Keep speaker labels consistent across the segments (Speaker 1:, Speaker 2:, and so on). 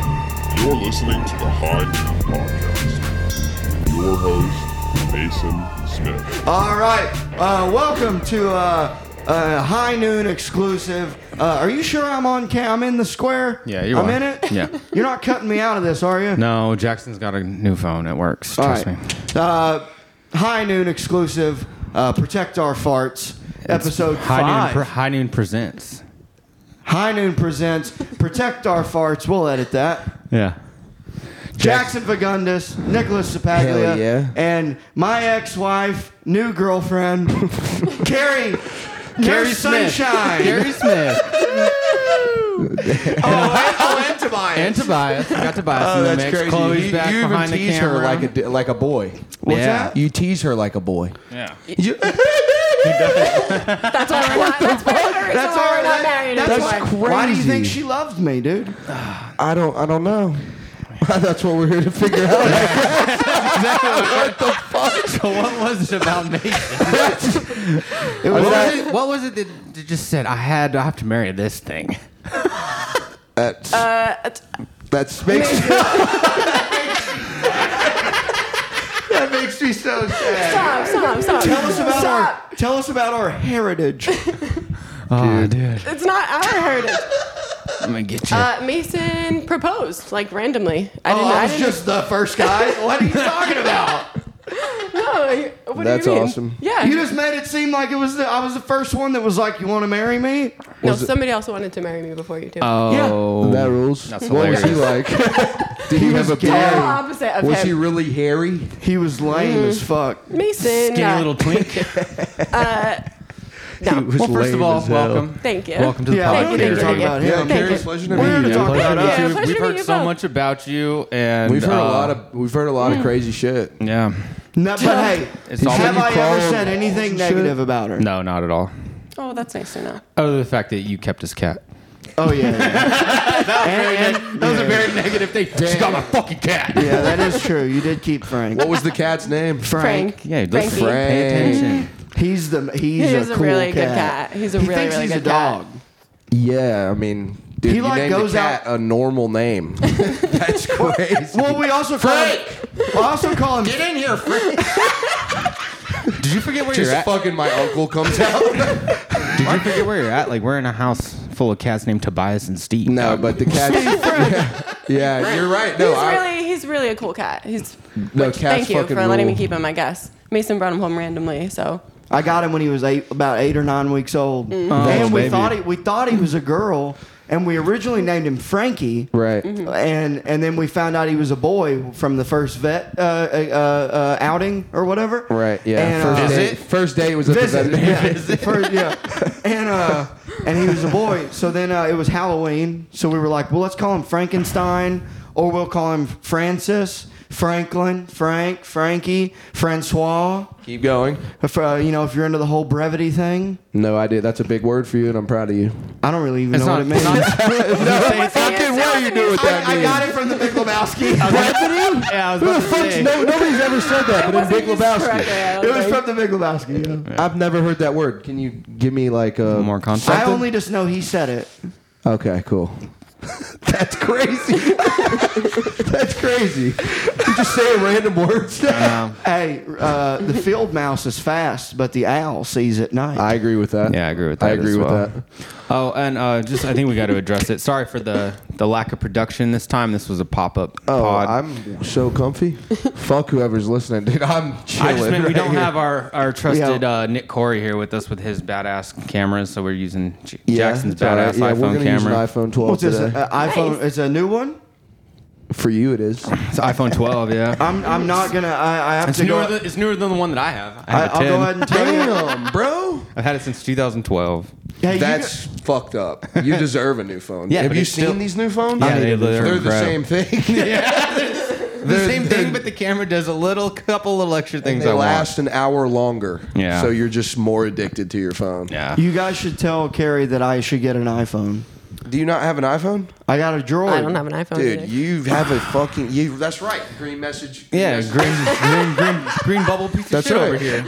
Speaker 1: You're listening to the High Noon Podcast. Your host, Mason Smith.
Speaker 2: All right, uh, welcome to uh, a high noon exclusive. Uh, are you sure I'm on cam? I'm in the square.
Speaker 3: Yeah, you
Speaker 2: I'm
Speaker 3: are.
Speaker 2: in it.
Speaker 3: Yeah.
Speaker 2: you're not cutting me out of this, are you?
Speaker 3: No, Jackson's got a new phone. It works.
Speaker 2: All
Speaker 3: Trust
Speaker 2: right.
Speaker 3: me.
Speaker 2: Uh, high noon exclusive. Uh, protect our farts. episode
Speaker 3: High
Speaker 2: five.
Speaker 3: Noon, Pre- High Noon presents.
Speaker 2: high noon presents protect our farts. We'll edit that.
Speaker 3: Yeah.
Speaker 2: Jackson Fagundes, Nicholas Sapaglia,
Speaker 4: Hell yeah.
Speaker 2: and my ex-wife, new girlfriend, Carrie. Carrie Sunshine.
Speaker 3: Gary Smith
Speaker 4: oh, and Tobias.
Speaker 3: and Tobias. We got Tobias in the mix. Chloe's
Speaker 4: you
Speaker 3: back
Speaker 4: you even
Speaker 3: behind the
Speaker 4: tease
Speaker 3: camera.
Speaker 4: her like a d- like a boy.
Speaker 2: What's
Speaker 3: Yeah.
Speaker 2: that?
Speaker 4: You tease her like a boy.
Speaker 3: yeah.
Speaker 4: You-
Speaker 5: That's why we're not. That's why we're,
Speaker 2: That's all right.
Speaker 5: not
Speaker 2: That-
Speaker 5: married.
Speaker 2: that's
Speaker 5: anymore.
Speaker 2: why.
Speaker 4: That's
Speaker 2: Why do you
Speaker 4: crazy.
Speaker 2: think she loved me, dude?
Speaker 4: I don't. I don't know. That's what we're here to figure out.
Speaker 3: So what was it about Mason?
Speaker 2: It
Speaker 3: what,
Speaker 2: was
Speaker 3: was
Speaker 2: that-
Speaker 3: it, what was it that that just said? I had. I have to marry this thing.
Speaker 4: That's,
Speaker 5: Uh,
Speaker 4: that makes
Speaker 2: that makes me so sad.
Speaker 5: Stop! Stop! Stop!
Speaker 2: Tell us about
Speaker 5: stop.
Speaker 2: our tell us about our heritage.
Speaker 3: Oh, dude.
Speaker 5: It's not our heritage.
Speaker 3: I'm gonna get you.
Speaker 5: Uh, Mason proposed like randomly. I
Speaker 2: Oh,
Speaker 5: didn't.
Speaker 2: I
Speaker 5: I
Speaker 2: was
Speaker 5: didn't
Speaker 2: just the first guy. What are you talking about?
Speaker 5: know. What
Speaker 4: That's
Speaker 5: do you mean?
Speaker 4: awesome.
Speaker 5: Yeah.
Speaker 2: You just made it seem like it was the, I was the first one that was like, "You want to marry me?"
Speaker 5: no,
Speaker 4: was it-
Speaker 5: somebody else wanted to marry me before you did.
Speaker 3: oh.
Speaker 4: that rules.
Speaker 3: That's
Speaker 4: what was he like? Did he
Speaker 2: was
Speaker 4: have a
Speaker 2: gay.
Speaker 5: Total
Speaker 4: beard?
Speaker 5: opposite of
Speaker 4: Was he
Speaker 5: him.
Speaker 4: really hairy?
Speaker 2: He was lame
Speaker 5: Mm-hmm.
Speaker 2: as fuck.
Speaker 5: Mason.
Speaker 3: Skinny
Speaker 5: uh,
Speaker 3: little twink.
Speaker 5: No.
Speaker 3: well, first of all, welcome.
Speaker 5: Thank you.
Speaker 3: Welcome to the
Speaker 2: Yeah, I don't
Speaker 5: Thank you,
Speaker 2: need to
Speaker 3: podcast.
Speaker 5: thank
Speaker 2: talk
Speaker 5: you.
Speaker 2: about
Speaker 4: Yeah,
Speaker 2: him.
Speaker 5: Thank you.
Speaker 4: Carrie, pleasure to
Speaker 2: We're
Speaker 4: meet
Speaker 2: gonna
Speaker 4: you.
Speaker 2: talk about
Speaker 5: Yeah,
Speaker 2: us.
Speaker 5: pleasure
Speaker 3: We've
Speaker 5: to meet
Speaker 3: heard
Speaker 5: you
Speaker 3: so
Speaker 5: both.
Speaker 3: much about you, and
Speaker 4: We've heard a
Speaker 3: uh,
Speaker 4: lot of we've heard a lot of crazy shit.
Speaker 3: Yeah.
Speaker 2: No, but hey,
Speaker 3: It's all
Speaker 2: have
Speaker 3: been
Speaker 2: I ever
Speaker 4: called
Speaker 2: said anything
Speaker 4: shit.
Speaker 2: negative about her?
Speaker 3: No, not at all.
Speaker 5: Oh, that's nice to know.
Speaker 3: Other than the fact that you kept his cat.
Speaker 2: Oh yeah, yeah,
Speaker 3: That
Speaker 2: And-
Speaker 3: was a very negative thing. She got my fucking cat.
Speaker 2: yeah, that is true. You did keep Frank.
Speaker 4: What was the cat's name?
Speaker 2: Frank.
Speaker 5: Frank.
Speaker 3: Yeah, let's
Speaker 5: Frankie.
Speaker 4: Frank.
Speaker 3: pay attention.
Speaker 2: He's the he's
Speaker 5: He is
Speaker 2: a,
Speaker 5: a
Speaker 2: cool
Speaker 5: really good
Speaker 2: cat.
Speaker 5: cat. He's a
Speaker 2: he
Speaker 5: really,
Speaker 2: thinks
Speaker 5: really
Speaker 2: he's
Speaker 5: good
Speaker 2: a dog.
Speaker 4: Yeah, I mean, dude,
Speaker 2: He,
Speaker 4: you
Speaker 2: like,
Speaker 4: named the
Speaker 2: goes
Speaker 4: cat a normal name. That's crazy.
Speaker 2: Well, we also call him. We also call him.
Speaker 4: in here, Frank.
Speaker 3: Did you forget where
Speaker 4: Just
Speaker 3: you're at?
Speaker 4: fucking my uncle comes out.
Speaker 3: Did you forget where you're at? Like we're in a house full of cats named Tobias and Steve.
Speaker 4: no, but the cat. yeah, yeah, you're right. No,
Speaker 5: he's
Speaker 4: I,
Speaker 5: really, he's really a cool cat. He's.
Speaker 4: no, cats
Speaker 5: Thank you
Speaker 4: fucking
Speaker 5: for letting
Speaker 4: rule.
Speaker 5: me keep him. I guess Mason brought him home randomly, so
Speaker 2: I got him when he was eight, about eight or nine weeks old,
Speaker 5: Mm-hmm.
Speaker 2: and we
Speaker 3: baby.
Speaker 2: thought he, we thought he was a girl, and we originally named him Frankie.
Speaker 4: Right.
Speaker 2: Mm-hmm. And and then we found out he was a boy from the first vet uh, uh, uh, outing or whatever.
Speaker 4: Right. Yeah.
Speaker 2: And, uh,
Speaker 4: first date. First date was at the
Speaker 2: visit.
Speaker 4: veterinarian.
Speaker 2: Yeah. First- yeah. And uh, and he was a boy. So then uh, it was Halloween. So we were like, well, let's call him Frankenstein, or we'll call him Francis, Franklin, Frank, Frankie, Francois.
Speaker 4: Keep going.
Speaker 2: If, uh, you know, if you're into the whole brevity thing,
Speaker 4: No, I did. That's a big word for you, and I'm proud of you.
Speaker 2: I don't really even
Speaker 3: It's
Speaker 2: know what
Speaker 3: not,
Speaker 2: it means.
Speaker 3: it's not-
Speaker 4: Fucking what you do with that
Speaker 2: I, I got it from the Big Lebowski. it
Speaker 3: yeah, I was about to say.
Speaker 4: No, nobody's ever said that, but in Big Lebowski,
Speaker 2: was from the Big Lebowski. yeah.
Speaker 4: I've never heard that word. Can you give me like a
Speaker 3: More context.
Speaker 2: I only just know he said it.
Speaker 4: Okay, cool. That's crazy. That's crazy. You just saying random words.
Speaker 2: Hey, uh, the field mouse is fast, but the owl sees at night.
Speaker 4: I agree with that.
Speaker 3: Yeah, I agree with
Speaker 4: I
Speaker 3: that.
Speaker 4: agree
Speaker 3: as
Speaker 4: with
Speaker 3: well.
Speaker 4: that.
Speaker 3: Oh, and uh, just I think we got to address it. Sorry for the the lack of production this time. This was a pop up
Speaker 4: Oh,
Speaker 3: pod.
Speaker 4: I'm so comfy. Fuck whoever's listening, dude. I'm
Speaker 3: I
Speaker 4: chilling.
Speaker 3: just meant we
Speaker 4: right
Speaker 3: don't
Speaker 4: here.
Speaker 3: have our, our trusted
Speaker 2: Yeah.
Speaker 3: uh, Nick Corey here with us with his badass cameras, so we're using J-
Speaker 4: Yeah,
Speaker 3: Jackson's
Speaker 4: it's all right.
Speaker 3: badass
Speaker 4: Yeah, we're
Speaker 3: iPhone
Speaker 4: gonna
Speaker 3: camera.
Speaker 4: Use an iPhone 12
Speaker 2: What's this?
Speaker 4: today.
Speaker 2: Uh, iPhone?
Speaker 5: Nice.
Speaker 2: It's a new one.
Speaker 4: For you, it is.
Speaker 3: It's iPhone 12, yeah.
Speaker 2: I'm, I'm not gonna. I, I have
Speaker 3: it's,
Speaker 2: to
Speaker 3: newer
Speaker 2: go.
Speaker 3: than, it's newer than the one that I have. I
Speaker 2: I,
Speaker 3: have a
Speaker 2: I'll
Speaker 3: 10.
Speaker 2: go ahead and tell you.
Speaker 4: Damn, bro.
Speaker 3: I've had it since 2012.
Speaker 2: Hey, you
Speaker 4: That's fucked up. You deserve a new phone.
Speaker 3: Yeah,
Speaker 4: have
Speaker 3: but
Speaker 4: you
Speaker 3: it's
Speaker 4: seen
Speaker 3: still-
Speaker 4: these new phones?
Speaker 3: Yeah,
Speaker 4: I need
Speaker 3: they-
Speaker 4: a new
Speaker 3: they're
Speaker 4: phone. they're the
Speaker 3: crap.
Speaker 4: same thing.
Speaker 3: The same
Speaker 4: they're-
Speaker 3: thing, but the camera does a little couple little extra things
Speaker 4: they
Speaker 3: I
Speaker 4: last an hour longer.
Speaker 3: Yeah.
Speaker 4: So you're just more addicted to your phone.
Speaker 3: want. Yeah.
Speaker 2: You guys should tell Carrie that I should get an iPhone.
Speaker 4: Do you not have an iPhone?
Speaker 2: I got a drawer.
Speaker 6: I don't have an iPhone.
Speaker 4: Dude,
Speaker 6: either.
Speaker 4: you have a fucking. You, that's right. Green message.
Speaker 3: Yeah,
Speaker 4: Yes.
Speaker 3: green, green, green, green bubble piece of
Speaker 4: That's
Speaker 3: shit
Speaker 4: right.
Speaker 3: over here.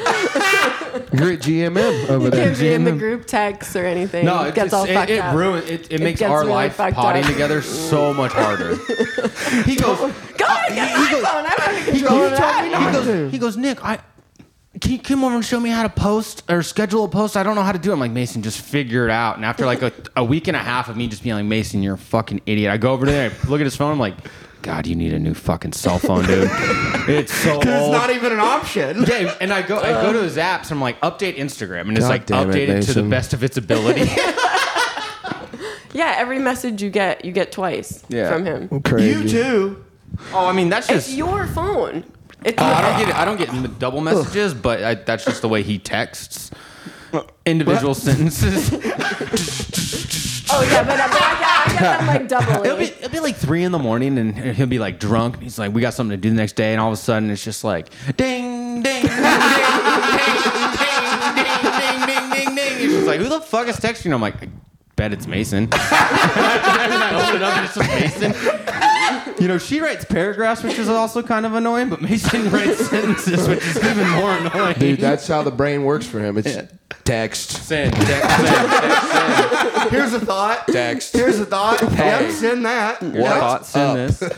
Speaker 4: Great GMM over
Speaker 5: You
Speaker 4: there.
Speaker 5: can't be in the group text or anything.
Speaker 3: No,
Speaker 5: it
Speaker 3: it
Speaker 5: gets
Speaker 3: just,
Speaker 5: all
Speaker 3: it,
Speaker 5: fucked
Speaker 3: it
Speaker 5: up.
Speaker 3: ruins it. It makes
Speaker 5: gets
Speaker 3: our
Speaker 5: really
Speaker 3: life
Speaker 5: fucked
Speaker 3: potting
Speaker 5: up.
Speaker 3: together so much harder. he goes.
Speaker 5: God, I got an iPhone. I don't have to control that.
Speaker 3: he goes, he goes, Nick, I can you come over and show me how to post or schedule a post? I don't know how to do it. I'm like, Mason, just figure it out. And after like a, a week and a half of me just being like, Mason, you're a fucking idiot. I go over there, I look at his phone, I'm like, God, you need a new fucking cell phone, dude. it's so old.
Speaker 2: It's not even an option.
Speaker 3: Yeah, and I go, I go to his apps. I'm like, update Instagram, and it's
Speaker 4: God
Speaker 3: like
Speaker 4: damn it,
Speaker 3: updated to the
Speaker 4: Mason.
Speaker 3: best of its ability.
Speaker 5: Yeah, every message you get, you get twice
Speaker 3: Yeah.
Speaker 5: from him.
Speaker 2: You too.
Speaker 3: oh, I mean, that's just.
Speaker 5: It's your phone. It's
Speaker 3: I don't get, it. I don't get m- double messages, but I, that's just the way he texts. Individual sentences.
Speaker 5: oh yeah, but, I- but I, get, I get them like double.
Speaker 3: It'll be, it'll be like three in the morning, and he'll be like drunk. He's like, "We got something to do the next day," and all of a sudden, it's just like, "Ding, ding, ding, ding, ding, ding, ding, ding, ding, ding." It's just like, "Who the fuck is texting?" I'm like, "I bet it's Mason." and I open it up, and it's just Mason. You know, she writes paragraphs, which is also kind of annoying, but Mason writes sentences, which is even more annoying.
Speaker 4: Dude, that's how the brain works for him. It's text.
Speaker 3: Send, text, send, text, send.
Speaker 2: Here's a thought.
Speaker 4: Text.
Speaker 2: Here's a thought. Yep, send that.
Speaker 4: What's
Speaker 3: Thoughts in
Speaker 4: up?
Speaker 3: this?
Speaker 4: Uh,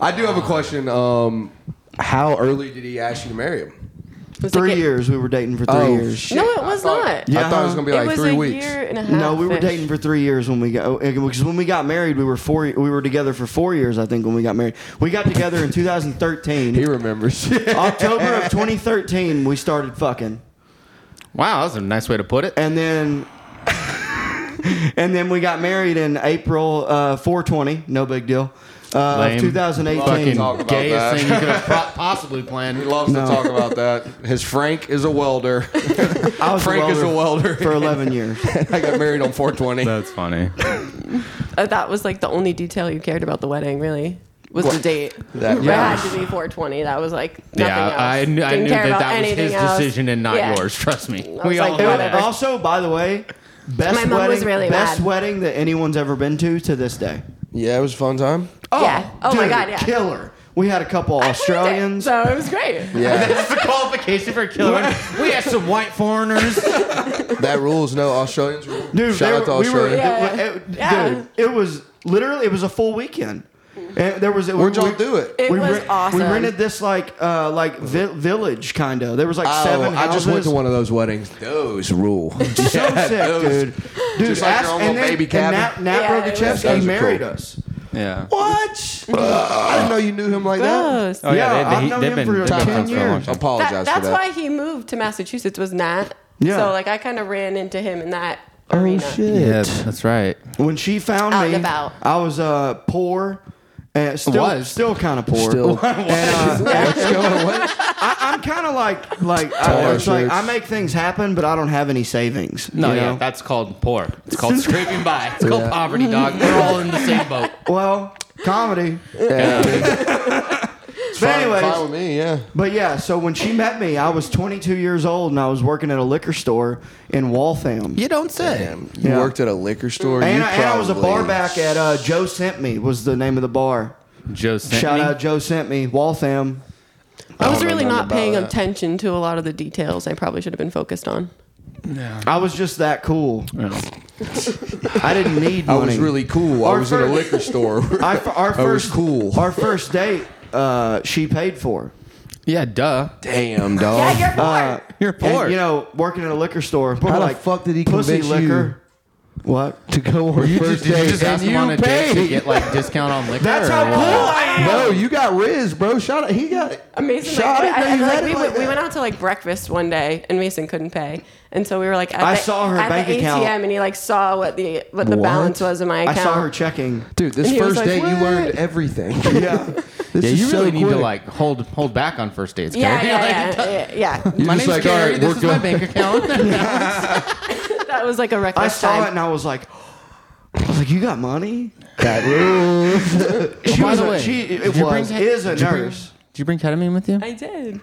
Speaker 4: I do have a question. Um, how early did he ask you to marry him?
Speaker 2: Three years. We were dating for three
Speaker 4: Oh,
Speaker 2: years.
Speaker 4: shit.
Speaker 5: no, it was not.
Speaker 4: I thought it was gonna be like
Speaker 5: it was
Speaker 4: three
Speaker 5: a
Speaker 4: weeks.
Speaker 5: year and a half.
Speaker 2: No, we were dating for three years when we got because when we got married, we were four. We were together for four years, I think. When we got married, we got together in 2013.
Speaker 4: He remembers.
Speaker 2: October of 2013, we started fucking,
Speaker 3: Wow, that's a nice way to put it.
Speaker 2: and then and then we got married in April uh, 420. No big deal. Uh,
Speaker 3: Lame.
Speaker 2: of 2018.
Speaker 4: Talk
Speaker 3: Fucking
Speaker 4: about
Speaker 3: gayest
Speaker 4: that.
Speaker 3: thing you could have pro- possibly
Speaker 4: he
Speaker 3: planned.
Speaker 4: loves
Speaker 2: No.
Speaker 4: to talk about that. His Frank is a welder.
Speaker 2: I was
Speaker 4: Frank is a welder.
Speaker 2: for 11 years.
Speaker 4: I got married on 420.
Speaker 3: That's funny.
Speaker 5: Uh, that was like the only detail you cared about the wedding, really. Was the date?
Speaker 4: That-
Speaker 5: It
Speaker 4: yeah.
Speaker 5: had to be 420. That was like nothing
Speaker 3: yeah,
Speaker 5: else.
Speaker 3: I, kn- I
Speaker 5: Didn't
Speaker 3: knew
Speaker 5: care
Speaker 3: that
Speaker 5: about
Speaker 3: that was
Speaker 5: anything
Speaker 3: his
Speaker 5: else.
Speaker 3: decision and not
Speaker 5: Yeah.
Speaker 3: yours. Trust me.
Speaker 5: was
Speaker 3: We all
Speaker 5: like,
Speaker 3: know
Speaker 5: whatever.
Speaker 3: that.
Speaker 2: Also, by the way, best
Speaker 5: My mom
Speaker 2: wedding,
Speaker 5: was really
Speaker 2: best
Speaker 5: mad.
Speaker 2: wedding that anyone's ever been to to this day.
Speaker 4: Yeah, it was a fun time.
Speaker 5: Oh, yeah. Oh my
Speaker 2: dude,
Speaker 5: god. Yeah.
Speaker 2: killer. We had a couple Australians.
Speaker 5: So it was great.
Speaker 4: Yeah,
Speaker 3: That's the qualification for killing. we had some white foreigners.
Speaker 4: that rules no Australians. rule.
Speaker 2: Dude,
Speaker 4: Shout
Speaker 2: they
Speaker 4: out to
Speaker 2: were- we were,
Speaker 4: Australia.
Speaker 5: Yeah.
Speaker 2: it- it-
Speaker 5: Yeah.
Speaker 2: Dude, it was literally it was a full weekend. And there was
Speaker 4: Where'd
Speaker 2: we-
Speaker 4: y'all do it?
Speaker 5: It
Speaker 2: we
Speaker 5: was
Speaker 2: rent-
Speaker 5: awesome.
Speaker 2: We rented this like uh like vi- village kind of. There was like
Speaker 4: Oh,
Speaker 2: seven
Speaker 4: I
Speaker 2: houses.
Speaker 4: just went to one of those weddings. Those rule.
Speaker 2: So sick, dude. Dude,
Speaker 4: Just like your
Speaker 2: ask-
Speaker 4: own
Speaker 2: and then,
Speaker 4: little baby
Speaker 2: and
Speaker 4: cabin.
Speaker 2: Nat, Nat
Speaker 5: Yeah, it was
Speaker 2: Rogochevsky
Speaker 4: Those are
Speaker 2: married
Speaker 4: cool.
Speaker 2: us.
Speaker 3: yeah.
Speaker 4: what? I didn't know you knew him like that.
Speaker 5: Gross.
Speaker 3: Oh yeah,
Speaker 2: Yeah,
Speaker 3: they,
Speaker 2: I've
Speaker 3: they,
Speaker 2: known
Speaker 3: they've
Speaker 2: him
Speaker 3: been
Speaker 2: for
Speaker 3: they've been
Speaker 2: 10
Speaker 3: friends for a long
Speaker 2: years.
Speaker 3: time.
Speaker 4: Apologize
Speaker 5: That,
Speaker 4: for
Speaker 5: that's
Speaker 4: that.
Speaker 5: why he moved to Massachusetts was Nat.
Speaker 2: Yeah. Oh,
Speaker 5: So like I kind of ran into him in that arena.
Speaker 3: Yeah, that's right.
Speaker 2: When she found
Speaker 5: Out and
Speaker 2: me,
Speaker 5: about.
Speaker 2: I was uh poor. And still,
Speaker 3: Was.
Speaker 2: still kind of poor.
Speaker 4: Still.
Speaker 2: And, uh,
Speaker 4: What's going on?
Speaker 2: I, I'm kind of like like I,
Speaker 4: Taller
Speaker 2: it's like
Speaker 4: shirts.
Speaker 2: I make things happen, but I don't have any savings.
Speaker 3: No,
Speaker 2: you
Speaker 3: yeah,
Speaker 2: know?
Speaker 3: that's called poor. It's called scraping by. It's called poverty, dog. We're all in the same boat.
Speaker 2: well, comedy. But anyways,
Speaker 4: Fine with me, yeah.
Speaker 2: but yeah. So when she met me, I was 22 years old and I was working at a liquor store in Waltham.
Speaker 3: You don't say.
Speaker 4: Damn, you
Speaker 2: Yeah.
Speaker 4: worked at a liquor store.
Speaker 2: And,
Speaker 4: you
Speaker 2: I, and I was a
Speaker 4: probably-
Speaker 2: bar back at uh, Joe Sent Me was the name of the bar.
Speaker 3: Joe sent
Speaker 2: Shout
Speaker 3: me.
Speaker 2: out Joe Sent Me, Waltham.
Speaker 5: I
Speaker 2: Oh,
Speaker 5: was
Speaker 4: don't
Speaker 5: really
Speaker 4: know
Speaker 5: not
Speaker 4: about
Speaker 5: paying
Speaker 4: that.
Speaker 5: attention to a lot of the details. I probably should have been focused on.
Speaker 2: I was just that cool. I didn't need
Speaker 4: I
Speaker 2: money.
Speaker 4: was really cool. I
Speaker 2: Our
Speaker 4: was in a
Speaker 2: first-
Speaker 4: liquor store.
Speaker 2: I, our first
Speaker 4: I was cool.
Speaker 2: Our first date, uh, she paid for.
Speaker 3: Yeah, duh.
Speaker 4: Damn,
Speaker 2: Uh,
Speaker 4: dog.
Speaker 5: you're poor.
Speaker 3: You're poor.
Speaker 2: And, you know, working at a liquor store. How
Speaker 4: the
Speaker 2: like,
Speaker 4: fuck did he
Speaker 2: pussy
Speaker 4: convince you-
Speaker 2: liquor? What?
Speaker 4: to go on
Speaker 3: You just,
Speaker 4: first
Speaker 3: did
Speaker 4: date
Speaker 3: you just ask
Speaker 4: and
Speaker 3: him
Speaker 4: you
Speaker 3: on a
Speaker 4: paid.
Speaker 3: date to get like discount on liquor.
Speaker 2: That's
Speaker 3: or
Speaker 2: how
Speaker 3: what?
Speaker 2: cool I am.
Speaker 4: No, you got Riz, bro. Shout out. He got
Speaker 5: Mason, like,
Speaker 4: Shot it.
Speaker 5: I- I-
Speaker 4: No, you
Speaker 5: like,
Speaker 4: had it
Speaker 5: we,
Speaker 4: like
Speaker 5: went- we
Speaker 4: that.
Speaker 5: went out to like breakfast one day, and Mason couldn't pay, and so we were like, at
Speaker 2: I
Speaker 5: the,
Speaker 2: saw her
Speaker 5: at
Speaker 2: bank
Speaker 5: the
Speaker 2: account.
Speaker 5: ATM, and he like saw what the what the
Speaker 4: What?
Speaker 5: balance was in my
Speaker 2: I
Speaker 5: account.
Speaker 2: saw her checking.
Speaker 4: Dude, this
Speaker 5: And he was
Speaker 4: first
Speaker 5: like,
Speaker 4: date, you
Speaker 5: "What?"
Speaker 4: learned everything.
Speaker 2: Yeah.
Speaker 4: This
Speaker 3: Yeah,
Speaker 4: is
Speaker 3: you
Speaker 4: so
Speaker 3: really need to
Speaker 4: quick.
Speaker 3: like hold hold back on first dates.
Speaker 5: Yeah,
Speaker 3: Gary.
Speaker 5: yeah,
Speaker 3: Like,
Speaker 5: yeah, yeah, yeah.
Speaker 4: You're
Speaker 3: My
Speaker 4: just
Speaker 3: name's
Speaker 4: like, all
Speaker 3: Gary.
Speaker 4: right,
Speaker 3: this
Speaker 4: we're
Speaker 3: is my
Speaker 4: good.
Speaker 3: bank account.
Speaker 5: That was like a reckless
Speaker 2: I saw
Speaker 5: time.
Speaker 2: it and I was like, I was like, you got money?
Speaker 4: That rules.
Speaker 2: She
Speaker 3: Oh, by
Speaker 2: was
Speaker 3: the
Speaker 2: a,
Speaker 3: way,
Speaker 2: she it
Speaker 3: did you
Speaker 2: was
Speaker 3: bring-
Speaker 2: is a
Speaker 3: did you bring-
Speaker 2: nurse.
Speaker 3: Did you bring ketamine with you?
Speaker 5: I did.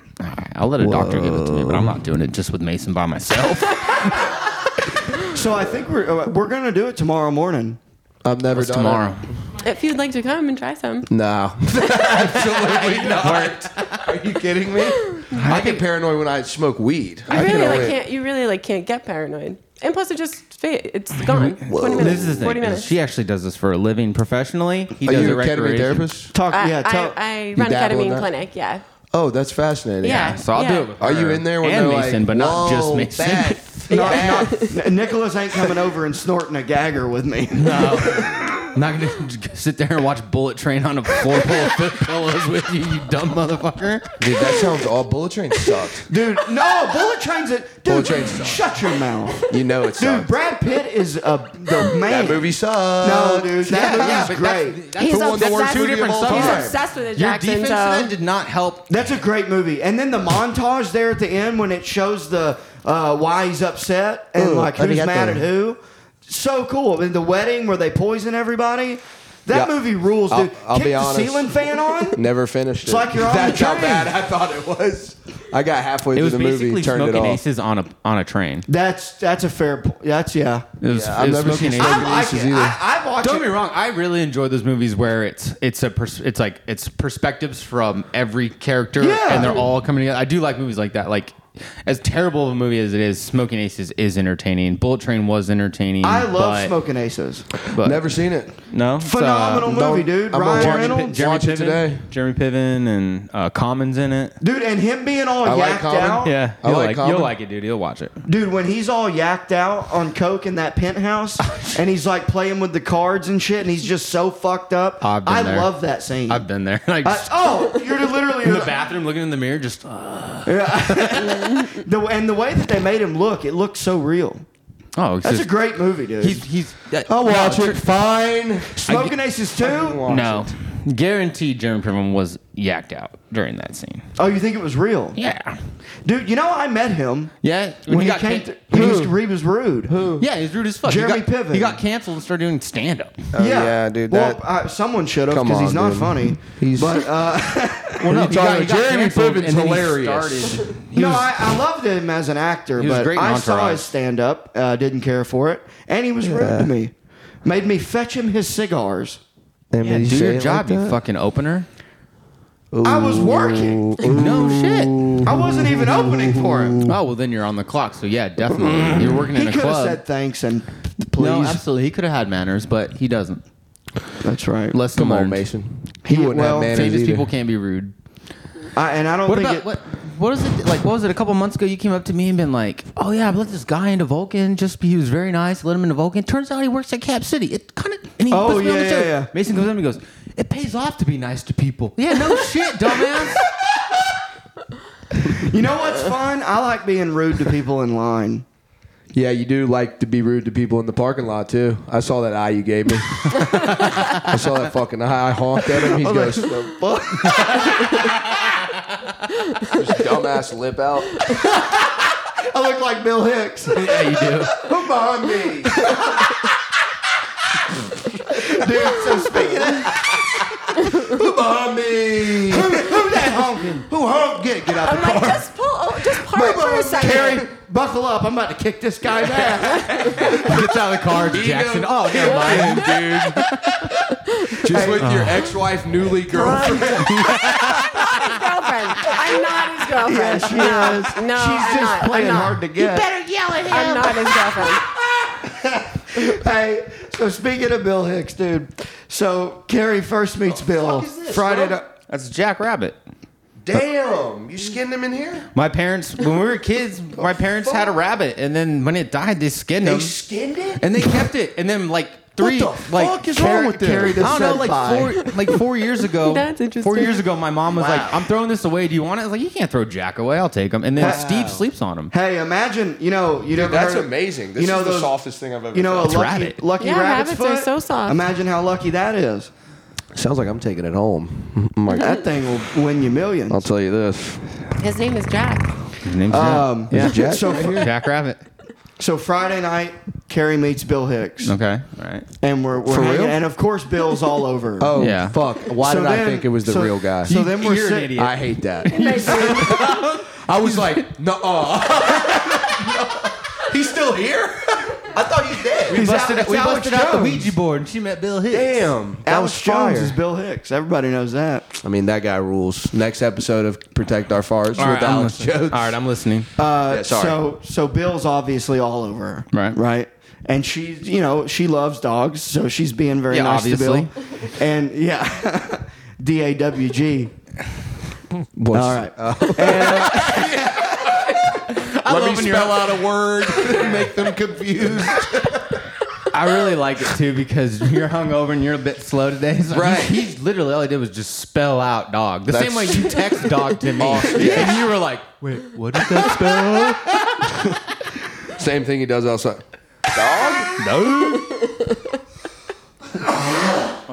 Speaker 3: I'll let a doctor give it to me, but I'm not doing it just with Mason by myself.
Speaker 2: So I think we're uh, we're gonna do it tomorrow morning.
Speaker 4: I've never
Speaker 3: It's
Speaker 4: done
Speaker 3: tomorrow.
Speaker 5: If you'd like to come and try some,
Speaker 4: It. No, absolutely not. Are you kidding me? I get paranoid when I smoke weed.
Speaker 5: you
Speaker 4: I
Speaker 5: really like
Speaker 4: wait.
Speaker 5: can't. You really like can't get paranoid. And plus, it just fa- it's gone. Twenty minutes.
Speaker 3: This is the
Speaker 5: Forty
Speaker 3: thing. is
Speaker 5: minutes.
Speaker 3: She actually does this for a living professionally. He
Speaker 4: Are
Speaker 3: does it
Speaker 4: you a ketamine
Speaker 3: recreation.
Speaker 4: therapist?
Speaker 2: Talk.
Speaker 5: I,
Speaker 2: yeah. Tell.
Speaker 5: I, I
Speaker 4: You
Speaker 5: run
Speaker 4: dabble in
Speaker 5: ketamine
Speaker 4: that?
Speaker 5: clinic. Yeah.
Speaker 4: Oh, that's fascinating.
Speaker 5: Yeah.
Speaker 3: So I'll do it. With
Speaker 4: Are you
Speaker 3: her
Speaker 4: in there when
Speaker 3: and
Speaker 4: they're
Speaker 3: Mason,
Speaker 4: like,
Speaker 3: but not just
Speaker 4: "Whoa,
Speaker 3: Mason?
Speaker 4: Beth,
Speaker 2: No,
Speaker 4: Beth."
Speaker 2: no, N- Nicholas ain't coming over and snorting a gagger with me.
Speaker 3: I'm not gonna just sit there and watch Bullet Train on a floor full of foot pillows with you, you dumb motherfucker.
Speaker 4: Dude, that sounds all. Bullet train sucked.
Speaker 2: Dude, no, bullet trains it. Dude,
Speaker 4: Bullet trains suck.
Speaker 2: shut your mouth.
Speaker 4: You know it
Speaker 2: Dude,
Speaker 4: sucked.
Speaker 2: Brad Pitt is a the man.
Speaker 4: that movie sucks.
Speaker 2: No, dude, that
Speaker 3: Yeah,
Speaker 2: movie's
Speaker 3: but
Speaker 2: great.
Speaker 3: that's-
Speaker 5: He's
Speaker 4: Who won the
Speaker 5: obsessed-
Speaker 4: worst
Speaker 5: two
Speaker 4: movie of
Speaker 3: different
Speaker 4: all
Speaker 3: subjects.
Speaker 5: He's
Speaker 4: time?
Speaker 5: obsessed with it,
Speaker 3: Your
Speaker 5: Jackson.
Speaker 3: defense
Speaker 5: So
Speaker 3: then did not help.
Speaker 2: That's a great movie. And then the montage there at the end when it shows the uh, why he's upset and
Speaker 4: Ooh,
Speaker 2: like
Speaker 4: I
Speaker 2: who's
Speaker 4: forgot
Speaker 2: mad at
Speaker 4: that.
Speaker 2: who. So cool. And the wedding where they poison everybody. That
Speaker 4: Yeah.
Speaker 2: movie rules, dude.
Speaker 4: I'll- I'll
Speaker 2: Kick
Speaker 4: be
Speaker 2: the
Speaker 4: honest.
Speaker 2: ceiling fan on.
Speaker 4: Never finished it.
Speaker 2: like you're on
Speaker 4: That's
Speaker 2: the
Speaker 4: how
Speaker 2: train.
Speaker 4: bad I thought it was. I got halfway
Speaker 3: It
Speaker 4: through
Speaker 3: was
Speaker 4: the movie,
Speaker 3: basically
Speaker 4: turned it
Speaker 3: smoking
Speaker 4: off.
Speaker 3: aces on a on a train.
Speaker 2: That's that's a fair. po- That's yeah.
Speaker 3: It was,
Speaker 4: Yeah,
Speaker 3: it
Speaker 4: I've
Speaker 3: was
Speaker 4: never
Speaker 3: smoking
Speaker 4: seen
Speaker 3: aces.
Speaker 4: smoking
Speaker 2: I like
Speaker 4: Aces
Speaker 2: it.
Speaker 4: either.
Speaker 2: I, I watch
Speaker 3: Don't
Speaker 2: it.
Speaker 3: get me wrong. I really enjoy those movies where it's it's a pers- it's like it's perspectives from every character,
Speaker 2: Yeah.
Speaker 3: and they're all coming together. I do like movies like that. Like as terrible of a movie as it is, Smoking Aces is entertaining. Bullet Train was entertaining.
Speaker 2: I love
Speaker 3: but, uh,
Speaker 2: smoking aces.
Speaker 3: but-
Speaker 4: Never seen it.
Speaker 3: No, It's, uh,
Speaker 2: Phenomenal movie,
Speaker 4: don't-
Speaker 2: dude.
Speaker 4: I'm gonna
Speaker 2: Ryan
Speaker 4: watch it.
Speaker 3: Jeremy, Pi-
Speaker 2: Reynolds,
Speaker 3: Jeremy
Speaker 4: Watch it
Speaker 3: Piven,
Speaker 4: today.
Speaker 3: Jeremy Piven, and uh, Commons in it.
Speaker 2: dude, and him being all
Speaker 4: I
Speaker 2: yacked
Speaker 4: like Common.
Speaker 2: out.
Speaker 3: Yeah,
Speaker 4: I
Speaker 3: you'll
Speaker 4: like
Speaker 3: like, you'll
Speaker 4: Common.
Speaker 3: like it, dude. You'll watch it.
Speaker 2: Dude, when he's all yacked out on coke in that penthouse, and he's like playing with the cards and shit, and he's just so fucked up.
Speaker 3: I've been
Speaker 2: I
Speaker 3: there.
Speaker 2: love that scene.
Speaker 3: I've been there. Like
Speaker 2: I-
Speaker 3: just
Speaker 2: oh, you're literally
Speaker 3: in the bathroom, looking in the mirror, just uh,
Speaker 2: the- and the way that they made him look, it looked so real.
Speaker 3: oh, it's
Speaker 2: That's
Speaker 3: just-
Speaker 2: a great movie, dude.
Speaker 3: He's he's. uh,
Speaker 4: I'll
Speaker 3: no,
Speaker 4: watch
Speaker 3: tr-
Speaker 4: it. Fine.
Speaker 2: Smoking Aces too.
Speaker 3: No, guaranteed Jeremy Piven was yacked out during that scene.
Speaker 2: Oh, you think it was real,
Speaker 3: Yeah,
Speaker 2: dude? You know I met him
Speaker 3: yeah.
Speaker 2: when, he,
Speaker 3: got
Speaker 2: came.
Speaker 3: can-
Speaker 2: Th- when he
Speaker 3: Who?
Speaker 2: was, he was rude. Who?
Speaker 3: yeah, he's rude as fuck.
Speaker 2: Jeremy
Speaker 3: he got,
Speaker 2: Piven.
Speaker 3: He got canceled and started doing stand up.
Speaker 4: yeah. dude.
Speaker 2: Well,
Speaker 4: that,
Speaker 2: uh, someone should have
Speaker 4: Come
Speaker 2: because he's
Speaker 4: on,
Speaker 2: not
Speaker 4: dude.
Speaker 2: funny.
Speaker 4: He's-
Speaker 2: but uh,
Speaker 3: Well,
Speaker 4: no, he got- he got canceled, and then he started-
Speaker 3: Started,
Speaker 2: no, I, I loved him as an actor.
Speaker 3: He was
Speaker 2: but
Speaker 3: great in
Speaker 2: I saw
Speaker 3: Entourage.
Speaker 2: his stand up. Uh, didn't care for it, and he was rude to me. Made me fetch him his cigars.
Speaker 4: and
Speaker 3: yeah,
Speaker 4: did he
Speaker 3: do
Speaker 4: say
Speaker 3: your
Speaker 4: it
Speaker 3: job,
Speaker 4: like
Speaker 3: you
Speaker 4: that?
Speaker 3: fucking opener.
Speaker 2: I was working.
Speaker 3: No shit.
Speaker 2: I wasn't even opening for him.
Speaker 3: Oh well, then you're on the clock. So yeah,
Speaker 4: Mm.
Speaker 3: definitely, you're working
Speaker 2: He
Speaker 3: in a
Speaker 2: could have
Speaker 3: club.
Speaker 2: said thanks and please.
Speaker 3: No, absolutely, he could have had manners, but he doesn't.
Speaker 2: That's right.
Speaker 3: Lesson
Speaker 4: Come on,
Speaker 3: learned.
Speaker 4: Mason. He,
Speaker 2: He-
Speaker 4: wouldn't
Speaker 2: well,
Speaker 4: have manners
Speaker 3: Famous
Speaker 4: either.
Speaker 3: people can't be rude.
Speaker 2: I, and I don't
Speaker 3: What
Speaker 2: think
Speaker 3: about
Speaker 2: it,
Speaker 3: what? What was it like? What was it? A couple months ago, you came up to me and been like, "Oh yeah, I let this guy into Vulcan. Just he was very nice. Let him into Vulcan. Turns out he works at Cap City. It kind of and he
Speaker 2: Oh,
Speaker 3: puts me on
Speaker 2: yeah,
Speaker 3: the show.
Speaker 2: yeah, yeah.
Speaker 3: Mason comes up and he goes, "It pays off to be nice to people. Yeah, no shit, dumbass.
Speaker 2: you know what's fun? I like being rude to people in line.
Speaker 4: Yeah, you do like to be rude to people in the parking lot too. I saw that eye you gave me. I saw that fucking eye. I honked at him. He goes, "The fuck?" His dumbass lip out.
Speaker 2: I look like Bill Hicks.
Speaker 3: yeah, you do.
Speaker 4: Come on, me.
Speaker 2: Dude, so speaking of
Speaker 4: Come on, me.
Speaker 2: who, who that honking?
Speaker 4: Who honk? Get get out
Speaker 5: I'm like, just pull, oh, just park for a second.
Speaker 2: Carrie, buckle up. I'm about to kick this guy's ass.
Speaker 3: Gets out of the car, Jackson. Oh, never mind, dude.
Speaker 4: the Just with your ex-wife, newly girlfriend.
Speaker 5: girlfriend. I'm not
Speaker 2: Yeah,
Speaker 5: his girlfriend.
Speaker 2: she is.
Speaker 5: No,
Speaker 2: She's
Speaker 5: I'm
Speaker 2: just
Speaker 5: not.
Speaker 2: playing
Speaker 5: I'm not.
Speaker 2: hard to get.
Speaker 5: I'm not his girlfriend.
Speaker 2: hey, so speaking of Bill Hicks, dude. So Carrie first meets Bill
Speaker 4: fuck is this,
Speaker 2: Friday.
Speaker 4: bro?
Speaker 2: night.
Speaker 3: That's Jack Rabbit.
Speaker 4: Damn, you skinned him in here.
Speaker 3: My parents, when we were kids, my parents had a rabbit, and then when it died, they skinned
Speaker 2: Um,
Speaker 3: him.
Speaker 4: skinned it.
Speaker 3: and they kept it. And then like three,
Speaker 2: What the
Speaker 3: like
Speaker 2: fuck is wrong with this? Carry
Speaker 3: carry- I
Speaker 2: the
Speaker 3: don't know,
Speaker 2: said
Speaker 3: like four, like four years ago.
Speaker 5: That's
Speaker 3: Four
Speaker 5: interesting.
Speaker 3: years ago, my mom was like, "I'm throwing this away. Do you want it?" I was like, "You can't throw Jack away. I'll take him." And then Steve sleeps on him.
Speaker 2: Hey, imagine you know you never
Speaker 4: that's
Speaker 2: heard of-
Speaker 4: amazing. This is the softest thing I've ever
Speaker 2: You know,
Speaker 4: felt.
Speaker 2: a
Speaker 4: It's
Speaker 2: lucky,
Speaker 3: rabbit.
Speaker 2: lucky
Speaker 5: Yeah,
Speaker 2: rabbit's
Speaker 5: rabbits are
Speaker 2: foot?
Speaker 5: so soft.
Speaker 2: Imagine how lucky that is.
Speaker 4: Sounds like I'm taking it home. I'm like,
Speaker 2: That thing will win you
Speaker 4: Oh I'll
Speaker 2: millions.
Speaker 4: tell you this.
Speaker 5: His name is Jack.
Speaker 3: His name's
Speaker 2: Um,
Speaker 4: Is it Jack
Speaker 2: So,
Speaker 4: right here?
Speaker 3: Jack Rabbit.
Speaker 2: so Friday night, Carrie meets Bill Hicks,
Speaker 3: Okay, all right.
Speaker 2: and we're, we're
Speaker 4: For
Speaker 2: hanging-
Speaker 4: real?
Speaker 2: and of course Bill's all over.
Speaker 4: Oh
Speaker 3: Yeah.
Speaker 4: fuck! Why
Speaker 2: So
Speaker 4: did I
Speaker 2: then-
Speaker 4: think it was the
Speaker 2: so-
Speaker 4: real guy?
Speaker 2: So then we're
Speaker 3: You're an
Speaker 2: sit-
Speaker 3: idiot.
Speaker 4: I hate that. I was like, no. He's still here. I thought he's dead.
Speaker 3: We
Speaker 2: He's
Speaker 3: busted,
Speaker 2: Alex-
Speaker 3: we
Speaker 2: Alex
Speaker 3: busted out the
Speaker 2: Jones.
Speaker 3: Ouija board and she met Bill Hicks.
Speaker 4: Damn, that was
Speaker 2: Alex Jones
Speaker 4: fire.
Speaker 2: is Bill Hicks. Everybody knows that.
Speaker 4: I mean, that guy rules. Next episode of Protect Our Farts
Speaker 3: All right, I'm
Speaker 4: with Alex
Speaker 3: listening.
Speaker 4: Jones.
Speaker 3: All right, I'm listening.
Speaker 2: Uh,
Speaker 4: Yeah, sorry.
Speaker 2: So so Bill's obviously all over her.
Speaker 3: Right.
Speaker 2: Right. And she's you know she loves dogs, so she's being very
Speaker 3: Yeah,
Speaker 2: nice
Speaker 3: obviously.
Speaker 2: to Bill. And yeah, D A W G.
Speaker 4: What's-
Speaker 2: All right.
Speaker 3: love when you're-
Speaker 4: out a word, make them confused.
Speaker 3: I really like it too because you're hungover and you're a bit slow today. So
Speaker 4: Right.
Speaker 3: He, he literally all he did was just spell out dog. The
Speaker 4: That's-
Speaker 3: same way you text dog to me, and you were like, "Wait, what did that spell?"
Speaker 4: Same thing he does outside. Dog?
Speaker 3: no.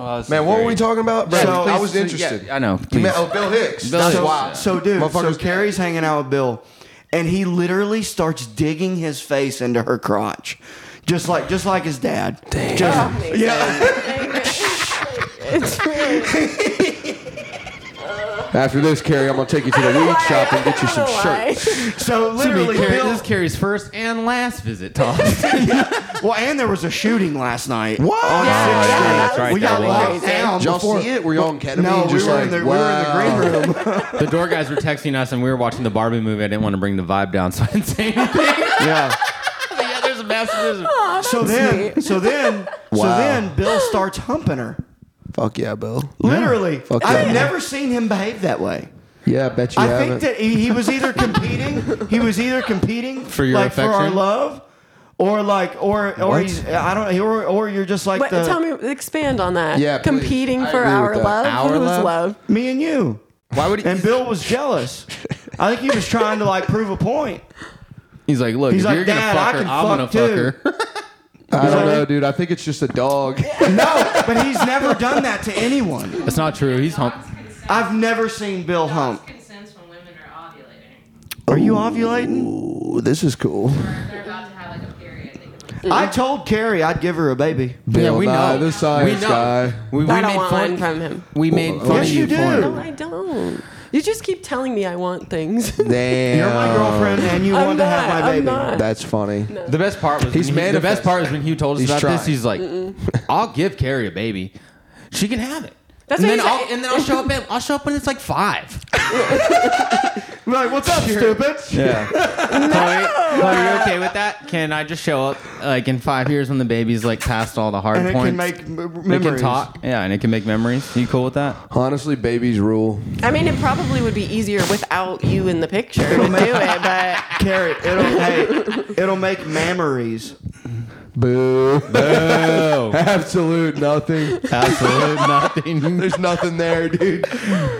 Speaker 3: Oh,
Speaker 4: Man, what were we talking about? Brad,
Speaker 2: So-
Speaker 4: I was interested.
Speaker 3: I know.
Speaker 4: You
Speaker 3: please.
Speaker 4: met, oh, Bill Hicks.
Speaker 3: Bill
Speaker 4: That's
Speaker 3: Hicks.
Speaker 4: why.
Speaker 2: So, dude, so
Speaker 4: Motherfuckers-
Speaker 2: Carrie's hanging out with Bill, and he literally starts digging his face into her crotch, just like just like his dad. Just, yeah,
Speaker 4: After this, Carrie, I'm gonna take you to the weed shop and get you some shirts.
Speaker 2: so
Speaker 3: This will be
Speaker 2: literally,
Speaker 3: Carrie-
Speaker 2: Bill.
Speaker 3: this is Carrie's first and last visit, Tom.
Speaker 2: Well, and there was a shooting last night.
Speaker 4: What?
Speaker 2: On
Speaker 5: Yeah,
Speaker 2: Sixth
Speaker 5: yeah,
Speaker 2: Street.
Speaker 5: that's
Speaker 3: right,
Speaker 2: We
Speaker 3: that
Speaker 2: got
Speaker 3: was.
Speaker 2: locked down.
Speaker 4: Did y'all
Speaker 2: before-
Speaker 4: see it? Were y'all on ketamine?
Speaker 2: No, we
Speaker 4: Just
Speaker 2: were,
Speaker 4: like,
Speaker 2: in the, we were in the green room.
Speaker 3: the door guys were texting us, and we were watching the Barbie movie. I didn't want to bring the vibe down, so I didn't say anything.
Speaker 2: yeah.
Speaker 3: yeah, there's a massive.
Speaker 2: So then, so then, so
Speaker 4: Wow.
Speaker 2: then, Bill starts humping her.
Speaker 4: Fuck yeah, Bill.
Speaker 2: Literally,
Speaker 4: Fuck
Speaker 2: I've
Speaker 4: yeah.
Speaker 2: never seen him behave that way.
Speaker 4: Yeah, I bet you
Speaker 2: I think
Speaker 4: haven't.
Speaker 2: that he, he was either competing, he was either competing
Speaker 3: For your
Speaker 2: like for our
Speaker 3: affection?
Speaker 2: love, or like or or
Speaker 4: What?
Speaker 2: he's I don't or or you're just like
Speaker 5: But
Speaker 2: the,
Speaker 5: tell me, expand on that.
Speaker 4: Yeah, please.
Speaker 5: competing
Speaker 4: I
Speaker 5: for
Speaker 4: agree
Speaker 5: our
Speaker 4: with that.
Speaker 5: love.
Speaker 3: Our
Speaker 5: Who's
Speaker 3: love?
Speaker 5: love?
Speaker 2: me and you.
Speaker 3: Why would he?
Speaker 2: And Bill was jealous. I think he was trying to like prove a point.
Speaker 3: He's like, look,
Speaker 2: He's
Speaker 3: if
Speaker 2: like,
Speaker 3: you're
Speaker 2: "Dad, I can fuck
Speaker 3: gonna fuck her, I'm gonna
Speaker 2: too."
Speaker 3: fuck her.
Speaker 4: I don't know, dude. I think it's just a dog.
Speaker 2: No, but he's never done that to anyone.
Speaker 3: That's not true. He's hump.
Speaker 2: I've never seen Bill
Speaker 6: Dogs
Speaker 2: hump.
Speaker 6: can sense when women are ovulating.
Speaker 2: Are you ovulating?
Speaker 4: Ooh, this is cool.
Speaker 6: Or if they're about to have like a period. They can
Speaker 2: I told Carrie I'd give her a baby.
Speaker 4: Bill Nye, the
Speaker 3: we
Speaker 4: science
Speaker 3: know.
Speaker 4: guy.
Speaker 3: We, we
Speaker 5: I don't
Speaker 3: made
Speaker 5: want
Speaker 3: fun
Speaker 5: one from him.
Speaker 3: We made fun
Speaker 2: Yes,
Speaker 3: of
Speaker 2: you do.
Speaker 3: for it.
Speaker 5: No, I don't. You just keep telling me I want things.
Speaker 4: Damn.
Speaker 2: You're my girlfriend, and you
Speaker 5: I'm
Speaker 2: want to have
Speaker 5: not,
Speaker 2: my
Speaker 5: I'm
Speaker 2: baby.
Speaker 5: not.
Speaker 4: That's funny.
Speaker 3: The best part was
Speaker 4: He's
Speaker 3: when he, the best
Speaker 4: manifest.
Speaker 3: part is when Hugh told us
Speaker 4: He's
Speaker 3: about
Speaker 4: trying.
Speaker 3: this. He's like, I'll give Carrie a baby. She can have it.
Speaker 5: That's
Speaker 3: and
Speaker 5: what
Speaker 3: then
Speaker 5: he said.
Speaker 3: I'll, and then I'll show up. At, I'll show up when it's like five.
Speaker 2: Like, what's up, stupid?
Speaker 4: Yeah.
Speaker 3: Chloe, Chloe, are you okay with that? Can I just show up like in five years when the baby's like past all the hard
Speaker 2: And it
Speaker 3: points?
Speaker 2: can make m- memories.
Speaker 3: It can talk. Yeah, and it can make memories. You cool with that?
Speaker 4: Honestly, babies rule.
Speaker 5: I mean, it probably would be easier without you in the picture to do it, but
Speaker 2: Carrie, it'll hey, it'll make memories.
Speaker 4: Boo.
Speaker 3: Oh,
Speaker 4: Absolute nothing.
Speaker 3: absolutely
Speaker 5: Mm.
Speaker 3: nothing.
Speaker 4: There's nothing there, dude.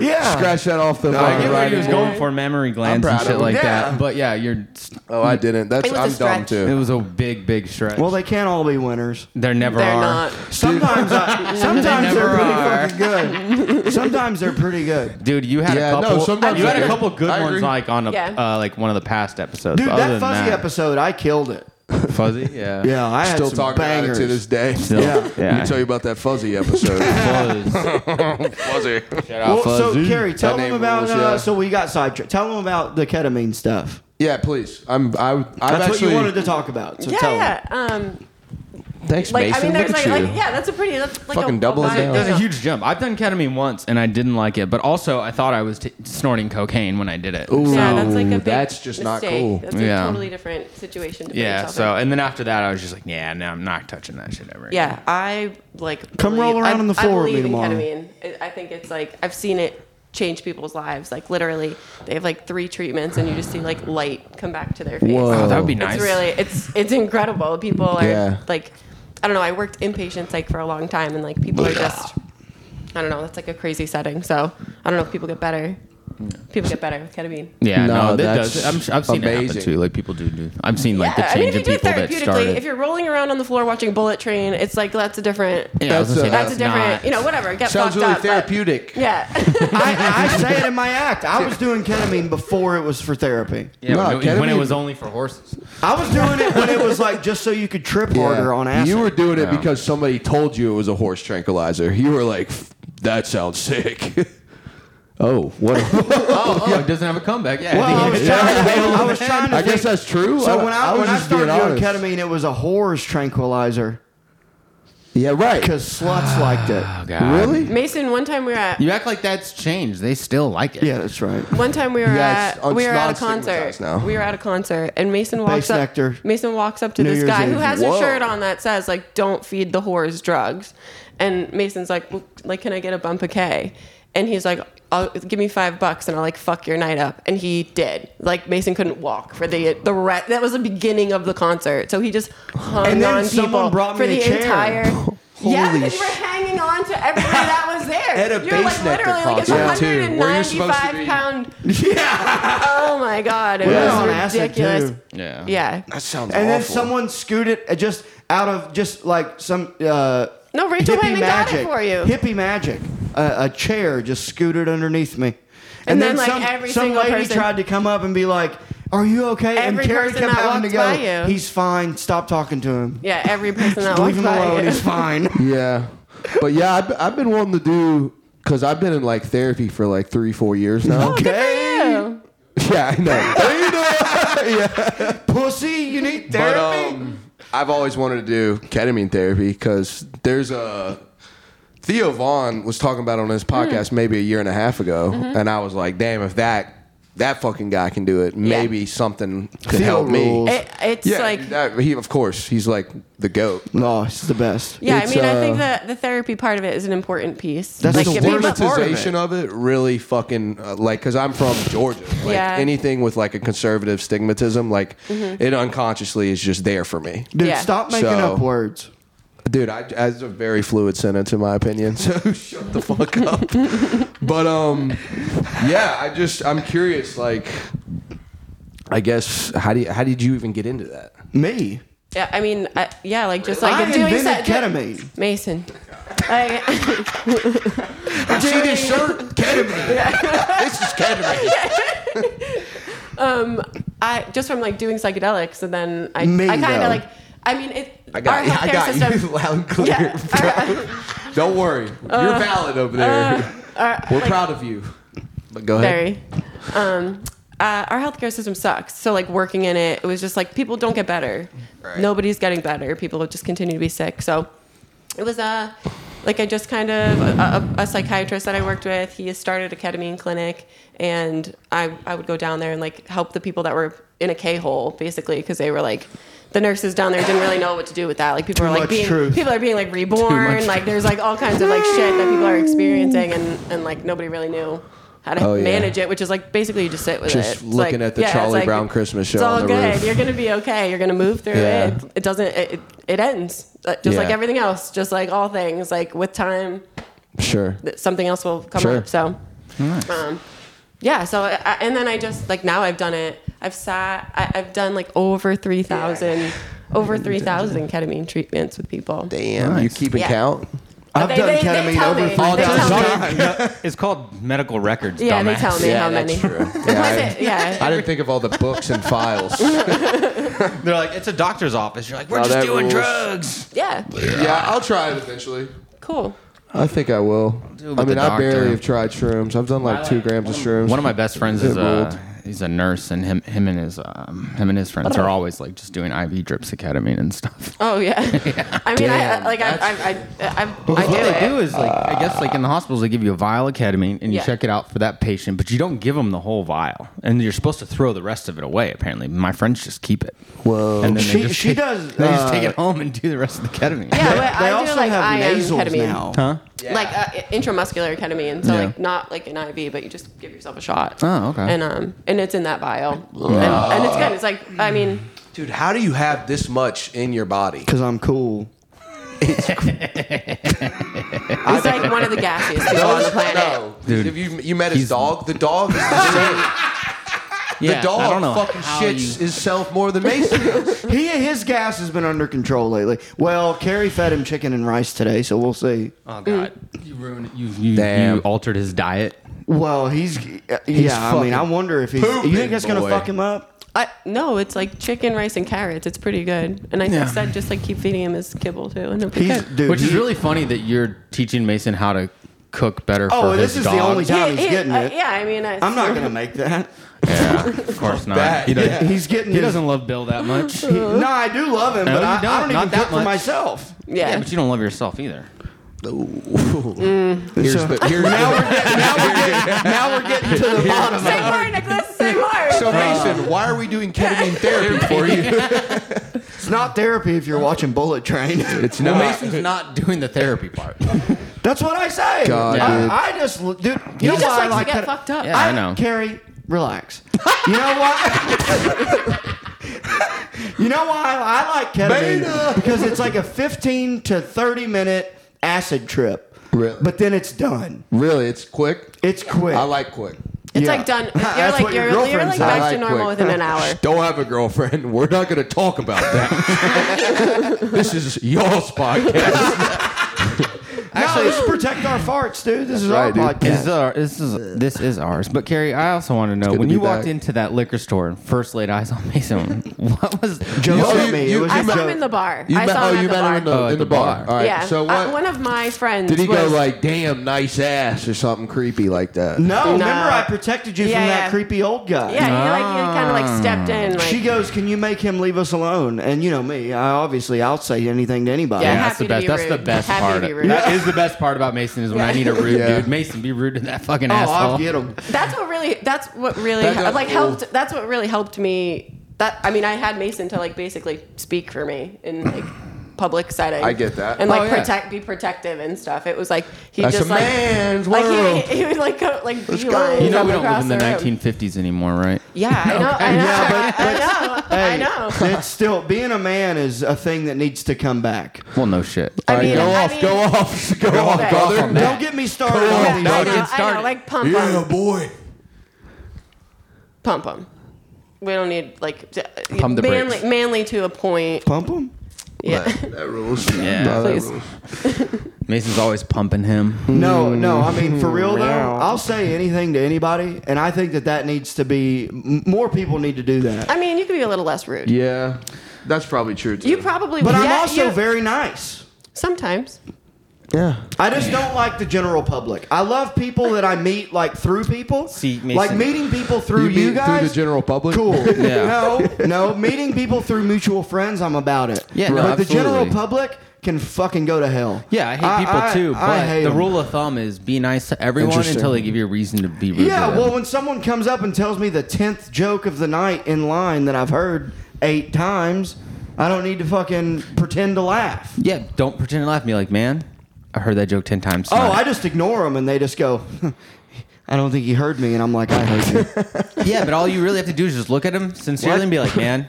Speaker 2: Yeah.
Speaker 4: Scratch that off the
Speaker 3: I
Speaker 4: fucking
Speaker 3: get what he was
Speaker 4: writing
Speaker 3: going
Speaker 4: board.
Speaker 3: for, memory glands and
Speaker 4: proud of
Speaker 3: shit
Speaker 4: him.
Speaker 3: like
Speaker 4: Yeah.
Speaker 3: that. But yeah, you're.
Speaker 4: Oh, I didn't. That's
Speaker 5: It was a
Speaker 4: I'm dumb
Speaker 5: stretch.
Speaker 3: It
Speaker 4: too.
Speaker 3: was a big, big stretch.
Speaker 2: Well, they can't all be winners.
Speaker 3: there never
Speaker 5: they're
Speaker 3: are.
Speaker 5: not.
Speaker 2: Sometimes, I, sometimes
Speaker 3: They
Speaker 2: they're
Speaker 3: never
Speaker 2: pretty
Speaker 3: are.
Speaker 2: fucking good. Sometimes they're pretty good.
Speaker 3: Dude, you had
Speaker 4: Yeah,
Speaker 3: a
Speaker 4: no,
Speaker 3: couple.
Speaker 4: sometimes
Speaker 3: you
Speaker 4: I
Speaker 3: had a
Speaker 4: do.
Speaker 3: couple good
Speaker 4: I
Speaker 3: ones,
Speaker 4: agree.
Speaker 3: like on a
Speaker 5: Yeah.
Speaker 3: uh, like one of the past episodes.
Speaker 2: Dude,
Speaker 3: but other
Speaker 2: that
Speaker 3: than
Speaker 2: fuzzy
Speaker 3: that-
Speaker 2: episode, I killed it.
Speaker 3: fuzzy, yeah,
Speaker 2: Yeah, I had
Speaker 4: Still
Speaker 2: some
Speaker 4: talking
Speaker 2: bangers.
Speaker 4: about it to this day.
Speaker 3: Still,
Speaker 2: Yeah.
Speaker 4: Let me tell you about that fuzzy episode.
Speaker 3: Fuzz.
Speaker 4: fuzzy.
Speaker 2: well, so
Speaker 3: Fuzzy.
Speaker 2: Carrie, tell
Speaker 4: That
Speaker 2: them
Speaker 4: name
Speaker 2: about.
Speaker 4: rules,
Speaker 2: uh,
Speaker 4: yeah.
Speaker 2: So we got sidetracked. Tell them about the ketamine stuff.
Speaker 4: Yeah, please. I'm. I. I've
Speaker 2: That's
Speaker 4: actually.
Speaker 2: what you wanted to talk about. So
Speaker 5: Yeah,
Speaker 2: tell them.
Speaker 5: yeah. Um,
Speaker 4: Thanks,
Speaker 5: like I
Speaker 4: Mason.
Speaker 5: mean, there's
Speaker 4: Look
Speaker 5: like,
Speaker 4: at you.
Speaker 5: like, yeah, that's a pretty, that's like
Speaker 4: Fucking
Speaker 5: a,
Speaker 4: double
Speaker 5: a
Speaker 4: it down.
Speaker 3: That's
Speaker 5: Yeah.
Speaker 3: a huge jump. I've done ketamine once and I didn't like it, but also I thought I was t- snorting cocaine when I did it.
Speaker 4: Ooh,
Speaker 5: Yeah, that's like a big
Speaker 4: that's just not
Speaker 5: mistake.
Speaker 4: cool.
Speaker 5: That's a
Speaker 3: Yeah.
Speaker 5: totally different situation. To put
Speaker 3: Yeah.
Speaker 5: yourself
Speaker 3: So
Speaker 5: in.
Speaker 3: and then after that, I was just like, yeah, no, I'm not touching that shit ever. again.
Speaker 5: yeah, I like
Speaker 2: Come
Speaker 5: believe-
Speaker 2: roll around
Speaker 5: I-
Speaker 2: on the floor
Speaker 5: I
Speaker 2: with me
Speaker 5: believe in
Speaker 2: tomorrow.
Speaker 5: ketamine. I I think it's like I've seen it change people's lives. Like literally, they have like three treatments, and you just see like light come back to their face.
Speaker 4: Whoa.
Speaker 3: Oh, that would be nice.
Speaker 5: It's really it's it's incredible. People are
Speaker 4: Yeah.
Speaker 5: like, I don't know. I worked inpatient psych for a long time, and like people are just, I don't know. That's like a crazy setting. So I don't know if people get better. People get better with ketamine.
Speaker 3: Yeah. No,
Speaker 4: No,
Speaker 3: that
Speaker 4: that's
Speaker 3: does. I'm, sure- I've seen it
Speaker 4: amazing.
Speaker 3: happen too. Like people do. do I've seen like the
Speaker 5: yeah, I mean,
Speaker 3: change
Speaker 5: if you
Speaker 3: in
Speaker 5: do it
Speaker 3: people that
Speaker 5: therapeutically,
Speaker 3: started.
Speaker 5: if you're rolling around on the floor watching Bullet Train, it's like that's a different.
Speaker 3: yeah, I was
Speaker 4: That's
Speaker 3: gonna
Speaker 4: a-
Speaker 3: say,
Speaker 5: That's, a different,
Speaker 3: not-
Speaker 5: you know, whatever. Get
Speaker 4: Sounds
Speaker 5: fucked
Speaker 4: really
Speaker 5: up, but-
Speaker 4: therapeutic.
Speaker 5: yeah.
Speaker 2: I, I say it in my act. I was doing ketamine before it was for therapy.
Speaker 3: Yeah,
Speaker 4: No,
Speaker 3: when, it, when it
Speaker 4: ketamine-
Speaker 3: was only for horses.
Speaker 2: I was doing it when it was like just so you could trip harder on acid.
Speaker 4: You were doing it
Speaker 3: Yeah.
Speaker 4: because somebody told you it was a horse tranquilizer. You were like, "That sounds sick." oh, what? A-
Speaker 3: Oh, it doesn't have a comeback. Yeah.
Speaker 2: Well, I was, trying, I was trying to
Speaker 4: I
Speaker 2: think,
Speaker 4: guess that's true.
Speaker 2: So when I,
Speaker 4: was
Speaker 2: when I
Speaker 4: just being
Speaker 2: started doing
Speaker 4: honest.
Speaker 2: ketamine, it was a horse tranquilizer
Speaker 4: yeah, right.
Speaker 2: because
Speaker 4: Ah,
Speaker 2: sluts liked it.
Speaker 3: Oh god.
Speaker 4: Really?
Speaker 5: Mason, one time we were at
Speaker 3: You act like that's changed. They still like it.
Speaker 2: Yeah, that's right.
Speaker 5: One time we were
Speaker 4: Yeah, it's-
Speaker 5: at
Speaker 2: Oh,
Speaker 5: we
Speaker 4: it's
Speaker 5: were at a
Speaker 4: non-stigmatized
Speaker 5: concert.
Speaker 4: now.
Speaker 5: We were at a concert, and Mason walks
Speaker 2: Base
Speaker 5: up.
Speaker 2: nectar.
Speaker 5: Mason walks up to
Speaker 2: New
Speaker 5: this
Speaker 2: Year's
Speaker 5: guy who
Speaker 2: Eve.
Speaker 5: has
Speaker 4: Whoa.
Speaker 5: a shirt on that says like "Don't feed the whores drugs," and Mason's like, well, "Like, can I get a bump of K?" And he's like, I'll, "Give me five bucks, and I'll like fuck your night up." And he did. Like Mason couldn't walk for the the re- that was the beginning of the concert, so he just hung
Speaker 2: And then
Speaker 5: on
Speaker 2: someone
Speaker 5: people
Speaker 2: brought me
Speaker 5: for
Speaker 2: a
Speaker 5: the
Speaker 2: chair.
Speaker 5: entire. yeah,
Speaker 4: Holy
Speaker 5: because you were
Speaker 4: sh-
Speaker 5: hanging on to everything that was there.
Speaker 4: At a
Speaker 5: You're like
Speaker 4: Bass Nectar
Speaker 5: literally like it's
Speaker 4: concert, too, where you're supposed to
Speaker 5: 195
Speaker 4: be-
Speaker 5: pound
Speaker 2: Yeah.
Speaker 5: Oh my god, it
Speaker 2: Yeah. On
Speaker 5: was
Speaker 2: acid,
Speaker 5: ridiculous.
Speaker 2: too.
Speaker 3: Yeah.
Speaker 5: Yeah,
Speaker 4: That sounds
Speaker 2: And then
Speaker 4: awful.
Speaker 2: someone scooted uh, just out of just like some uh,
Speaker 5: No, Rachel
Speaker 2: hippie
Speaker 5: went and got
Speaker 2: magic,
Speaker 5: it for you.
Speaker 2: Hippie magic. A a chair just scooted underneath me.
Speaker 5: And then, like,
Speaker 2: some,
Speaker 5: every
Speaker 2: some
Speaker 5: single
Speaker 2: lady
Speaker 5: person-
Speaker 2: tried to come up and be like, "Are you okay?"
Speaker 5: Every
Speaker 2: and Carrie
Speaker 5: person
Speaker 2: kept
Speaker 5: that
Speaker 2: having to
Speaker 5: walked
Speaker 2: go.
Speaker 5: by you.
Speaker 2: He's fine. Stop talking to him.
Speaker 5: yeah. Every person that
Speaker 2: Leave
Speaker 5: walked
Speaker 2: him
Speaker 5: by,
Speaker 2: alone.
Speaker 5: you.
Speaker 2: He's fine.
Speaker 4: Yeah, but yeah, I've, I've been wanting to do because I've been in like therapy for like three, four years now.
Speaker 2: Okay,
Speaker 5: Yeah.
Speaker 4: yeah, I know.
Speaker 2: pussy. You need
Speaker 4: but
Speaker 2: therapy.
Speaker 4: um, I've always wanted to do ketamine therapy because there's a Theo Vaughn was talking about it on his
Speaker 2: Hmm.
Speaker 4: podcast maybe a year and a half ago,
Speaker 2: Mm-hmm.
Speaker 4: and I was like, damn, if that that fucking guy can do it, maybe something could
Speaker 2: Theo
Speaker 4: help
Speaker 2: rules.
Speaker 4: me.
Speaker 5: It, it's
Speaker 4: yeah,
Speaker 5: like,
Speaker 4: that- he of course he's like the goat.
Speaker 2: no, it's the best.
Speaker 5: yeah. I
Speaker 4: it's,
Speaker 5: mean, I think
Speaker 4: uh,
Speaker 5: that the therapy part of it is an important piece.
Speaker 2: That's
Speaker 5: like,
Speaker 2: the
Speaker 5: if people-
Speaker 2: worst part of it.
Speaker 4: desensitization of it really fucking uh, like because I'm from Georgia. Like
Speaker 5: Yeah.
Speaker 4: anything with like a conservative stigmatism, like
Speaker 2: Mm-hmm.
Speaker 4: it unconsciously is just there for me.
Speaker 2: Dude,
Speaker 5: Yeah.
Speaker 2: stop making
Speaker 4: So-
Speaker 2: up words.
Speaker 4: Dude, I as a very fluid sentence in my opinion. So shut the fuck up. but um, yeah, I just I'm curious. Like, I guess how do you, how did you even get into that?
Speaker 2: Me.
Speaker 5: Yeah, I mean, I, yeah, like just like
Speaker 2: I
Speaker 5: doing
Speaker 2: invented
Speaker 5: set-
Speaker 2: ketamine.
Speaker 5: Mason. Like,
Speaker 4: See this shirt, ketamine. this is ketamine.
Speaker 5: I just from like doing psychedelics, and then I,
Speaker 2: Me,
Speaker 5: I kind
Speaker 2: though.
Speaker 5: of like, I mean, it.
Speaker 4: I got,
Speaker 5: our
Speaker 4: I
Speaker 5: healthcare
Speaker 4: got
Speaker 5: system,
Speaker 4: you loud and clear.
Speaker 5: Yeah, Uh,
Speaker 4: Don't worry, you're valid over there. We're proud of you. But go ahead.
Speaker 5: Very. Um, uh, our healthcare system sucks. So like working in it, it was just like people don't get better.
Speaker 4: Right.
Speaker 5: Nobody's getting better. People just continue to be sick. So it was uh, like I just kind of a, a, a psychiatrist that I worked with. He started a ketamine clinic, and I I would go down there and like help the people that were in a K hole basically because they were like. The nurses down there didn't really know what to do with that. Like people are
Speaker 2: much
Speaker 5: like being
Speaker 2: truth.
Speaker 5: people are being like reborn. Like there's like all kinds of like shit that people are experiencing, and and like nobody really knew how to
Speaker 4: Oh, yeah.
Speaker 5: manage it, which is like basically you just sit with it.
Speaker 4: Just
Speaker 5: It's
Speaker 4: looking
Speaker 5: like-
Speaker 4: at the
Speaker 5: yeah, it's
Speaker 4: Charlie
Speaker 5: like,
Speaker 4: Brown Christmas show
Speaker 5: It's all
Speaker 4: on the
Speaker 5: good.
Speaker 4: roof.
Speaker 5: You're gonna be okay. You're gonna move through
Speaker 4: Yeah.
Speaker 5: it. It doesn't. It, it, it ends uh, just like
Speaker 4: Yeah.
Speaker 5: everything else. Just like all things. Like with time,
Speaker 4: Sure.
Speaker 5: th- something else will come
Speaker 4: Sure.
Speaker 5: up. So, um, yeah. So I, I- and then I just like now I've done it. I've sat. I, I've done like over three thousand, over three thousand ketamine treatments with people.
Speaker 4: Damn, you keeping
Speaker 5: Yeah.
Speaker 4: count?
Speaker 2: I've
Speaker 5: They-
Speaker 2: done
Speaker 5: they- they
Speaker 2: ketamine
Speaker 5: tell
Speaker 2: over
Speaker 5: me. They tell
Speaker 2: 5,000
Speaker 5: me.
Speaker 3: It's called medical records.
Speaker 5: Yeah, they
Speaker 3: dumbass.
Speaker 5: tell me how many.
Speaker 4: that's true.
Speaker 5: Was
Speaker 4: Yeah,
Speaker 5: it?
Speaker 4: I,
Speaker 5: Yeah.
Speaker 4: I didn't think of all the books and files. yeah,
Speaker 3: They're like, it's a doctor's office. You're like, we're
Speaker 4: Oh,
Speaker 3: just
Speaker 4: that
Speaker 3: doing
Speaker 4: rules.
Speaker 3: drugs.
Speaker 5: Yeah.
Speaker 4: I'll try it eventually.
Speaker 5: Cool.
Speaker 4: I think I will.
Speaker 3: it with
Speaker 4: I mean,
Speaker 3: the
Speaker 4: I barely
Speaker 3: doctor.
Speaker 4: have tried shrooms. I've done like two grams of shrooms.
Speaker 3: One of my best friends
Speaker 4: They're
Speaker 3: is
Speaker 4: bold.
Speaker 3: a he's a nurse, and him him and his um, him and his friends are always like just doing IV drips of ketamine and stuff.
Speaker 5: Oh yeah. I mean,
Speaker 4: Damn,
Speaker 5: I like I I I, I, I do
Speaker 3: what
Speaker 5: it.
Speaker 3: they do is like I guess like in the hospitals they give you a vial of ketamine and you
Speaker 5: Yeah.
Speaker 3: check it out for that patient, but you don't give them the whole vial, and you're supposed to throw the rest of it away. Apparently, my friends just keep it.
Speaker 4: Whoa.
Speaker 3: And then
Speaker 2: She-
Speaker 3: they just
Speaker 2: she
Speaker 3: take,
Speaker 2: does,
Speaker 3: They just take
Speaker 2: uh,
Speaker 3: it home and do the rest of the ketamine.
Speaker 5: Yeah, but
Speaker 2: They
Speaker 5: I
Speaker 2: also
Speaker 5: do like
Speaker 2: have
Speaker 5: IM
Speaker 2: nasals
Speaker 5: ketamine.
Speaker 2: now.
Speaker 3: Huh?
Speaker 5: Like uh, intramuscular ketamine, so
Speaker 3: Yeah.
Speaker 5: like not like an IV, but you just give yourself a shot.
Speaker 3: Oh, okay.
Speaker 5: And um, and it's in that vial, and, and it's good. It's like I mean,
Speaker 4: Dude, how do you have this much in your body?
Speaker 2: Because I'm cool.
Speaker 5: it's like one of the gassiest people on the planet.
Speaker 4: no.
Speaker 3: Dude.
Speaker 4: If you you met
Speaker 3: He's-
Speaker 4: his dog, the dog is the same.
Speaker 3: Yeah,
Speaker 4: the dog
Speaker 3: I don't know
Speaker 4: fucking
Speaker 3: how
Speaker 4: shits himself more than Mason does.
Speaker 2: He his gas has been under control lately. Well, Carrie fed him chicken and rice today, so we'll see.
Speaker 3: Oh god, you ruined you you,
Speaker 4: Damn.
Speaker 3: you altered his diet.
Speaker 2: Well, he's, uh, yeah. I mean,
Speaker 4: fucking
Speaker 2: I wonder if he's.
Speaker 4: pooping,
Speaker 2: you think that's gonna
Speaker 4: boy.
Speaker 2: fuck him up?
Speaker 5: I, no, it's like chicken, rice, and carrots. It's pretty good. And I said just like keep feeding him his kibble too, and he'll be
Speaker 2: He's
Speaker 5: good.
Speaker 2: dude.
Speaker 3: Which is
Speaker 2: he-
Speaker 3: really funny that you're teaching Mason how to cook better
Speaker 2: Oh,
Speaker 3: for
Speaker 2: this
Speaker 3: his
Speaker 2: is
Speaker 3: dog.
Speaker 2: the only
Speaker 5: Yeah,
Speaker 2: time he's
Speaker 5: yeah,
Speaker 2: getting
Speaker 5: uh,
Speaker 2: it.
Speaker 5: yeah, I mean, I,
Speaker 2: I'm not gonna make that.
Speaker 3: Yeah, of course not.
Speaker 4: That,
Speaker 3: he, doesn't,
Speaker 4: yeah.
Speaker 2: He's getting.
Speaker 3: he
Speaker 2: his-
Speaker 3: doesn't love Bill that much.
Speaker 2: he- no, I do love him,
Speaker 3: No,
Speaker 2: but
Speaker 3: you
Speaker 2: I,
Speaker 3: don't.
Speaker 2: I don't
Speaker 3: Not
Speaker 2: even
Speaker 3: that
Speaker 2: cook for
Speaker 3: much.
Speaker 2: myself.
Speaker 5: Yeah,
Speaker 3: but you don't love yourself either.
Speaker 4: Here's
Speaker 2: So-
Speaker 4: the here's
Speaker 2: Now
Speaker 4: the,
Speaker 2: we're getting. Now we're getting. Now we're getting to the bottom.
Speaker 5: Say more, Nicholas. Say more.
Speaker 4: so Mason, why are we doing ketamine therapy for you?
Speaker 2: It's not therapy if you're watching Bullet Train.
Speaker 4: It's
Speaker 3: No,
Speaker 4: not.
Speaker 3: Mason's not doing the therapy part.
Speaker 2: That's what I say.
Speaker 4: God,
Speaker 2: I,
Speaker 4: dude.
Speaker 2: I just dude. You, know
Speaker 5: just
Speaker 2: why I
Speaker 5: likes to
Speaker 2: like
Speaker 5: get
Speaker 2: that?
Speaker 5: fucked up.
Speaker 3: Yeah, I know.
Speaker 2: Carrie, relax. You know why? you know why I like ketamine
Speaker 4: Beta.
Speaker 2: because it's like a 15 to 30 minute acid trip.
Speaker 4: Really?
Speaker 2: But then it's done.
Speaker 4: Really, it's quick.
Speaker 2: It's quick.
Speaker 4: I like quick.
Speaker 5: It's
Speaker 2: Yeah.
Speaker 5: like done. You're
Speaker 2: That's
Speaker 5: like
Speaker 2: what your
Speaker 5: you're, you're
Speaker 2: girlfriend
Speaker 5: like
Speaker 2: said.
Speaker 5: back
Speaker 4: I
Speaker 5: to
Speaker 4: like
Speaker 5: normal
Speaker 4: quick.
Speaker 5: within an hour.
Speaker 4: Don't have a girlfriend. We're not going to talk about that. this is y'all's podcast.
Speaker 2: no, this is protect our farts, dude. This is
Speaker 4: right,
Speaker 2: our
Speaker 4: dude.
Speaker 2: podcast.
Speaker 3: Is our, this is this is ours. But Carrie, I also want to know
Speaker 4: good to
Speaker 3: when
Speaker 4: be
Speaker 3: you walked
Speaker 4: back.
Speaker 3: into that liquor store and first laid eyes on Mason, what was
Speaker 2: Joe
Speaker 4: You-
Speaker 2: sent
Speaker 4: you-
Speaker 2: me.
Speaker 4: you-
Speaker 2: it was
Speaker 4: you
Speaker 5: I
Speaker 2: a
Speaker 4: met-
Speaker 5: saw him
Speaker 2: joke.
Speaker 5: in the bar.
Speaker 4: You
Speaker 5: I
Speaker 4: met,
Speaker 5: saw
Speaker 4: oh,
Speaker 5: him
Speaker 4: you
Speaker 5: at the
Speaker 4: met
Speaker 5: bar.
Speaker 4: him in the,
Speaker 3: Oh, at
Speaker 4: in the
Speaker 3: the
Speaker 4: bar.
Speaker 3: bar.
Speaker 4: All right.
Speaker 5: yeah. Uh,
Speaker 4: So what?
Speaker 5: I- one of my friends.
Speaker 4: did he go
Speaker 5: was-
Speaker 4: like, "Damn, nice ass" or something creepy like that?
Speaker 2: no,
Speaker 5: No.
Speaker 2: remember I protected you from
Speaker 5: Yeah,
Speaker 2: that
Speaker 5: yeah.
Speaker 2: creepy old guy.
Speaker 5: Yeah, he like he kind of like stepped
Speaker 4: Ah.
Speaker 5: in. Like,
Speaker 2: She goes, "Can you make him leave us alone?" And you know me, I obviously I'll say anything to anybody.
Speaker 5: Yeah.
Speaker 3: that's the
Speaker 5: happy to
Speaker 3: best. That's
Speaker 5: be
Speaker 3: the
Speaker 5: rude.
Speaker 3: best
Speaker 5: Happy to
Speaker 3: part.
Speaker 5: be rude.
Speaker 3: That is the best part about Mason is when I need a rude
Speaker 4: Yeah.
Speaker 3: dude. Mason, be rude to that fucking
Speaker 2: Oh,
Speaker 3: asshole.
Speaker 2: I'll get him.
Speaker 5: that's what really. That's what really
Speaker 4: That got
Speaker 5: like
Speaker 4: cool.
Speaker 5: helped. That's what really helped me. That I mean, I had Mason to like basically speak for me in like public setting.
Speaker 4: I get that.
Speaker 5: and
Speaker 4: Oh,
Speaker 5: like
Speaker 4: yeah.
Speaker 5: protect, be protective and stuff. It was like he
Speaker 4: That's
Speaker 5: just
Speaker 4: a
Speaker 5: like
Speaker 4: man's
Speaker 5: like
Speaker 4: world.
Speaker 5: he, he would like go like
Speaker 4: Let's go.
Speaker 5: beeline
Speaker 3: you know we don't
Speaker 5: across
Speaker 3: live in the,
Speaker 5: room.
Speaker 3: 1950s anymore, right?
Speaker 5: Yeah, I know. I know.
Speaker 2: Yeah, but-
Speaker 5: I, I know. I know.
Speaker 2: It's still being a man is a thing that needs to come back.
Speaker 3: Well, no shit.
Speaker 5: I
Speaker 4: All right,
Speaker 5: mean,
Speaker 4: go
Speaker 5: I
Speaker 4: off,
Speaker 5: mean-
Speaker 4: go off, go off,
Speaker 5: off
Speaker 4: brother.
Speaker 3: on that.
Speaker 2: Don't get me started
Speaker 4: Come
Speaker 2: on
Speaker 4: on,
Speaker 2: these.
Speaker 5: I
Speaker 4: dog.
Speaker 5: know,
Speaker 3: get
Speaker 5: I know,
Speaker 3: started.
Speaker 5: like pump
Speaker 4: Yeah,
Speaker 5: them,
Speaker 4: boy.
Speaker 5: pump them. We don't need like d-
Speaker 3: Pump the
Speaker 5: manly,
Speaker 3: brakes.
Speaker 5: manly to a point.
Speaker 2: Pump him.
Speaker 5: Yeah,
Speaker 4: That, that rules.
Speaker 3: Yeah.
Speaker 4: No, that
Speaker 5: Please.
Speaker 4: rules.
Speaker 3: Mason's always pumping him.
Speaker 2: No, no. I mean, for real though, I'll say anything to anybody, and I think that that needs to be m- more people need to do that.
Speaker 5: I mean, you could be a little less rude.
Speaker 4: Yeah, that's probably true too.
Speaker 5: You probably,
Speaker 2: But
Speaker 5: yeah,
Speaker 2: I'm also
Speaker 5: you-
Speaker 2: very nice.
Speaker 5: sometimes.
Speaker 4: yeah.
Speaker 2: I just don't like the general public. I love people that I meet like through people,
Speaker 3: See, Mason-
Speaker 2: like meeting people through
Speaker 4: mean
Speaker 2: you, guys.
Speaker 4: through the general public.
Speaker 2: Cool.
Speaker 3: Yeah.
Speaker 2: No, no. Meeting people through mutual friends, I'm about it.
Speaker 3: Yeah, no,
Speaker 2: but the general
Speaker 3: absolutely.
Speaker 2: public can fucking go to hell.
Speaker 3: Yeah, I hate people
Speaker 2: I-
Speaker 3: too. But
Speaker 2: I hate
Speaker 3: the
Speaker 2: 'em.
Speaker 3: rule of thumb is be nice to everyone
Speaker 4: Interesting.
Speaker 3: until they give you a reason to be rude.
Speaker 2: Yeah,
Speaker 3: to them.
Speaker 2: well, when someone comes up and tells me the tenth joke of the night in line that I've heard eight times, I don't need to fucking pretend to laugh.
Speaker 3: yeah. Don't pretend to laugh. Be like, man, I heard that joke ten times.
Speaker 2: Oh,
Speaker 3: tonight."
Speaker 2: I just ignore them and they just go. I don't think he heard me, and I'm like, I heard you.
Speaker 3: Yeah, but all you really have to do is just look at him sincerely
Speaker 2: What?
Speaker 3: and be like, man,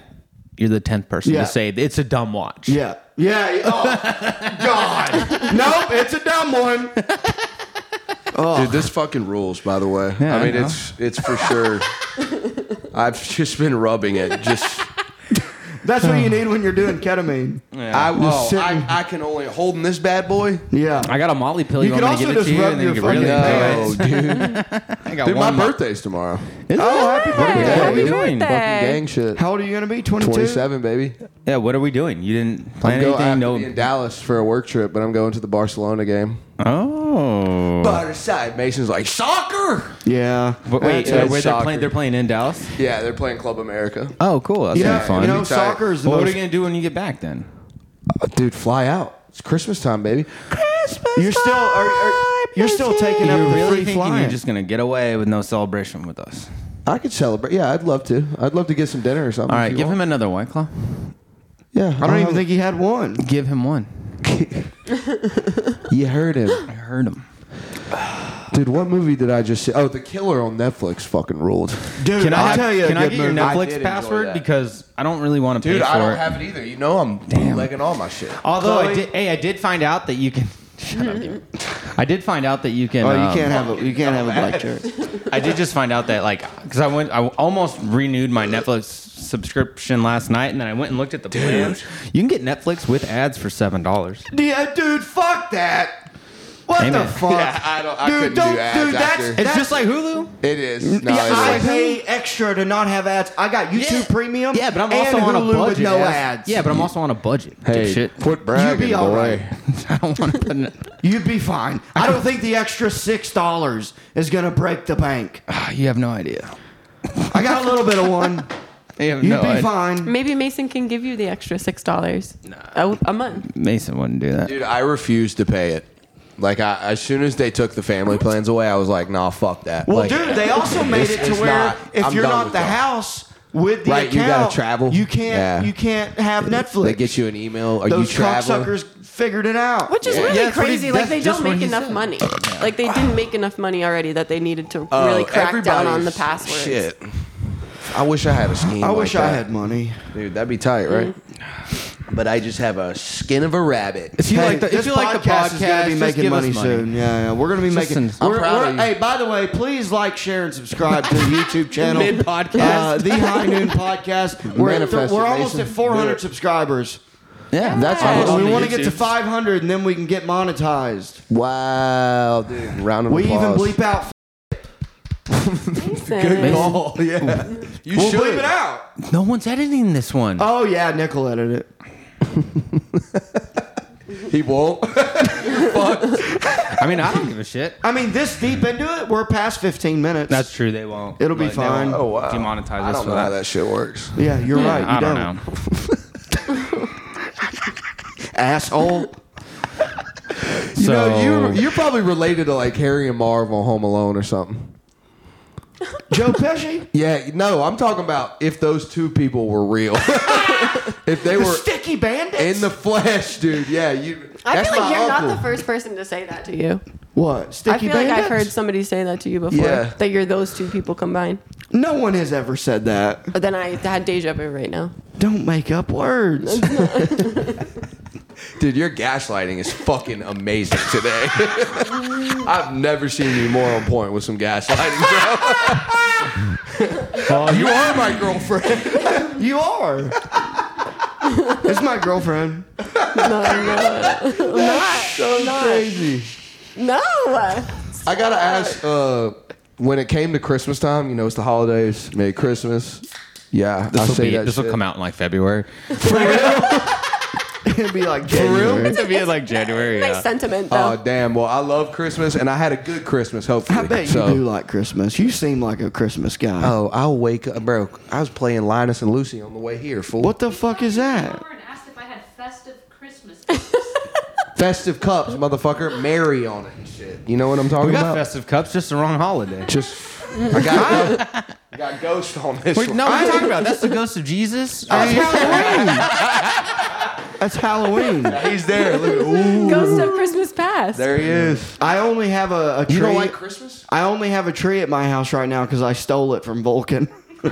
Speaker 3: you're the tenth person
Speaker 2: Yeah.
Speaker 3: to say it's a dumb watch.
Speaker 2: Yeah. Yeah. yeah. Oh, God. Nope, it's a dumb one.
Speaker 4: Dude, this fucking rules. By the way,
Speaker 3: Yeah,
Speaker 4: I mean
Speaker 3: I know.
Speaker 4: it's it's for sure. I've just been rubbing it. Just
Speaker 2: That's what you need when you're doing ketamine.
Speaker 4: I well,
Speaker 2: sitting-
Speaker 4: I, I can only holding this bad boy.
Speaker 2: Yeah.
Speaker 3: I got a Molly pill.
Speaker 2: You
Speaker 3: You,
Speaker 2: could
Speaker 3: want me to
Speaker 2: also
Speaker 3: give it
Speaker 2: just
Speaker 3: to you,
Speaker 2: rub
Speaker 3: and then you
Speaker 2: your
Speaker 3: can really
Speaker 2: fucking
Speaker 3: go.
Speaker 4: No, dude.
Speaker 3: I got
Speaker 4: Dude, my
Speaker 3: one mo-
Speaker 4: birthday's tomorrow.
Speaker 2: oh, happy birthday.
Speaker 5: Happy
Speaker 4: dude.
Speaker 3: birthday.
Speaker 4: Fucking gang shit.
Speaker 2: How old are you going to be? 22?
Speaker 4: 27, baby.
Speaker 3: Yeah, what are we doing? You didn't plan
Speaker 4: I'm going. I
Speaker 3: anything.
Speaker 4: have
Speaker 3: No.
Speaker 4: to be in Dallas for a work trip, but I'm going to the Barcelona game.
Speaker 3: oh.
Speaker 4: But aside, Mason's like soccer.
Speaker 2: Yeah.
Speaker 3: But wait,
Speaker 4: That's
Speaker 3: uh,
Speaker 4: it.
Speaker 3: where they're
Speaker 4: Soccer.
Speaker 3: playing? They're playing in Dallas.
Speaker 4: Yeah, they're playing Club America.
Speaker 3: Oh, cool. That's
Speaker 2: You
Speaker 3: gonna
Speaker 2: know,
Speaker 3: be fun.
Speaker 2: you know
Speaker 4: Be tight.
Speaker 2: soccer is the
Speaker 3: what are we
Speaker 2: most.
Speaker 3: gonna do when you get back then?
Speaker 4: Dude, fly out. It's Christmas time, baby.
Speaker 3: Christmas.
Speaker 2: You're still, are, are, you're still taking up the
Speaker 3: really
Speaker 2: free
Speaker 3: thinking
Speaker 2: flying.
Speaker 3: you're just gonna get away with no celebration with us?
Speaker 4: I could celebrate. Yeah, I'd love to. I'd love to get some dinner or something.
Speaker 3: All right, give him another white claw.
Speaker 4: Yeah,
Speaker 2: I don't even think he had one.
Speaker 3: Give him one.
Speaker 4: you heard him,
Speaker 3: I heard him.
Speaker 4: dude. What movie did I just see? Oh, The Killer on Netflix fucking ruled.
Speaker 2: Dude,
Speaker 3: Can
Speaker 2: I'll
Speaker 3: I have-
Speaker 2: tell you. a
Speaker 3: Can I
Speaker 2: good
Speaker 3: get your
Speaker 2: movie.
Speaker 4: I did
Speaker 3: Netflix
Speaker 4: enjoy
Speaker 3: password
Speaker 4: that.
Speaker 3: because I don't really want to pay
Speaker 4: Dude,
Speaker 3: for
Speaker 4: I don't
Speaker 3: it.
Speaker 4: have it either. You know I'm legging all my shit.
Speaker 3: Although I
Speaker 2: Chloe?
Speaker 3: did, hey, I did find out that you can. Shut up, you. I did find out that you can.
Speaker 2: Oh, you
Speaker 3: um,
Speaker 2: can't have a you can't have a black shirt.
Speaker 3: I did just find out that like because I went, I almost renewed my Netflix subscription last night, and then I went and looked at the plans. You can get Netflix with ads for seven dollars.
Speaker 2: Yeah, dude, fuck that. What
Speaker 3: Hey,
Speaker 2: the
Speaker 3: man.
Speaker 2: fuck?
Speaker 4: Yeah, I don't- I couldn't do ads
Speaker 2: dude, that's,
Speaker 4: after.
Speaker 3: It's
Speaker 2: that's-
Speaker 3: just like Hulu.
Speaker 4: It is. No,
Speaker 2: yeah, I
Speaker 4: it is.
Speaker 2: pay extra to not have ads. I got YouTube
Speaker 3: Yeah.
Speaker 2: Premium.
Speaker 3: Yeah, but I'm
Speaker 2: and
Speaker 3: also on
Speaker 2: Hulu
Speaker 3: a budget.
Speaker 2: with no
Speaker 3: ass.
Speaker 2: ads.
Speaker 3: Yeah, but I'm also on a budget. Hey, shit.
Speaker 4: quit
Speaker 2: You be all right.
Speaker 3: I don't want to put. In,
Speaker 2: you'd be fine. I don't think the extra six dollars is gonna break the bank.
Speaker 3: Ah, you have no idea.
Speaker 2: I got a little bit of one.
Speaker 3: You have
Speaker 2: You'd
Speaker 3: no
Speaker 2: be
Speaker 3: idea.
Speaker 2: fine.
Speaker 5: Maybe Mason can give you the extra six dollars a, a month.
Speaker 3: Mason wouldn't do that.
Speaker 4: Dude, I refuse to pay it. Like, I, as soon as they took the family plans away, I was like, nah, fuck that.
Speaker 2: Well,
Speaker 4: Like,
Speaker 2: dude, they also made it
Speaker 4: it's-
Speaker 2: to
Speaker 4: it's
Speaker 2: where
Speaker 4: not-
Speaker 2: if
Speaker 4: I'm
Speaker 2: you're
Speaker 4: done
Speaker 2: not
Speaker 4: with
Speaker 2: the
Speaker 4: y'all.
Speaker 2: house with the
Speaker 4: Right, you
Speaker 2: account,
Speaker 4: gotta travel.
Speaker 2: You can't.
Speaker 4: Yeah.
Speaker 2: You can't have Netflix.
Speaker 4: They get you an email. Are
Speaker 2: Those
Speaker 4: you traveling?
Speaker 2: cocksuckers figured it out.
Speaker 5: Which is
Speaker 4: Yeah.
Speaker 5: really
Speaker 4: Yeah, that's
Speaker 3: what he-
Speaker 5: crazy. Like
Speaker 3: that's
Speaker 5: they
Speaker 3: just
Speaker 5: don't
Speaker 3: what
Speaker 5: make
Speaker 3: he
Speaker 5: enough
Speaker 3: said.
Speaker 5: money. Like they didn't make enough money already that they needed to really
Speaker 4: Oh,
Speaker 5: crack down on the
Speaker 4: everybody's-
Speaker 5: passwords.
Speaker 4: Shit. I wish I had a scheme.
Speaker 2: I
Speaker 4: like
Speaker 2: wish I
Speaker 4: that.
Speaker 2: had money.
Speaker 4: Dude, that'd be tight, right? But I just have a skin of a rabbit.
Speaker 3: If you like the, if
Speaker 2: this
Speaker 3: you like the podcast,
Speaker 2: is gonna be
Speaker 3: just
Speaker 2: making
Speaker 3: give us
Speaker 2: money, soon. Yeah, yeah, we're gonna be
Speaker 3: Just
Speaker 2: making.
Speaker 3: send- I'm
Speaker 2: we're-
Speaker 4: proud
Speaker 2: we're-
Speaker 4: of you.
Speaker 2: Hey, by the way, please like, share, and subscribe to the YouTube channel.
Speaker 3: Mid-podcast.
Speaker 2: uh, the High Noon Podcast. We're, at th-
Speaker 4: Manifest it,
Speaker 2: we're almost
Speaker 4: Mason.
Speaker 2: at 400
Speaker 4: Do it.
Speaker 2: subscribers.
Speaker 3: Yeah, that's
Speaker 2: Uh, we
Speaker 4: the
Speaker 2: want to get to
Speaker 3: YouTube.
Speaker 2: 500, and then we can get monetized.
Speaker 4: Wow, dude. Round of
Speaker 2: We even
Speaker 4: applause.
Speaker 2: bleep out.
Speaker 5: Mason.
Speaker 4: Good call. Yeah. You
Speaker 2: We'll
Speaker 4: should.
Speaker 2: bleep it out.
Speaker 3: no one's editing this one.
Speaker 2: Oh yeah, Nickel edited it.
Speaker 4: He won't.
Speaker 3: I mean, I don't give a shit.
Speaker 2: I mean, this deep into it, we're past 15 minutes.
Speaker 3: That's true. They won't.
Speaker 2: It'll be
Speaker 3: Like, they
Speaker 2: fine.
Speaker 3: won't
Speaker 4: Oh, wow.
Speaker 3: Demonetize
Speaker 4: I
Speaker 3: us
Speaker 4: don't
Speaker 3: for
Speaker 4: know how
Speaker 3: that.
Speaker 4: that shit works.
Speaker 2: yeah, you're right. You
Speaker 3: I don't know.
Speaker 2: asshole.
Speaker 4: You
Speaker 3: so
Speaker 4: know, you, you're probably related to like Harry and Marv on Home Alone or something.
Speaker 2: Joe Pesci.
Speaker 4: Yeah, no, I'm talking about if those two people were real. if they
Speaker 2: The
Speaker 4: were
Speaker 2: sticky bandits.
Speaker 4: in the flesh, dude. Yeah, you.
Speaker 5: I
Speaker 4: that's
Speaker 5: feel like
Speaker 4: my
Speaker 5: you're
Speaker 4: uncle.
Speaker 5: not the first person to say that to you.
Speaker 2: what?
Speaker 5: I
Speaker 2: Sticky
Speaker 5: feel like
Speaker 2: bandits?
Speaker 5: I've heard somebody say that to you before.
Speaker 4: Yeah.
Speaker 5: That you're those two people combined.
Speaker 2: No one has ever said that.
Speaker 5: But then I had deja vu right now.
Speaker 2: Don't make up words.
Speaker 4: Dude, your gaslighting is fucking amazing today. I've never seen you more on point with some gaslighting, bro. you are my girlfriend.
Speaker 2: you are. it's my girlfriend.
Speaker 5: No, no,
Speaker 4: so crazy.
Speaker 5: no.
Speaker 4: I gotta ask. Uh, when it came to Christmas time, you know it's the holidays. Merry Christmas. Yeah, I
Speaker 3: this will
Speaker 4: say
Speaker 3: be
Speaker 4: that
Speaker 3: this will
Speaker 4: shit.
Speaker 3: come out in like February.
Speaker 2: It'd be like for real.
Speaker 3: It'll be in like January.
Speaker 5: Nice
Speaker 3: yeah.
Speaker 5: sentiment though.
Speaker 4: Oh damn! Well, I love Christmas, and I had a good Christmas. Hopefully,
Speaker 2: I bet
Speaker 4: So-
Speaker 2: you do like Christmas. You seem like a Christmas guy.
Speaker 4: Oh, I'll wake up, bro. I was playing Linus and Lucy on the way here. Fool.
Speaker 2: What the fuck is
Speaker 6: Came
Speaker 2: that?
Speaker 6: over and asked if I had festive Christmas.
Speaker 4: festive cups, motherfucker? Mary on it and shit. You know what I'm talking
Speaker 3: We got
Speaker 4: about?
Speaker 3: festive cups, just the wrong holiday.
Speaker 4: Just I got I got ghost on this.
Speaker 3: Wait,
Speaker 4: one.
Speaker 3: no, what are you talking about? That's the ghost of Jesus.
Speaker 2: That's Halloween. That's Halloween.
Speaker 4: he's there. Look, ooh,
Speaker 5: Ghost of Christmas Past.
Speaker 4: there he is.
Speaker 2: I only have a, a tree.
Speaker 4: You don't like Christmas?
Speaker 2: I only have a tree at my house right now because I stole it from Vulcan.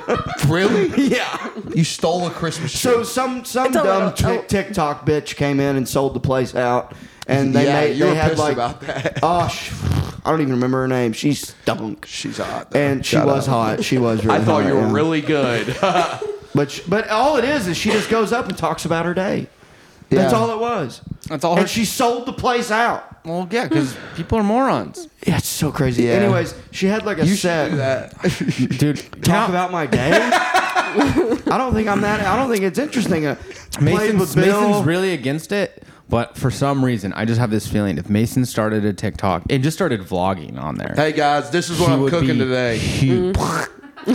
Speaker 4: Really?
Speaker 2: Yeah.
Speaker 4: You stole a Christmas tree.
Speaker 2: So some some
Speaker 5: It's a
Speaker 2: dumb
Speaker 5: little-
Speaker 4: oh.
Speaker 2: tick, TikTok bitch came in and sold the place out, and they
Speaker 4: yeah,
Speaker 2: made
Speaker 4: you
Speaker 2: they
Speaker 4: were
Speaker 2: had
Speaker 4: pissed
Speaker 2: like
Speaker 4: about that.
Speaker 2: oh sh- I don't even remember her name. She stunk,
Speaker 4: She's hot. though.
Speaker 2: and she
Speaker 4: Shut
Speaker 2: was
Speaker 4: up.
Speaker 2: hot. She was. Really
Speaker 4: I thought
Speaker 2: hot,
Speaker 4: you were
Speaker 2: yeah.
Speaker 4: really good.
Speaker 2: But sh but all it is is she just goes up and talks about her day. That's
Speaker 4: Yeah.
Speaker 2: all it was.
Speaker 3: That's all her-
Speaker 2: And she sold the place out.
Speaker 3: Well, yeah, because people are morons,
Speaker 2: Yeah, it's so crazy.
Speaker 4: Yeah.
Speaker 2: Anyways, she had like a
Speaker 4: you
Speaker 2: set.
Speaker 4: should do that.
Speaker 3: dude.
Speaker 2: Talk about my day. I don't think I'm that. I don't think it's interesting. Uh, played
Speaker 3: Mason's,
Speaker 2: with Bill.
Speaker 3: Mason's really against it, but for some reason, I just have this feeling if Mason started a TikTok and just started vlogging on there,
Speaker 4: hey guys, this is what
Speaker 3: he
Speaker 4: I'm
Speaker 3: would
Speaker 4: cooking
Speaker 3: be
Speaker 4: today.
Speaker 3: huge.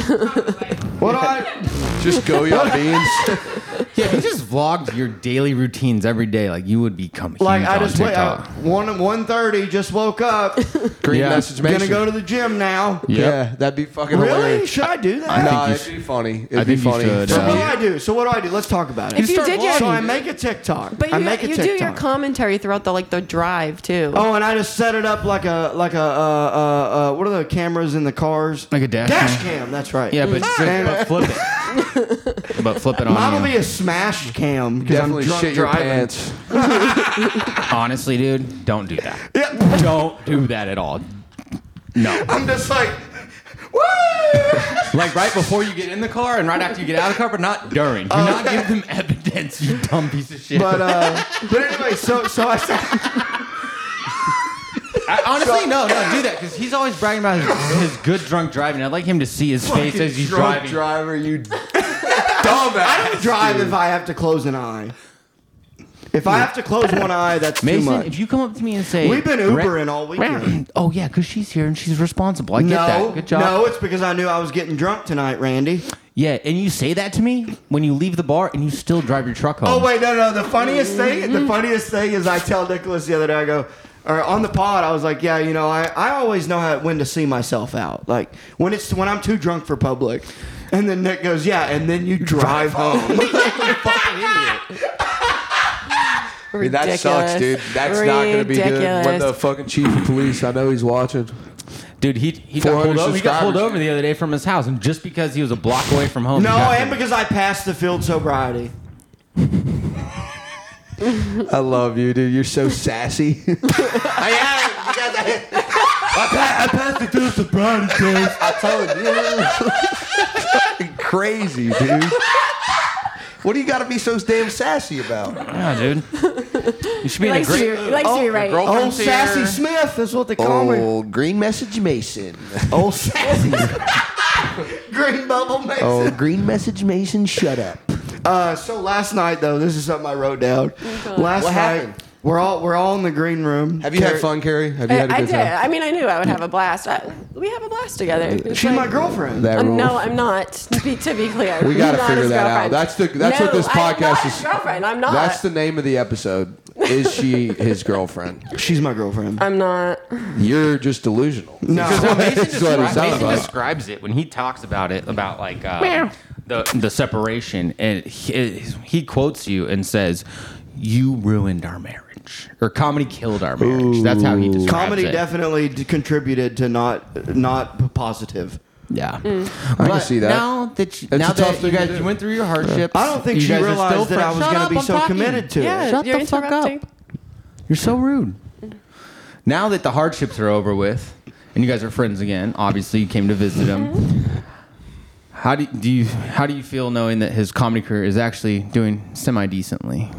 Speaker 2: what do I?
Speaker 4: Just go y'all beans.
Speaker 3: yeah, if you just vlogged your daily routines every day, like you would become
Speaker 2: Like
Speaker 3: huge
Speaker 2: I
Speaker 3: on
Speaker 2: just wait. uh, I,
Speaker 3: TikTok.
Speaker 2: one one thirty. Just woke up.
Speaker 4: Green
Speaker 3: Yeah.
Speaker 4: message Mason.
Speaker 2: Gonna go to the gym now.
Speaker 4: yeah, that'd be fucking
Speaker 2: Really?
Speaker 4: hilarious.
Speaker 2: Should I do that?
Speaker 4: Nah,
Speaker 3: you
Speaker 4: it'd
Speaker 3: should-
Speaker 4: be funny. It'd
Speaker 3: I
Speaker 4: be
Speaker 3: think you
Speaker 4: funny.
Speaker 3: should,
Speaker 2: So
Speaker 3: yeah.
Speaker 2: what do I do? So what do I do? Let's talk about it.
Speaker 5: If you
Speaker 3: start
Speaker 5: did your,
Speaker 2: so I make a TikTok.
Speaker 5: but
Speaker 2: I
Speaker 5: you,
Speaker 2: make a
Speaker 5: you
Speaker 2: TikTok.
Speaker 5: do your commentary throughout the like the drive too.
Speaker 2: oh, and I just set it up like a like a uh, uh, uh, what are the cameras in the cars?
Speaker 3: Like a dash
Speaker 2: dash
Speaker 3: cam.
Speaker 2: cam. That's right. Mm-hmm.
Speaker 3: yeah, but,
Speaker 2: And-
Speaker 3: but flip it, but flip it on.
Speaker 2: Mine
Speaker 3: you.
Speaker 2: will be a smash cam because I'm
Speaker 4: Definitely
Speaker 2: drunk
Speaker 4: shit your
Speaker 2: driving.
Speaker 4: pants.
Speaker 3: Honestly, dude, don't do that. Don't do that at all. No.
Speaker 2: I'm just like, woo!
Speaker 3: Like right before you get in the car and right after you get out of the car, but not during. Do
Speaker 2: Uh,
Speaker 3: not give them evidence, you dumb piece of shit.
Speaker 2: But uh, but anyway, so so I sat,
Speaker 3: I, honestly, no, no, do that because he's always bragging about his, his good drunk driving. I'd like him to see his face as he's
Speaker 4: Drunk
Speaker 3: driving.
Speaker 4: driver, you dumbass.
Speaker 2: drive if I have to close an eye. If I have to close one eye, that's too
Speaker 3: Mason,
Speaker 2: much.
Speaker 3: if you come up to me and say
Speaker 2: We've been
Speaker 3: "Re-
Speaker 2: Ubering all weekend."
Speaker 3: oh yeah, because she's here and she's responsible. I get
Speaker 2: no,
Speaker 3: that. Good job.
Speaker 2: no, it's because I knew I was getting drunk tonight, Randy.
Speaker 3: Yeah, and you say that to me when you leave the bar and you still drive your truck home.
Speaker 2: Oh wait, no, no. The funniest thing,
Speaker 3: Mm-hmm.
Speaker 2: the funniest thing is I tell Nicholas the other day. I go, or on the pod, I was like, yeah, you know, I, I always know how, when to see myself out. Like when it's when I'm too drunk for public. And then Nick goes, yeah, and then you drive home.
Speaker 4: I mean, that sucks, dude.
Speaker 5: Ridiculous.
Speaker 4: That's not going to be good. When the
Speaker 5: Ridiculous.
Speaker 4: fucking chief of police, I know he's watching.
Speaker 3: Dude, he he got
Speaker 4: 400
Speaker 3: pulled over. He got pulled
Speaker 4: subscribers.
Speaker 3: over the other day from his house, and just because he was a block away from home. he
Speaker 2: no,
Speaker 3: got
Speaker 2: and
Speaker 3: pulled-
Speaker 2: because I passed the field sobriety.
Speaker 4: I love you, dude. You're so sassy. I am. I, pa- I passed it through sobriety test. I told you. Fucking crazy, dude. What do you got to be so damn sassy about?
Speaker 3: yeah, dude, you should be in a
Speaker 7: likes to be,
Speaker 3: great.
Speaker 7: he likes to be right.
Speaker 3: girl-
Speaker 2: Old
Speaker 3: Girlfriend's
Speaker 2: Sassy
Speaker 3: here.
Speaker 2: Smith, that's what they call me.
Speaker 4: Oh, green message Mason.
Speaker 2: Old Sassy. Green Bubble Mason.
Speaker 4: Oh, green message Mason. Shut up.
Speaker 2: Uh, so last night though, this is something I wrote down. Last night
Speaker 4: What happened?
Speaker 2: we're all we're all in the green room.
Speaker 4: Have you had
Speaker 2: Carrie-
Speaker 4: fun, Carrie? Have you
Speaker 5: I,
Speaker 4: had a
Speaker 5: I
Speaker 4: good
Speaker 5: did.
Speaker 4: time?
Speaker 5: I mean, I knew I would have a blast. I, we have a blast together. It's
Speaker 2: She's
Speaker 5: like-
Speaker 2: my girlfriend.
Speaker 4: That
Speaker 5: Um,
Speaker 4: rule.
Speaker 5: no, I'm not. To be, to be clear,
Speaker 4: We got to
Speaker 5: Not
Speaker 4: figure
Speaker 5: his
Speaker 4: that out.
Speaker 5: girlfriend.
Speaker 4: That's the that's
Speaker 5: No,
Speaker 4: what this
Speaker 5: I'm not
Speaker 4: podcast
Speaker 5: his
Speaker 4: is.
Speaker 5: Girlfriend, I'm not.
Speaker 4: That's the name of the episode. Is she his girlfriend?
Speaker 2: She's my girlfriend.
Speaker 5: I'm not.
Speaker 4: You're just delusional.
Speaker 2: no,
Speaker 3: Mason,
Speaker 4: That's what it
Speaker 3: descri-
Speaker 4: sounds
Speaker 3: Mason
Speaker 4: like.
Speaker 3: describes it when he talks about it about like uh, the the separation, and he, he quotes you and says, "You ruined our marriage," or "Comedy killed our marriage." That's how he describes
Speaker 2: comedy
Speaker 3: it.
Speaker 2: definitely d- contributed to not not p- positive.
Speaker 3: Yeah,
Speaker 4: I can see that.
Speaker 3: Now that you,
Speaker 4: It's
Speaker 3: now
Speaker 4: a tough
Speaker 3: that you
Speaker 4: thing to
Speaker 3: guys
Speaker 4: do.
Speaker 3: you went through your hardships,
Speaker 2: I don't think
Speaker 3: you
Speaker 2: she
Speaker 3: guys are
Speaker 2: realized
Speaker 3: still
Speaker 2: that I
Speaker 3: friends.
Speaker 2: was
Speaker 3: Shut
Speaker 2: gonna
Speaker 3: up,
Speaker 2: be
Speaker 3: I'm
Speaker 2: so committed to it.
Speaker 5: Yeah,
Speaker 3: Shut
Speaker 5: you're
Speaker 3: the fuck up.
Speaker 5: interrupting.
Speaker 3: You're so rude. Now that the hardships are over with, and you guys are friends again, obviously you came to visit him. How do, do you how do you feel knowing that his comedy career is actually doing semi decently?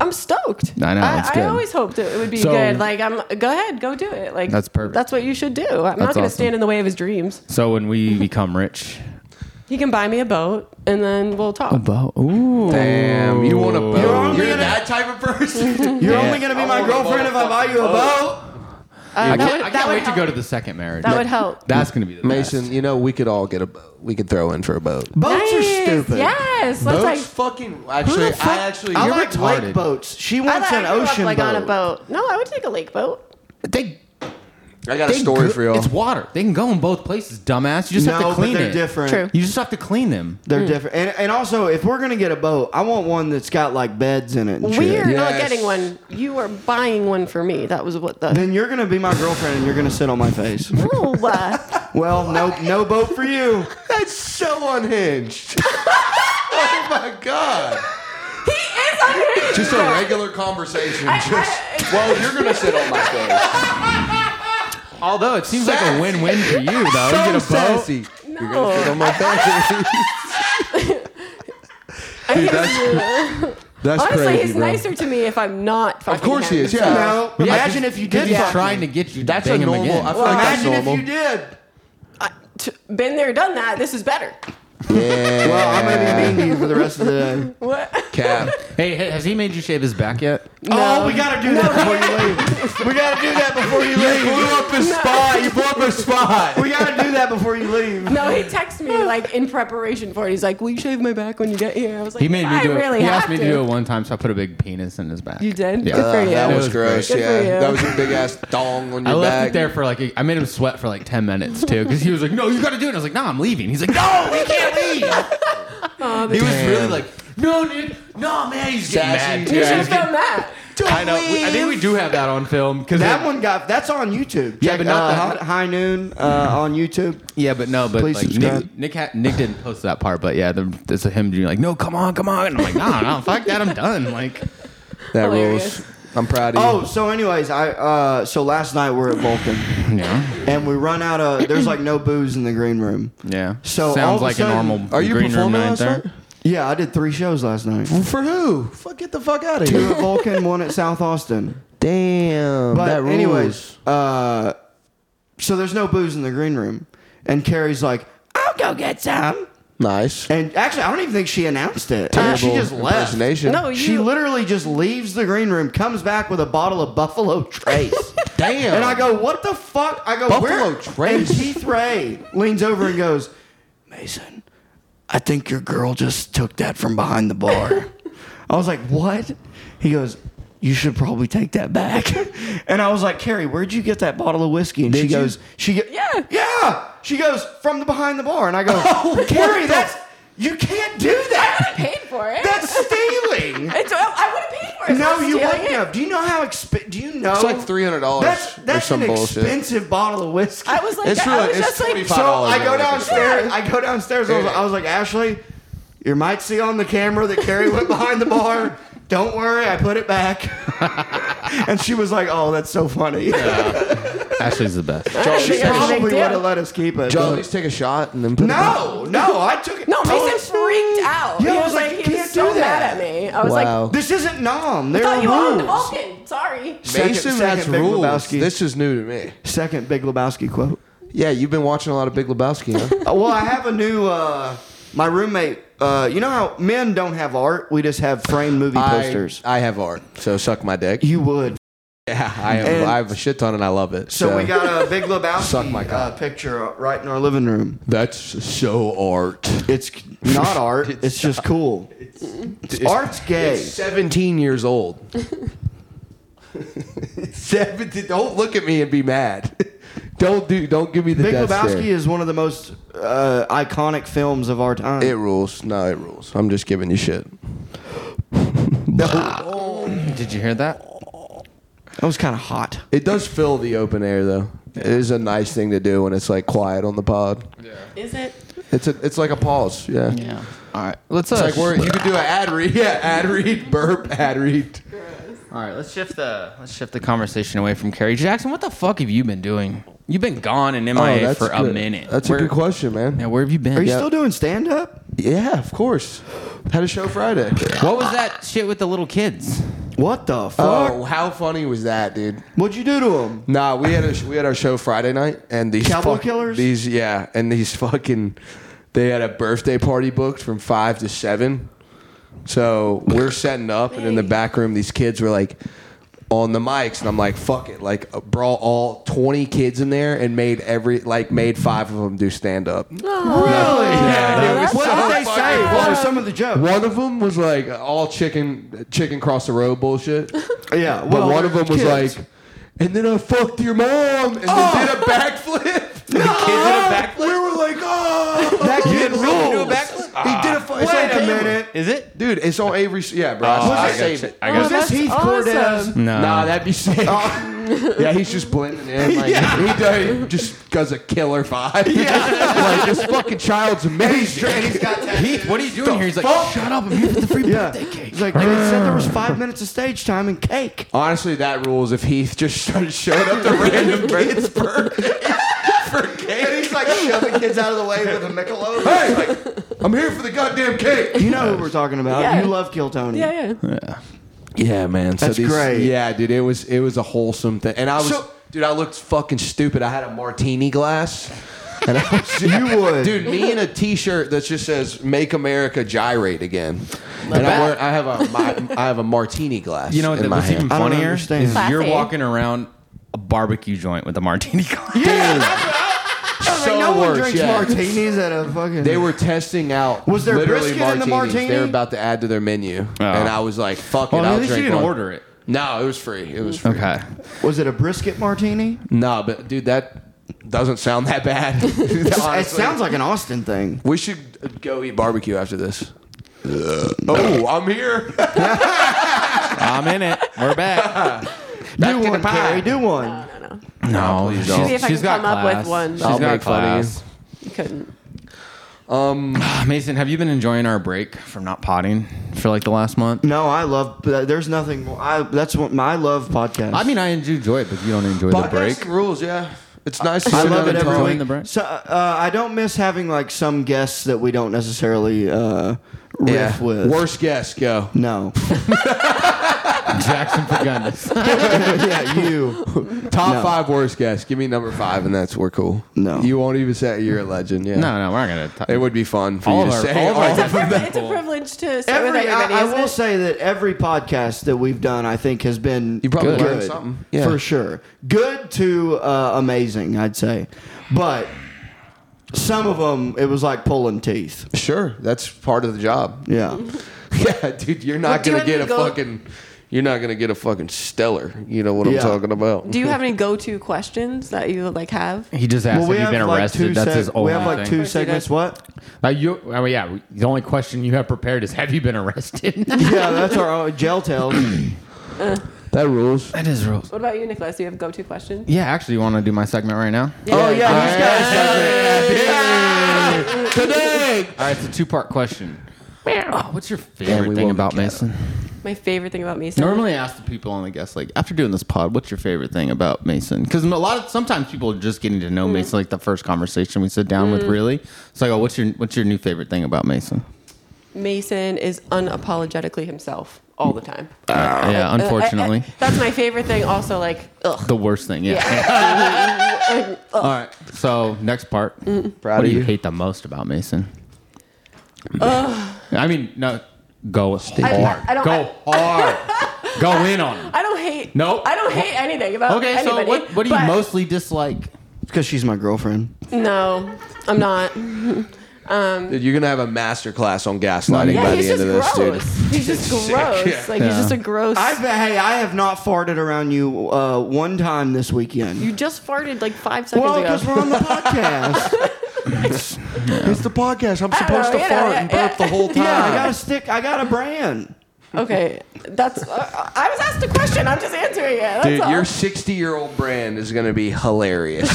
Speaker 5: I'm stoked.
Speaker 3: I know,
Speaker 5: I,
Speaker 3: it's good.
Speaker 5: I always hoped it would be
Speaker 3: So-
Speaker 5: good. Like I'm. Go ahead. Go do it. Like
Speaker 3: That's perfect.
Speaker 5: That's what you should do. I'm not
Speaker 3: That's
Speaker 5: going to
Speaker 3: awesome.
Speaker 5: stand in the way of his dreams.
Speaker 3: So when we become rich,
Speaker 5: He can buy me a boat, and then we'll talk.
Speaker 3: about ooh,
Speaker 4: Damn, you want a boat?
Speaker 2: You're only gonna-
Speaker 4: that type of person.
Speaker 2: You're
Speaker 3: Yeah.
Speaker 2: only gonna be
Speaker 4: I
Speaker 2: my
Speaker 4: want a
Speaker 2: girlfriend if I buy you a boat.
Speaker 3: I
Speaker 5: that
Speaker 3: can't,
Speaker 5: would-
Speaker 3: I
Speaker 5: that
Speaker 3: can't
Speaker 5: would
Speaker 3: wait to
Speaker 5: help.
Speaker 3: go to the second marriage.
Speaker 5: That would help.
Speaker 3: That's gonna be the
Speaker 4: Mason,
Speaker 3: Best.
Speaker 4: you know we could all get a boat. We could throw in for a boat.
Speaker 2: Boats are
Speaker 5: Nice.
Speaker 2: stupid.
Speaker 5: Yes. Let's
Speaker 4: Boats
Speaker 5: like.
Speaker 4: fucking
Speaker 2: Who the
Speaker 4: actually.
Speaker 2: fuck-
Speaker 4: I actually.
Speaker 2: I
Speaker 4: you're
Speaker 2: like
Speaker 3: retarded.
Speaker 2: lake boats. She
Speaker 5: I,
Speaker 2: wants
Speaker 5: I
Speaker 2: an
Speaker 5: grew up,
Speaker 2: ocean
Speaker 5: like
Speaker 2: boat.
Speaker 5: on a boat. No, I would take a lake boat.
Speaker 3: They,
Speaker 4: I got a
Speaker 3: they
Speaker 4: story
Speaker 3: go-
Speaker 4: for y'all.
Speaker 3: It's water. They can go in both places, dumbass. You just
Speaker 2: No,
Speaker 3: have to
Speaker 2: but
Speaker 3: clean
Speaker 2: they're
Speaker 3: it.
Speaker 2: different.
Speaker 5: True.
Speaker 3: You just have to clean them.
Speaker 2: They're different. And, and also, if we're gonna get a boat, I want one that's got like beds in it. And
Speaker 5: We are
Speaker 2: Shit.
Speaker 5: not
Speaker 4: Yes.
Speaker 5: getting one. You are buying one for me. That was what the.
Speaker 2: Then you're gonna be my girlfriend and you're gonna sit on my face.
Speaker 5: No, uh,
Speaker 2: Well, no, no boat for you.
Speaker 4: That's so unhinged. oh my god. He is unhinged. Just a regular conversation. just well, you're gonna sit on my face.
Speaker 3: Although it seems like
Speaker 4: Sassy.
Speaker 3: a win-win for you, though. you get a boat.
Speaker 4: sassy. You're gonna sit on my face. Dude, that's that's
Speaker 5: honestly,
Speaker 4: crazy,
Speaker 5: he's
Speaker 4: bro.
Speaker 5: nicer to me if I'm not. Fucking
Speaker 4: Of course
Speaker 5: him.
Speaker 4: he is. Yeah.
Speaker 2: No,
Speaker 3: Yeah,
Speaker 2: imagine
Speaker 3: just-
Speaker 2: if you
Speaker 3: just
Speaker 2: did.
Speaker 3: he's
Speaker 2: fuck
Speaker 3: trying
Speaker 2: me.
Speaker 3: to get you.
Speaker 4: That's
Speaker 3: to bang
Speaker 4: a
Speaker 3: him
Speaker 4: normal-
Speaker 3: Again.
Speaker 4: I feel like that's
Speaker 2: Imagine if
Speaker 4: normal.
Speaker 2: you did.
Speaker 5: T- been there, done that. This is better.
Speaker 4: Yeah.
Speaker 2: Well, I'm gonna be mean to you for the rest of the day.
Speaker 5: What?
Speaker 4: Cap.
Speaker 3: Hey, ha- has he made you shave his back yet?
Speaker 2: Oh, we gotta do that before you leave. We gotta do that before you leave.
Speaker 4: up his spot. You blew up his spot.
Speaker 2: We gotta do that before you leave.
Speaker 5: No, he texted me like in preparation for it. He's like, "Will you shave my back when you get here?" I was like,
Speaker 3: He made me
Speaker 5: I
Speaker 3: do it.
Speaker 5: Really
Speaker 3: he
Speaker 5: have
Speaker 3: asked me to. do it one time, so I put a big penis in his back.
Speaker 5: You did?
Speaker 3: Yeah.
Speaker 5: Good for you.
Speaker 4: that
Speaker 3: It
Speaker 4: was
Speaker 3: was
Speaker 4: gross.
Speaker 5: great. Good for
Speaker 4: Yeah,
Speaker 5: you.
Speaker 4: that was a big ass dong on
Speaker 3: I
Speaker 4: your
Speaker 3: left
Speaker 4: back.
Speaker 3: it there for like a, I made him sweat for like ten minutes too, because he was like, "No, you got to do it." And I was like, "No, I'm leaving." He's like, "No, we can't leave." he was really like, "No, dude, no, man, he's getting
Speaker 4: Sassy.
Speaker 3: mad."
Speaker 5: You
Speaker 3: too."
Speaker 5: should
Speaker 3: He's
Speaker 5: have
Speaker 3: getting-
Speaker 5: done that.
Speaker 3: I know. We- I think we do have that on film because
Speaker 2: That one got that's on YouTube.
Speaker 3: Yeah,
Speaker 2: Check,
Speaker 3: but not
Speaker 2: uh,
Speaker 3: the-
Speaker 2: hot- high noon uh, on YouTube.
Speaker 3: Yeah, but no, but
Speaker 2: Please
Speaker 3: like
Speaker 2: subscribe.
Speaker 3: Nick, Nick, ha- Nick didn't post that part, but yeah, the, it's him being like, "No, come on, come on," and I'm like, "No, no, fuck that, I'm done." Like,
Speaker 4: That
Speaker 5: Hilarious.
Speaker 4: rules. I'm proud of you.
Speaker 2: Oh, so anyways, I uh, so last night we're at Vulcan
Speaker 3: yeah,
Speaker 2: and we run out of there's like no booze in the green room.
Speaker 3: yeah.
Speaker 2: So all
Speaker 3: sounds
Speaker 2: of a
Speaker 3: like
Speaker 2: sudden-
Speaker 3: a normal.
Speaker 4: Are you
Speaker 3: green room
Speaker 4: performing
Speaker 3: night
Speaker 4: last
Speaker 3: there.
Speaker 4: night?
Speaker 2: Yeah, I did three shows last night.
Speaker 4: For who? Fuck, get the fuck out of
Speaker 2: Two
Speaker 4: here.
Speaker 2: at Vulcan, one at South Austin.
Speaker 4: Damn.
Speaker 2: But
Speaker 4: that rules.
Speaker 2: anyways, uh, so there's no booze in the green room, and Carrie's like, "I'll go get some."
Speaker 4: nice.
Speaker 2: And actually, I don't even think she announced it.
Speaker 4: Terrible
Speaker 2: she just left.
Speaker 4: impersonation.
Speaker 5: No, you.
Speaker 2: She literally just leaves the green room, comes back with a bottle of Buffalo Trace.
Speaker 4: Damn.
Speaker 2: And I go, what the fuck? I go,
Speaker 4: Buffalo
Speaker 2: where?
Speaker 4: Trace.
Speaker 2: And Keith Ray leans over and goes, Mason, I think your girl just took that from behind the bar. I was like, what? He goes, you should probably take that back. And I was like, Carrie, where'd you get that bottle of whiskey? And she
Speaker 4: Did you?
Speaker 2: goes, she go-
Speaker 5: Yeah.
Speaker 2: yeah. She goes from the behind the bar, and I go,
Speaker 4: Oh,
Speaker 2: Carrie, that's you can't do that.
Speaker 5: paid for it.
Speaker 2: That's stealing.
Speaker 5: It's- I would have paid for it.
Speaker 2: No,
Speaker 5: It's
Speaker 2: you
Speaker 5: stealing
Speaker 2: wouldn't
Speaker 5: it.
Speaker 2: have. Do you know how exp? Do you know?
Speaker 4: It's like $300
Speaker 2: That's
Speaker 4: or
Speaker 2: that's
Speaker 4: some
Speaker 2: an
Speaker 4: bullshit.
Speaker 2: expensive bottle of whiskey.
Speaker 5: I was like,
Speaker 4: It's
Speaker 5: I
Speaker 4: really-
Speaker 5: was
Speaker 4: it's
Speaker 5: just like,
Speaker 4: $25.
Speaker 2: so I
Speaker 4: Yeah.
Speaker 2: go downstairs. I go downstairs. I was, I was like, Ashley, you might see on the camera that Carrie went behind the bar. Don't worry, I put it back. and she was like, "Oh, that's so funny."
Speaker 3: Ashley's the best.
Speaker 2: she
Speaker 5: That's a big
Speaker 2: probably would
Speaker 5: deal.
Speaker 2: have let us keep it.
Speaker 4: Joe, at
Speaker 2: but-
Speaker 4: least take a shot and then put it back.
Speaker 2: no, no, I took it.
Speaker 5: no, Mason
Speaker 2: totally-
Speaker 5: freaked
Speaker 2: Oh,
Speaker 5: out.
Speaker 2: Yeah,
Speaker 5: he
Speaker 2: I
Speaker 5: was,
Speaker 2: was like,
Speaker 5: like,
Speaker 2: you
Speaker 5: he
Speaker 2: can't
Speaker 5: was so
Speaker 2: do
Speaker 5: mad
Speaker 2: that.
Speaker 5: at me. I was
Speaker 4: Wow.
Speaker 5: like,
Speaker 2: This isn't nom. There
Speaker 5: I thought you owned
Speaker 2: are
Speaker 5: the
Speaker 2: rules.
Speaker 5: Vulcan. Sorry.
Speaker 2: Second-
Speaker 4: Mason,
Speaker 2: second
Speaker 4: that's
Speaker 2: Big
Speaker 4: rules.
Speaker 2: Lebowski.
Speaker 4: This is new to me.
Speaker 2: Second Big Lebowski quote.
Speaker 4: Yeah, you've been watching a lot of Big Lebowski, huh?
Speaker 2: Uh, well, I have a new. Uh, my roommate. Uh, you know how men don't have art; we just have framed movie posters.
Speaker 4: I, I have art, so suck my dick.
Speaker 2: you would.
Speaker 4: Yeah, I have,
Speaker 2: And-
Speaker 4: I have a shit ton and I love it.
Speaker 2: So, we got a Big
Speaker 4: Suck
Speaker 2: Lebowski
Speaker 4: my
Speaker 2: uh,
Speaker 4: cock.
Speaker 2: picture uh, right in our living room.
Speaker 4: That's so art.
Speaker 2: It's not art; it's, just cool. Art's gay.
Speaker 4: It's 17 years old. 17. Don't look at me and be mad. Don't do. Don't give me the
Speaker 2: Big
Speaker 4: death
Speaker 2: Lebowski
Speaker 4: stare.
Speaker 2: is one of the most uh, iconic films of our time.
Speaker 4: It rules. No, it rules. I'm just giving you shit.
Speaker 3: Did you hear that?
Speaker 2: that was kind of hot.
Speaker 4: It does fill the open air though. It is a nice thing to do when it's like quiet on the pod.
Speaker 5: Is it?
Speaker 4: It's a. It's like a pause. Yeah.
Speaker 3: Yeah. All right. Let's uh,
Speaker 4: It's like where you could do an ad read. Yeah, ad read, burp, ad read.
Speaker 3: All right, let's shift the let's shift the conversation away from Carrie Jackson. What the fuck have you been doing? You've been gone and MIA Oh, for a
Speaker 4: good.
Speaker 3: minute.
Speaker 4: Oh, That's
Speaker 3: where,
Speaker 4: a good question, man.
Speaker 3: Yeah, where have you been?
Speaker 2: Are you
Speaker 4: Yeah.
Speaker 2: still doing stand up?
Speaker 4: Yeah, of course. Had a show Friday.
Speaker 3: What was that shit with the little kids?
Speaker 2: What the fuck?
Speaker 4: Oh, how funny was that, dude?
Speaker 2: What'd you do to him?
Speaker 4: Nah, we had a, we had our show Friday night, and these
Speaker 2: Cowboy
Speaker 4: fuck-
Speaker 2: killers?
Speaker 4: These yeah, and these fucking they had a birthday party booked from five to seven. So we're setting up, and in the back room, these kids were like on the mics, and I'm like, "Fuck it!" Like uh, brought all 20 kids in there and made every like made five of them do stand up.
Speaker 2: Really?
Speaker 4: Yeah, it was
Speaker 2: what
Speaker 4: so
Speaker 2: did they
Speaker 4: fucking
Speaker 2: say? What
Speaker 4: funny.
Speaker 2: were some of the jokes?
Speaker 4: One of them was like all chicken chicken cross the road bullshit.
Speaker 2: Yeah.
Speaker 4: But one of them was
Speaker 2: kids.
Speaker 4: like, and then I fucked your mom, and then did a backflip. Oh. the kid did a backflip. We were like, oh,
Speaker 2: That kid rules.
Speaker 4: he did a fucking
Speaker 2: Wait a minute.
Speaker 3: Is it?
Speaker 4: dude. It's on Avery. Yeah, bro.
Speaker 3: Oh,
Speaker 4: I,
Speaker 3: I
Speaker 4: I
Speaker 3: got
Speaker 4: saved
Speaker 3: you.
Speaker 4: it.
Speaker 3: I
Speaker 5: Oh,
Speaker 3: got
Speaker 2: Is this
Speaker 5: that's
Speaker 2: Heath
Speaker 5: awesome.
Speaker 2: Cortez?
Speaker 3: No.
Speaker 4: Nah, that'd be sick. yeah, he's just blending in. Like, He does, just does a killer vibe. Yeah. like, this fucking child's amazing.
Speaker 3: Heath, what are you doing here? He's like, shut up! I'm here for the free
Speaker 2: Yeah.
Speaker 3: birthday cake.
Speaker 2: It's like they said there was five minutes of stage time and cake.
Speaker 4: Honestly, that rules if Heath just started showing up to random kids' birthdays for cake. And he's like shoving kids out of the way with a Michelob. Hey, like, I'm here for the goddamn cake.
Speaker 2: You know who we're talking about.
Speaker 5: Yeah.
Speaker 2: You love Kill Tony.
Speaker 5: Yeah, yeah.
Speaker 4: Yeah, man.
Speaker 2: That's great.
Speaker 4: Yeah, dude, it was it was a wholesome thing, and I was,
Speaker 2: So-
Speaker 4: dude, I looked fucking stupid. I had a martini glass. And I was, you
Speaker 2: would.
Speaker 4: dude. Me in a T-shirt that just says "Make America Gyrate Again," and I,
Speaker 3: bad.
Speaker 4: wear, I have a my, I have a martini glass.
Speaker 3: You know what?
Speaker 4: in my
Speaker 3: What's even
Speaker 4: hand.
Speaker 2: I don't
Speaker 3: funnier is
Speaker 2: understand.
Speaker 3: you're
Speaker 5: Classy.
Speaker 3: walking around a barbecue joint with a martini glass.
Speaker 4: so
Speaker 2: Like, no one
Speaker 4: worse,
Speaker 2: drinks
Speaker 4: yeah.
Speaker 2: martinis at a fucking.
Speaker 4: They were testing out.
Speaker 2: Was there
Speaker 4: literally
Speaker 2: brisket in the
Speaker 4: martinis They were
Speaker 2: martini?
Speaker 4: about to add to their menu, and I was like, "Fuck
Speaker 3: Oh.
Speaker 4: it,
Speaker 3: Well, at
Speaker 4: I'll
Speaker 3: least
Speaker 4: drink
Speaker 3: you didn't
Speaker 4: one."
Speaker 3: order it.
Speaker 4: No, it was free. It was free.
Speaker 3: Okay.
Speaker 2: Was it a brisket martini?
Speaker 4: No, but dude, that doesn't sound that bad.
Speaker 2: It sounds like an Austin thing.
Speaker 4: we should go eat barbecue after this. oh, I'm here.
Speaker 3: I'm in it. We're back.
Speaker 2: do one, Carrie. Do one.
Speaker 5: I don't know.
Speaker 3: No,
Speaker 4: please
Speaker 3: she's-
Speaker 4: don't. See
Speaker 5: if I
Speaker 3: she's
Speaker 5: can
Speaker 3: got
Speaker 5: come up with
Speaker 3: class.
Speaker 5: one.
Speaker 3: She's
Speaker 4: I'll
Speaker 3: got
Speaker 4: make fun of you.
Speaker 3: class. Ah,
Speaker 5: You couldn't.
Speaker 3: Mason, have you been enjoying our break from not potting for like the last month?
Speaker 2: no, I love. There's nothing. more- I that's what my love podcast.
Speaker 3: I mean, I enjoy it, but you don't enjoy the break.
Speaker 4: Podcasting rules, yeah. It's nice. To
Speaker 2: I
Speaker 4: sit
Speaker 2: love
Speaker 4: down
Speaker 2: it
Speaker 4: and
Speaker 2: every
Speaker 4: talk.
Speaker 3: Join
Speaker 2: week.
Speaker 3: the break.
Speaker 2: So uh, I don't miss having like some guests that we don't necessarily uh, riff
Speaker 4: Yeah.
Speaker 2: with.
Speaker 4: Worst guess, go.
Speaker 2: No.
Speaker 3: Jackson Fagundes.
Speaker 2: yeah, you.
Speaker 4: Top
Speaker 2: No.
Speaker 4: five worst guests. Give me number five, and that's we're cool.
Speaker 2: No.
Speaker 4: you won't even say you're a legend. Yeah,
Speaker 3: No, no, we're not gonna. Talk.
Speaker 4: It would be fun for
Speaker 3: All
Speaker 4: you to
Speaker 3: of our-
Speaker 4: say
Speaker 3: all of our-
Speaker 4: all of them.
Speaker 5: It's a privilege to sit with
Speaker 2: Every,
Speaker 5: everybody.
Speaker 2: I, I
Speaker 5: isn't
Speaker 2: will
Speaker 5: it?
Speaker 2: say that every podcast that we've done, I think, has been
Speaker 4: You probably
Speaker 2: good,
Speaker 4: learned something. Yeah.
Speaker 2: for sure. Good to uh, amazing, I'd say, but some of them it was like pulling teeth.
Speaker 4: Sure, that's part of the job.
Speaker 2: Yeah,
Speaker 4: Yeah, dude, you're not
Speaker 5: do you
Speaker 4: gonna get a
Speaker 5: have any go-
Speaker 4: fucking. You're not gonna get a fucking stellar. You know what
Speaker 2: Yeah.
Speaker 4: I'm talking about.
Speaker 5: Do you have any go-to questions that you like have?
Speaker 3: He just asked if you've been arrested. That's
Speaker 2: seg-
Speaker 3: his only
Speaker 2: we have like
Speaker 3: thing.
Speaker 2: two segments. What?
Speaker 3: Like you, oh yeah. The only question you have prepared is, have you been arrested?
Speaker 2: Yeah, that's our own jail tales.
Speaker 4: That rules.
Speaker 3: that is rules.
Speaker 5: What about you, Nicholas? Do you have go-to questions?
Speaker 3: Yeah, actually, you want to do my segment right now?
Speaker 2: Oh yeah, he's got a segment.
Speaker 4: Today,
Speaker 3: All right, it's a two-part question. Oh, what's your
Speaker 4: Damn,
Speaker 3: favorite
Speaker 4: we
Speaker 3: thing
Speaker 4: won't
Speaker 3: about
Speaker 4: get it.
Speaker 3: Mason?
Speaker 5: My favorite thing about me. so-
Speaker 3: Normally, I ask the people on the guest, like, after doing this pod, what's your favorite thing about Mason? Because a lot of sometimes people are just getting to know
Speaker 5: Mm-hmm.
Speaker 3: Mason, like the first conversation we sit down with, really. So I go, what's your what's your new favorite thing about Mason?
Speaker 5: Mason is unapologetically himself all the time.
Speaker 3: yeah, unfortunately,
Speaker 5: Uh, uh, that's my favorite thing. Also, like, ugh.
Speaker 3: the worst thing. Yeah. All right. So next part.
Speaker 5: Mm-hmm.
Speaker 4: Proud
Speaker 3: what
Speaker 4: of
Speaker 3: do you
Speaker 4: you.
Speaker 3: hate the most about Mason? I mean, no, go hard.
Speaker 5: I- I don't-
Speaker 3: go hard. go in on him.
Speaker 5: I don't hate.
Speaker 3: Nope.
Speaker 5: I don't hate anything about.
Speaker 3: Okay,
Speaker 5: anybody,
Speaker 3: so what, what do you
Speaker 5: but-
Speaker 3: mostly dislike?
Speaker 2: because she's my girlfriend.
Speaker 5: No, I'm not.
Speaker 4: dude, you're gonna have a master class on gaslighting
Speaker 5: Yeah,
Speaker 4: by
Speaker 5: he's
Speaker 4: the end
Speaker 5: just
Speaker 4: of this,
Speaker 5: gross.
Speaker 4: dude.
Speaker 5: He's just gross. Like he's
Speaker 3: Yeah.
Speaker 5: just a gross.
Speaker 2: I've hey, I have not farted around you uh, one time this weekend.
Speaker 5: you just farted like five seconds
Speaker 2: well, because
Speaker 5: ago.
Speaker 2: we're on the podcast.
Speaker 4: It's the podcast. I'm
Speaker 5: I don't
Speaker 4: supposed
Speaker 5: know,
Speaker 4: to
Speaker 5: you know,
Speaker 4: fart and
Speaker 5: yeah,
Speaker 4: burp the whole time.
Speaker 2: yeah, I got a stick. I got a brand.
Speaker 5: Okay, that's. Uh, I was asked a question. I'm just answering it. That's
Speaker 4: Dude,
Speaker 5: all.
Speaker 4: your 60 year old brand is going to be hilarious.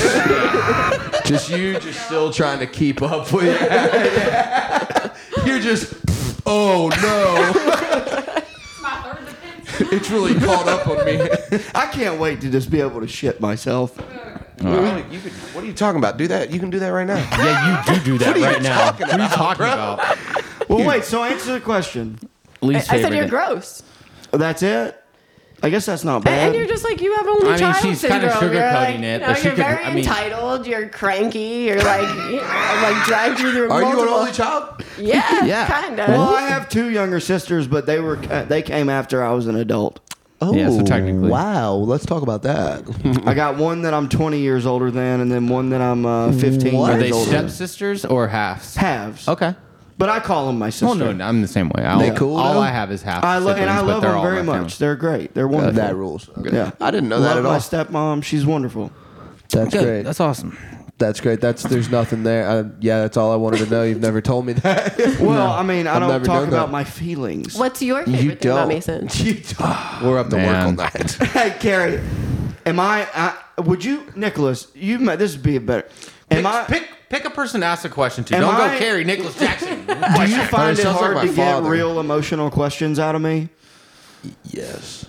Speaker 4: just you, just still trying to keep up with it. You're just, oh no,
Speaker 6: My third defense.
Speaker 4: it's really caught up on me.
Speaker 2: I can't wait to just be able to shit myself.
Speaker 4: Really, you could, what are you talking about? Do that. You can do that right now.
Speaker 3: Yeah, you do do that right now. What are you talking about?
Speaker 2: Well, wait. So answer the question.
Speaker 5: I,
Speaker 3: Least
Speaker 5: I said
Speaker 3: favorite
Speaker 5: you're
Speaker 3: thing.
Speaker 5: gross,
Speaker 2: That's it. I guess that's not
Speaker 5: A- and,
Speaker 2: bad.
Speaker 5: you're just like you have only
Speaker 3: I mean,
Speaker 5: child
Speaker 3: she's
Speaker 5: syndrome.
Speaker 3: kinda
Speaker 5: You're
Speaker 3: sugarcoating it,
Speaker 5: like, you know,
Speaker 3: but she
Speaker 5: you're
Speaker 3: could-
Speaker 5: very
Speaker 3: I mean-
Speaker 5: entitled. You're cranky. You're like, you know, like dragged you through
Speaker 4: Are you an
Speaker 5: multiple.
Speaker 4: only child?
Speaker 5: yeah,
Speaker 3: Yeah.
Speaker 5: kind of.
Speaker 2: well, I have two younger sisters, but they were they came after I was an adult.
Speaker 4: Oh,
Speaker 3: Yeah, so technically.
Speaker 4: Wow, let's talk about that.
Speaker 2: I got one that I'm 20 years older than, and then one that I'm uh, 15
Speaker 4: What?
Speaker 3: Are
Speaker 2: years
Speaker 3: they
Speaker 2: older.
Speaker 3: stepsisters or halves?
Speaker 2: halves?
Speaker 3: Okay.
Speaker 2: But I call them my sister.
Speaker 3: Well, no, no, I'm the same way. I'll,
Speaker 4: They cool,
Speaker 3: all
Speaker 4: though?
Speaker 3: I have is half.
Speaker 2: I lo- and I
Speaker 3: siblings, but
Speaker 2: love
Speaker 3: they're
Speaker 2: them
Speaker 3: all
Speaker 2: very
Speaker 3: my
Speaker 2: much.
Speaker 3: family.
Speaker 2: They're great. They're wonderful.
Speaker 4: that rules. Okay.
Speaker 2: Yeah.
Speaker 4: I didn't know that
Speaker 2: Love
Speaker 4: at
Speaker 2: My
Speaker 4: all.
Speaker 2: stepmom, she's wonderful.
Speaker 4: That's
Speaker 3: Good. That's awesome.
Speaker 4: That's great. That's there's nothing there. Uh, yeah, that's all I wanted to know. You've never told me that.
Speaker 2: Well, I mean, I
Speaker 4: I've
Speaker 2: don't
Speaker 4: never
Speaker 2: talk
Speaker 4: done
Speaker 2: about
Speaker 4: that.
Speaker 2: my feelings.
Speaker 5: What's your favorite
Speaker 4: You
Speaker 5: thing about
Speaker 4: don't.
Speaker 5: Mason?
Speaker 4: We're up to
Speaker 3: Man.
Speaker 4: work on that.
Speaker 2: Hey, Carrie, am I? I would you, Nicholas? You might. This would be a better. Am
Speaker 3: Pick,
Speaker 2: I?
Speaker 3: pick pick a person to ask a question to.
Speaker 2: Am
Speaker 3: Don't
Speaker 2: I-
Speaker 3: go Carrie Nicholas Jackson.
Speaker 2: do you find it
Speaker 4: sounds like
Speaker 2: hard
Speaker 4: my
Speaker 2: to get
Speaker 4: father.
Speaker 2: real emotional questions out of me?
Speaker 4: Yes.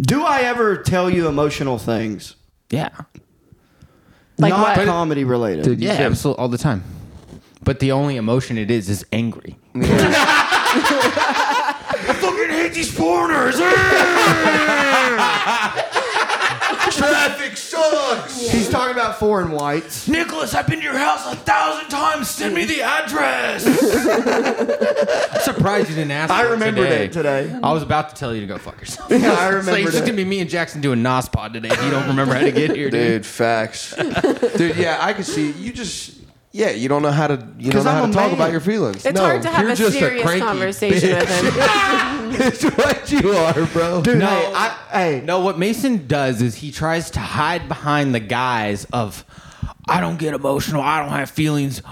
Speaker 2: Do I ever tell you emotional things?
Speaker 3: yeah.
Speaker 5: Like
Speaker 2: Not
Speaker 5: what?
Speaker 2: comedy related.
Speaker 4: Dude,
Speaker 3: Yeah, absolutely all the time. But the only emotion it is is angry.
Speaker 4: fucking hate these foreigners. Traffic sucks.
Speaker 2: He's talking about foreign whites.
Speaker 4: Nicholas, I've been to your house a thousand times. Send me the address.
Speaker 3: I'm surprised you didn't ask.
Speaker 2: I
Speaker 3: for it
Speaker 2: remembered it today.
Speaker 3: I was about to tell you to go fuck yourself.
Speaker 2: Yeah, I
Speaker 3: So it's
Speaker 2: remembered
Speaker 3: just
Speaker 2: it.
Speaker 3: gonna be me and Jackson doing Nas pod today. If you don't remember how to get here, dude.
Speaker 4: Dude, facts. Dude, yeah, I can see you just. Yeah, you don't know how to. You don't
Speaker 2: 'Cause
Speaker 4: know
Speaker 2: I'm
Speaker 4: how
Speaker 2: a
Speaker 4: to talk
Speaker 2: man.
Speaker 4: about your feelings.
Speaker 5: It's
Speaker 4: no,
Speaker 5: hard to have
Speaker 4: you're
Speaker 5: a
Speaker 4: just
Speaker 5: serious
Speaker 4: cranky
Speaker 5: conversation
Speaker 4: bitch.
Speaker 5: with him.
Speaker 4: it's what you are, bro.
Speaker 2: Dude,
Speaker 3: No.
Speaker 2: hey, I, hey,
Speaker 3: No, what Mason does is he tries to hide behind the guise of, I don't get emotional, I don't have feelings,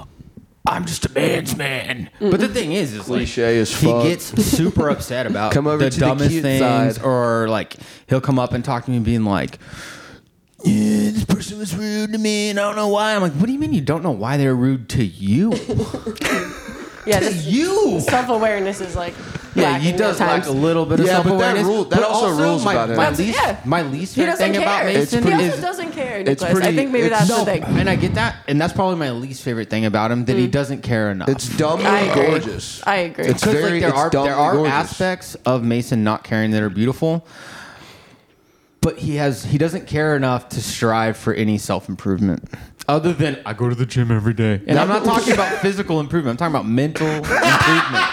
Speaker 3: I'm just a man's man. But
Speaker 5: Mm-hmm.
Speaker 3: the thing is, is like,
Speaker 4: Cliche as
Speaker 3: he
Speaker 4: fuck.
Speaker 3: gets super upset about
Speaker 4: Come over
Speaker 3: the
Speaker 4: to the
Speaker 3: dumbest
Speaker 4: cute
Speaker 3: things,
Speaker 4: side.
Speaker 3: or like he'll come up and talk to me, being like. Yeah, this person was rude to me, and I don't know why. I'm like, what do you mean you don't know why they're rude to you?
Speaker 5: Yeah,
Speaker 3: to
Speaker 5: this
Speaker 3: you?
Speaker 5: self awareness is like
Speaker 3: Yeah, he
Speaker 5: lacking
Speaker 3: does
Speaker 5: at
Speaker 3: lack
Speaker 5: times.
Speaker 3: a little bit of
Speaker 4: Yeah, but that
Speaker 3: self-awareness.
Speaker 4: rule- that also rules
Speaker 3: my,
Speaker 4: about him.
Speaker 3: My
Speaker 5: That's-
Speaker 3: least,
Speaker 5: yeah.
Speaker 3: my least
Speaker 5: He
Speaker 3: favorite
Speaker 5: doesn't
Speaker 3: thing
Speaker 5: care.
Speaker 3: about
Speaker 5: It's
Speaker 3: Mason
Speaker 5: he
Speaker 4: pretty-
Speaker 5: also
Speaker 3: is
Speaker 5: doesn't care,
Speaker 4: it's
Speaker 5: Nicholas. I
Speaker 4: pretty-
Speaker 5: think maybe
Speaker 4: it's-
Speaker 5: that's
Speaker 4: No.
Speaker 5: the thing. Mm.
Speaker 3: and I get that, and that's probably my least favorite thing about him that he doesn't care enough.
Speaker 4: It's dumbly
Speaker 5: I agree.
Speaker 4: gorgeous.
Speaker 5: I agree.
Speaker 4: It's
Speaker 3: because
Speaker 4: very.
Speaker 3: like there
Speaker 4: it's
Speaker 3: are
Speaker 4: dumbly
Speaker 3: there are
Speaker 4: gorgeous.
Speaker 3: aspects of Mason not caring that are beautiful, but he has he doesn't care enough to strive for any self improvement. Other than I go to the gym every day, and I'm not talking about physical improvement. I'm talking about mental improvement.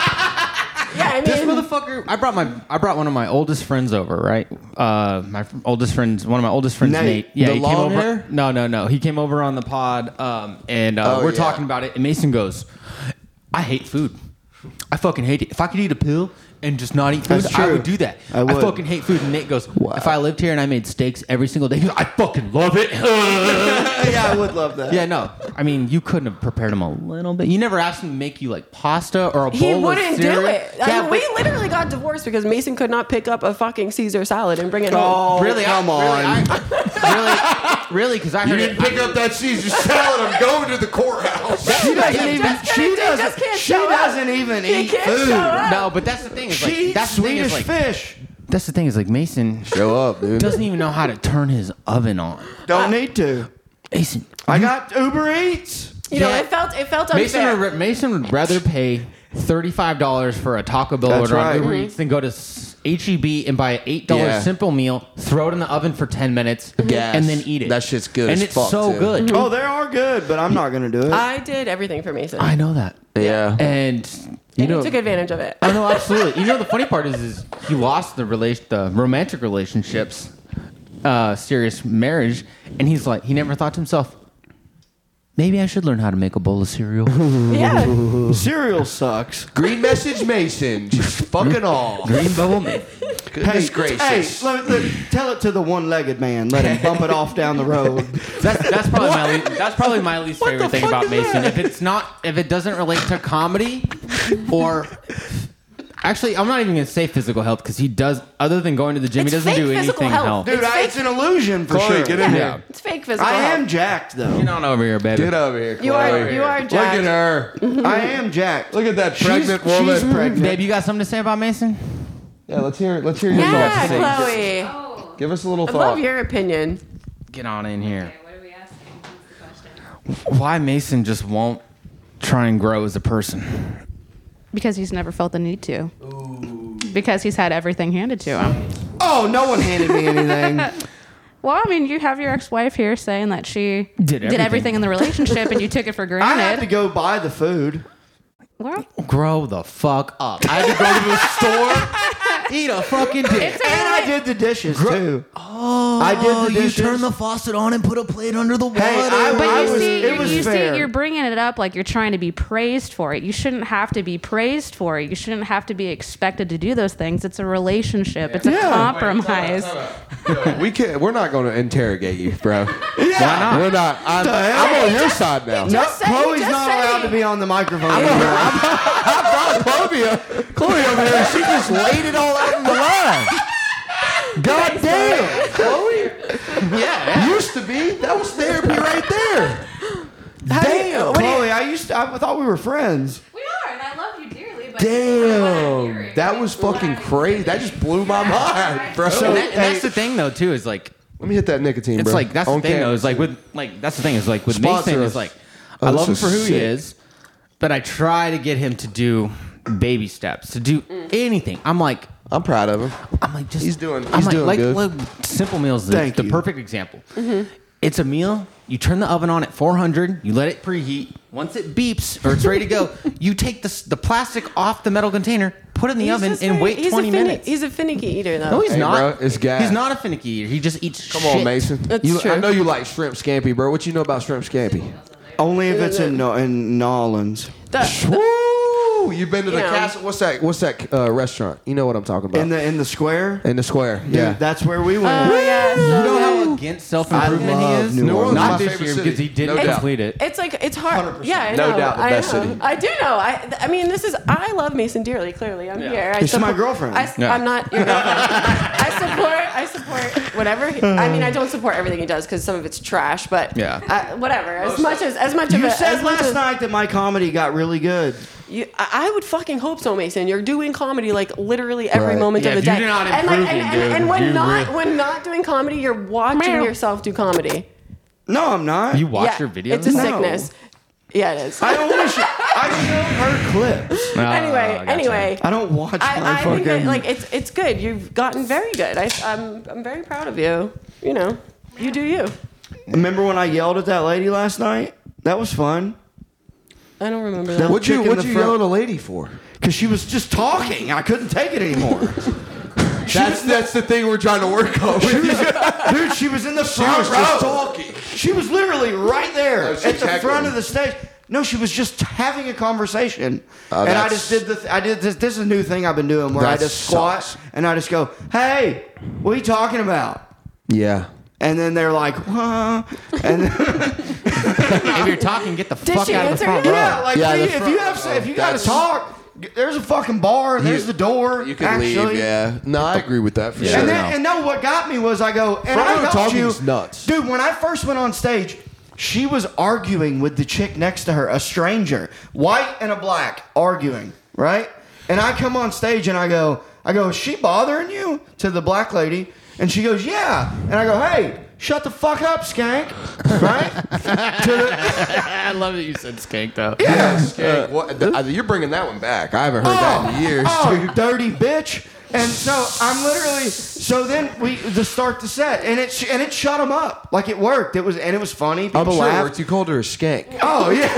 Speaker 5: Yeah, I mean,
Speaker 3: This motherfucker. I brought my. I brought one of my oldest friends over. Right. Uh, my fr- oldest friends. One of my oldest friends,
Speaker 2: Nate,
Speaker 3: Nate. Yeah,
Speaker 4: the
Speaker 3: he came
Speaker 4: long
Speaker 3: over.
Speaker 4: hair?
Speaker 3: No, no, no. He came over on the pod, um, and uh,
Speaker 4: Oh,
Speaker 3: we're
Speaker 4: yeah.
Speaker 3: talking about it. And Mason goes, "I hate food. I fucking hate it. If I could eat a pill." And just not eat food.
Speaker 2: That's
Speaker 3: I
Speaker 2: true.
Speaker 3: would do that.
Speaker 2: I
Speaker 3: I,
Speaker 2: would.
Speaker 3: fucking hate food. And Nate goes, "If I lived here and I made steaks every single day, he goes, I fucking love it."
Speaker 2: yeah, I would love that.
Speaker 3: yeah, no. I mean, you couldn't have prepared him a little bit. You never asked him to make you like pasta or a bowl.
Speaker 5: he
Speaker 3: of
Speaker 5: wouldn't do
Speaker 3: cereal.
Speaker 5: it. I
Speaker 3: Yeah,
Speaker 5: mean,
Speaker 3: but-
Speaker 5: we literally got divorced because Mason could not pick up a fucking Caesar salad and bring it home.
Speaker 2: Oh,
Speaker 3: Really?
Speaker 2: Come
Speaker 3: I,
Speaker 2: on.
Speaker 3: Really? I, really? Really? Because I
Speaker 4: You
Speaker 3: heard
Speaker 4: didn't
Speaker 3: it.
Speaker 4: pick up that Caesar salad. I'm going to the courthouse.
Speaker 2: she doesn't
Speaker 5: He
Speaker 2: even.
Speaker 5: just can't-
Speaker 2: she
Speaker 5: he just
Speaker 2: doesn't.
Speaker 5: can't
Speaker 2: she
Speaker 5: show up.
Speaker 2: doesn't even
Speaker 5: He
Speaker 2: eat
Speaker 5: can't
Speaker 2: food.
Speaker 5: show up.
Speaker 3: No, but that's the thing. Is like
Speaker 2: She eats
Speaker 3: that's the thing. Is
Speaker 2: Swedish
Speaker 3: like
Speaker 2: fish.
Speaker 3: that's the thing. Is like Mason
Speaker 4: Show up, dude.
Speaker 3: doesn't even know how to turn his oven on.
Speaker 2: Don't need to.
Speaker 3: Mason,
Speaker 2: I got Uber Eats.
Speaker 5: You know,
Speaker 3: Yeah.
Speaker 5: it felt it felt
Speaker 3: Mason
Speaker 5: unfair.
Speaker 3: would, ra- Mason would rather pay thirty five dollars for a Taco Bell
Speaker 2: That's
Speaker 3: order
Speaker 2: right.
Speaker 3: on Uber
Speaker 5: Mm-hmm.
Speaker 3: Eats than go to s- HEB and buy an eight dollar
Speaker 4: Yeah.
Speaker 3: simple meal, throw it in the oven for ten minutes,
Speaker 4: Gas.
Speaker 3: and then eat it.
Speaker 4: That shit's good
Speaker 3: and
Speaker 4: as
Speaker 3: it's
Speaker 4: fuck,
Speaker 3: so
Speaker 4: too.
Speaker 3: good.
Speaker 2: Oh, they are good, but I'm not gonna do it.
Speaker 5: I did everything for Mason.
Speaker 3: I know that,
Speaker 4: Yeah.
Speaker 3: and you
Speaker 5: and
Speaker 3: know
Speaker 5: he took advantage of it.
Speaker 3: I know, absolutely. You know, the funny part is, is he lost the relation, the romantic relationships, uh, serious marriage, and he's like, he never thought to himself, maybe I should learn how to make a bowl of cereal.
Speaker 5: yeah.
Speaker 2: Cereal sucks.
Speaker 4: Green message Mason. Just fucking all.
Speaker 3: Green bubble man.
Speaker 4: Goodness
Speaker 2: Hey,
Speaker 4: gracious.
Speaker 2: let, let- tell it to the one-legged man. Let him bump it off down the road.
Speaker 3: That's, that's probably my least, that's probably my least favorite thing about Mason. If it's not, if it doesn't relate to comedy, or actually, I'm not even gonna say physical health because he does. Other than going to the gym,
Speaker 5: It's
Speaker 3: he doesn't
Speaker 5: fake
Speaker 3: do
Speaker 5: physical
Speaker 3: anything
Speaker 5: health.
Speaker 3: health.
Speaker 2: Dude,
Speaker 5: It's
Speaker 2: I,
Speaker 5: fake-
Speaker 2: it's an illusion for
Speaker 4: Chloe,
Speaker 2: sure.
Speaker 4: get in here.
Speaker 3: Yeah.
Speaker 5: It's fake physical.
Speaker 2: I am
Speaker 5: health.
Speaker 2: jacked though.
Speaker 3: Get on over here, baby.
Speaker 4: Get over here, Chloe.
Speaker 5: You are you are
Speaker 4: Look at
Speaker 5: Jack.
Speaker 4: her.
Speaker 2: I am jacked.
Speaker 4: Look at that
Speaker 2: Mm-hmm. She's-
Speaker 4: pregnant
Speaker 2: she's
Speaker 4: woman.
Speaker 2: pregnant.
Speaker 3: Mm-hmm. Babe, you got something to say about Mason?
Speaker 4: Yeah, let's hear. Let's hear your
Speaker 5: Yeah,
Speaker 4: thoughts.
Speaker 5: Chloe. I
Speaker 6: Oh.
Speaker 4: Give us a little thought.
Speaker 5: love your opinion.
Speaker 3: Get on in here.
Speaker 6: Okay, what are we asking? What's the question?
Speaker 3: why Mason just won't try and grow as a person.
Speaker 7: Because he's never felt the need to. Because he's had everything handed to him.
Speaker 2: Oh, no one handed me anything.
Speaker 7: Well, I mean, you have your ex-wife here saying that she
Speaker 3: Did everything.
Speaker 7: in the relationship, and you took it for
Speaker 2: I had to
Speaker 7: granted.
Speaker 2: go buy the food.
Speaker 7: Well,
Speaker 3: Grow the fuck up. I had to go to the store, eat a fucking dick.
Speaker 7: it's
Speaker 2: And I
Speaker 7: a-
Speaker 2: did the dishes too. Oh, I did the dishes.
Speaker 3: faucet on and put a plate under the water.
Speaker 2: I-
Speaker 7: But you
Speaker 2: was-
Speaker 7: see,
Speaker 2: it
Speaker 7: you,
Speaker 2: was
Speaker 7: you
Speaker 2: fair.
Speaker 7: see, you're bringing it up like you're trying to be praised for it. You shouldn't have to be praised for it. You shouldn't have to be expected to do those things. It's a relationship. It's a
Speaker 2: Yeah.
Speaker 7: compromise.
Speaker 4: we can. We're not going to interrogate you, bro.
Speaker 2: yeah.
Speaker 4: We're not. I'm,
Speaker 2: The hell?
Speaker 4: I'm on your side now.
Speaker 2: No,
Speaker 5: Just say-
Speaker 2: Chloe's
Speaker 5: just
Speaker 2: not
Speaker 5: say.
Speaker 2: allowed to be on the microphone. anymore.
Speaker 4: I'm not Chloe. Chloe over here. She just laid it all out in the line. God damn, Chloe. Yeah, used to be. That was therapy right there. Damn.
Speaker 2: Chloe, I used to, I thought we were friends.
Speaker 6: We are, and I love you dearly. But
Speaker 4: Damn, that was fucking crazy. That just blew my mind, bro.
Speaker 3: and, that- and that's the thing though too is like
Speaker 4: Let me hit that nicotine,
Speaker 3: it's
Speaker 4: bro.
Speaker 3: like that's the
Speaker 4: On
Speaker 3: thing though
Speaker 4: camera.
Speaker 3: is like with like that's the thing is like with
Speaker 4: Sponsor
Speaker 3: Mason
Speaker 4: us.
Speaker 3: is like
Speaker 4: Oh,
Speaker 3: I
Speaker 4: this
Speaker 3: love him
Speaker 4: is
Speaker 3: for who he
Speaker 4: sick.
Speaker 3: is, but I try to get him to do baby steps to do anything. I'm like
Speaker 4: I'm proud of him.
Speaker 3: I'm like, just
Speaker 4: He's doing-
Speaker 3: I'm
Speaker 4: he's
Speaker 3: like,
Speaker 4: doing
Speaker 3: like,
Speaker 4: good. Mm-hmm.
Speaker 3: like simple meals. The,
Speaker 2: Thank
Speaker 3: the
Speaker 2: you.
Speaker 3: perfect example. It's a meal. You turn the oven on at 400. You let it preheat. Once it beeps or it's ready to go, you take the s- the plastic off the metal container, put it in the
Speaker 5: He's
Speaker 3: oven, and
Speaker 5: just very-
Speaker 3: wait
Speaker 5: he's a
Speaker 3: 20
Speaker 5: finicky-
Speaker 3: minutes.
Speaker 5: He's a finicky eater though.
Speaker 3: no, he's
Speaker 4: Hey,
Speaker 3: not.
Speaker 4: bro, it's gas.
Speaker 3: He's not a finicky eater. He just eats.
Speaker 4: Come
Speaker 3: shit.
Speaker 4: on, Mason.
Speaker 5: That's
Speaker 4: You- I
Speaker 5: true.
Speaker 4: know you like shrimp scampi, bro. What you know about shrimp scampi?
Speaker 2: Only if it's in New- in New Orleans,
Speaker 5: The-
Speaker 4: Woo! You've been to the
Speaker 5: Yeah.
Speaker 4: castle. What's that? What's that uh, restaurant? You know what I'm talking about.
Speaker 2: in the in the square.
Speaker 4: In the square.
Speaker 2: Dude,
Speaker 4: Yeah.
Speaker 2: that's where we went.
Speaker 5: Uh,
Speaker 3: You know how against self improvement he
Speaker 2: I love
Speaker 3: is.
Speaker 2: New Orleans.
Speaker 4: My
Speaker 3: Not this
Speaker 4: favorite
Speaker 3: year
Speaker 4: city.
Speaker 3: because he
Speaker 4: No
Speaker 3: didn't
Speaker 4: doubt.
Speaker 3: complete it.
Speaker 5: It's like it's hard. Yeah, I
Speaker 4: No
Speaker 5: know.
Speaker 4: doubt the
Speaker 5: I
Speaker 4: best
Speaker 5: know.
Speaker 4: city.
Speaker 5: I do know. I, I mean, this is. I love Mason dearly. Clearly, I'm here. I
Speaker 2: She's my
Speaker 5: suppo-
Speaker 2: girlfriend.
Speaker 5: I, s-
Speaker 3: Yeah.
Speaker 5: I'm not your girlfriend. I support. I support whatever. He, I mean, I don't support everything he does because some of it's trash. But
Speaker 3: Yeah.
Speaker 5: I, whatever. As much as as much of
Speaker 2: you
Speaker 5: it.
Speaker 2: said
Speaker 5: as much
Speaker 2: last
Speaker 5: as,
Speaker 2: night that my comedy got really good.
Speaker 5: You, I I would fucking hope so, Mason. You're doing comedy like literally every
Speaker 4: Right.
Speaker 5: moment
Speaker 3: Yeah,
Speaker 5: of the
Speaker 3: you're
Speaker 5: day.
Speaker 3: not
Speaker 5: and, like,
Speaker 3: improving,
Speaker 5: and, and,
Speaker 3: dude.
Speaker 5: and when
Speaker 3: You
Speaker 5: not
Speaker 3: really-
Speaker 5: when not doing comedy, you're watching yourself do comedy.
Speaker 2: No, I'm not.
Speaker 3: You watch
Speaker 5: yeah,
Speaker 3: your videos?
Speaker 5: It's a
Speaker 2: No.
Speaker 5: sickness. Yeah, it is.
Speaker 2: I don't wish it. I show her clips.
Speaker 3: Ah,
Speaker 5: anyway,
Speaker 3: gotcha.
Speaker 5: anyway.
Speaker 2: I don't watch my
Speaker 5: I, I
Speaker 2: fucking.
Speaker 5: think that like it's it's good. You've gotten very good. I, I'm I'm very proud of you. You know, you do you.
Speaker 2: Remember when I yelled at that lady last night? That was fun.
Speaker 5: I don't remember that.
Speaker 4: What you
Speaker 2: Chick in
Speaker 4: what
Speaker 2: the
Speaker 4: you
Speaker 2: front.
Speaker 4: yelling a lady for?
Speaker 2: Because she was just talking. I couldn't take it anymore. She
Speaker 4: That's
Speaker 2: was-
Speaker 4: that's the thing we're trying to work on.
Speaker 2: dude, she was in the front row. She was literally right there
Speaker 4: Oh, she's
Speaker 2: at the front
Speaker 4: heckling.
Speaker 2: of the stage. No, she was just having a conversation,
Speaker 4: Oh,
Speaker 2: and I
Speaker 4: that's-
Speaker 2: just did the. Th- I did this. This is a new thing I've been doing where I
Speaker 4: That
Speaker 2: just squat
Speaker 4: sucks.
Speaker 2: and I just go, "Hey, what are you talking about?"
Speaker 4: Yeah.
Speaker 2: And then they're like, "Huh?" And then,
Speaker 3: If you're talking, get the
Speaker 5: Did
Speaker 3: fuck
Speaker 5: she
Speaker 3: out of the
Speaker 5: answer
Speaker 3: front
Speaker 5: you?
Speaker 3: row.
Speaker 2: yeah, like
Speaker 4: Yeah,
Speaker 2: we-
Speaker 4: the
Speaker 2: if
Speaker 4: front
Speaker 2: you have,
Speaker 4: row.
Speaker 2: if you got to
Speaker 4: That's-
Speaker 2: talk, there's a fucking bar. There's
Speaker 4: You-
Speaker 2: the door.
Speaker 4: You can
Speaker 2: actually.
Speaker 4: leave. Yeah. No, I agree with that for
Speaker 3: Yeah.
Speaker 4: sure.
Speaker 2: And,
Speaker 3: Sure.
Speaker 2: then, and no, what got me was I go, and
Speaker 4: Front row
Speaker 2: I helped you.
Speaker 4: talking's nuts.
Speaker 2: Dude, when I first went on stage, she was arguing with the chick next to her, a stranger, white and a black, arguing, right? And I come on stage and I go, I go, is she bothering you? To the black lady. And she goes, yeah. And I go, hey, shut the fuck up, skank. Right? to the,
Speaker 3: I love that you said skank though.
Speaker 4: Yes, Jake, what- th- uh, you're bringing that one back. I haven't heard that in years.
Speaker 2: Oh, you dirty bitch. And so I'm literally. So then we to start the set, and it sh- and it shut them up. Like it worked. It was and it was funny. People
Speaker 4: I'm sure it
Speaker 2: laughed.
Speaker 4: worked. You called her a skank
Speaker 2: Oh yeah.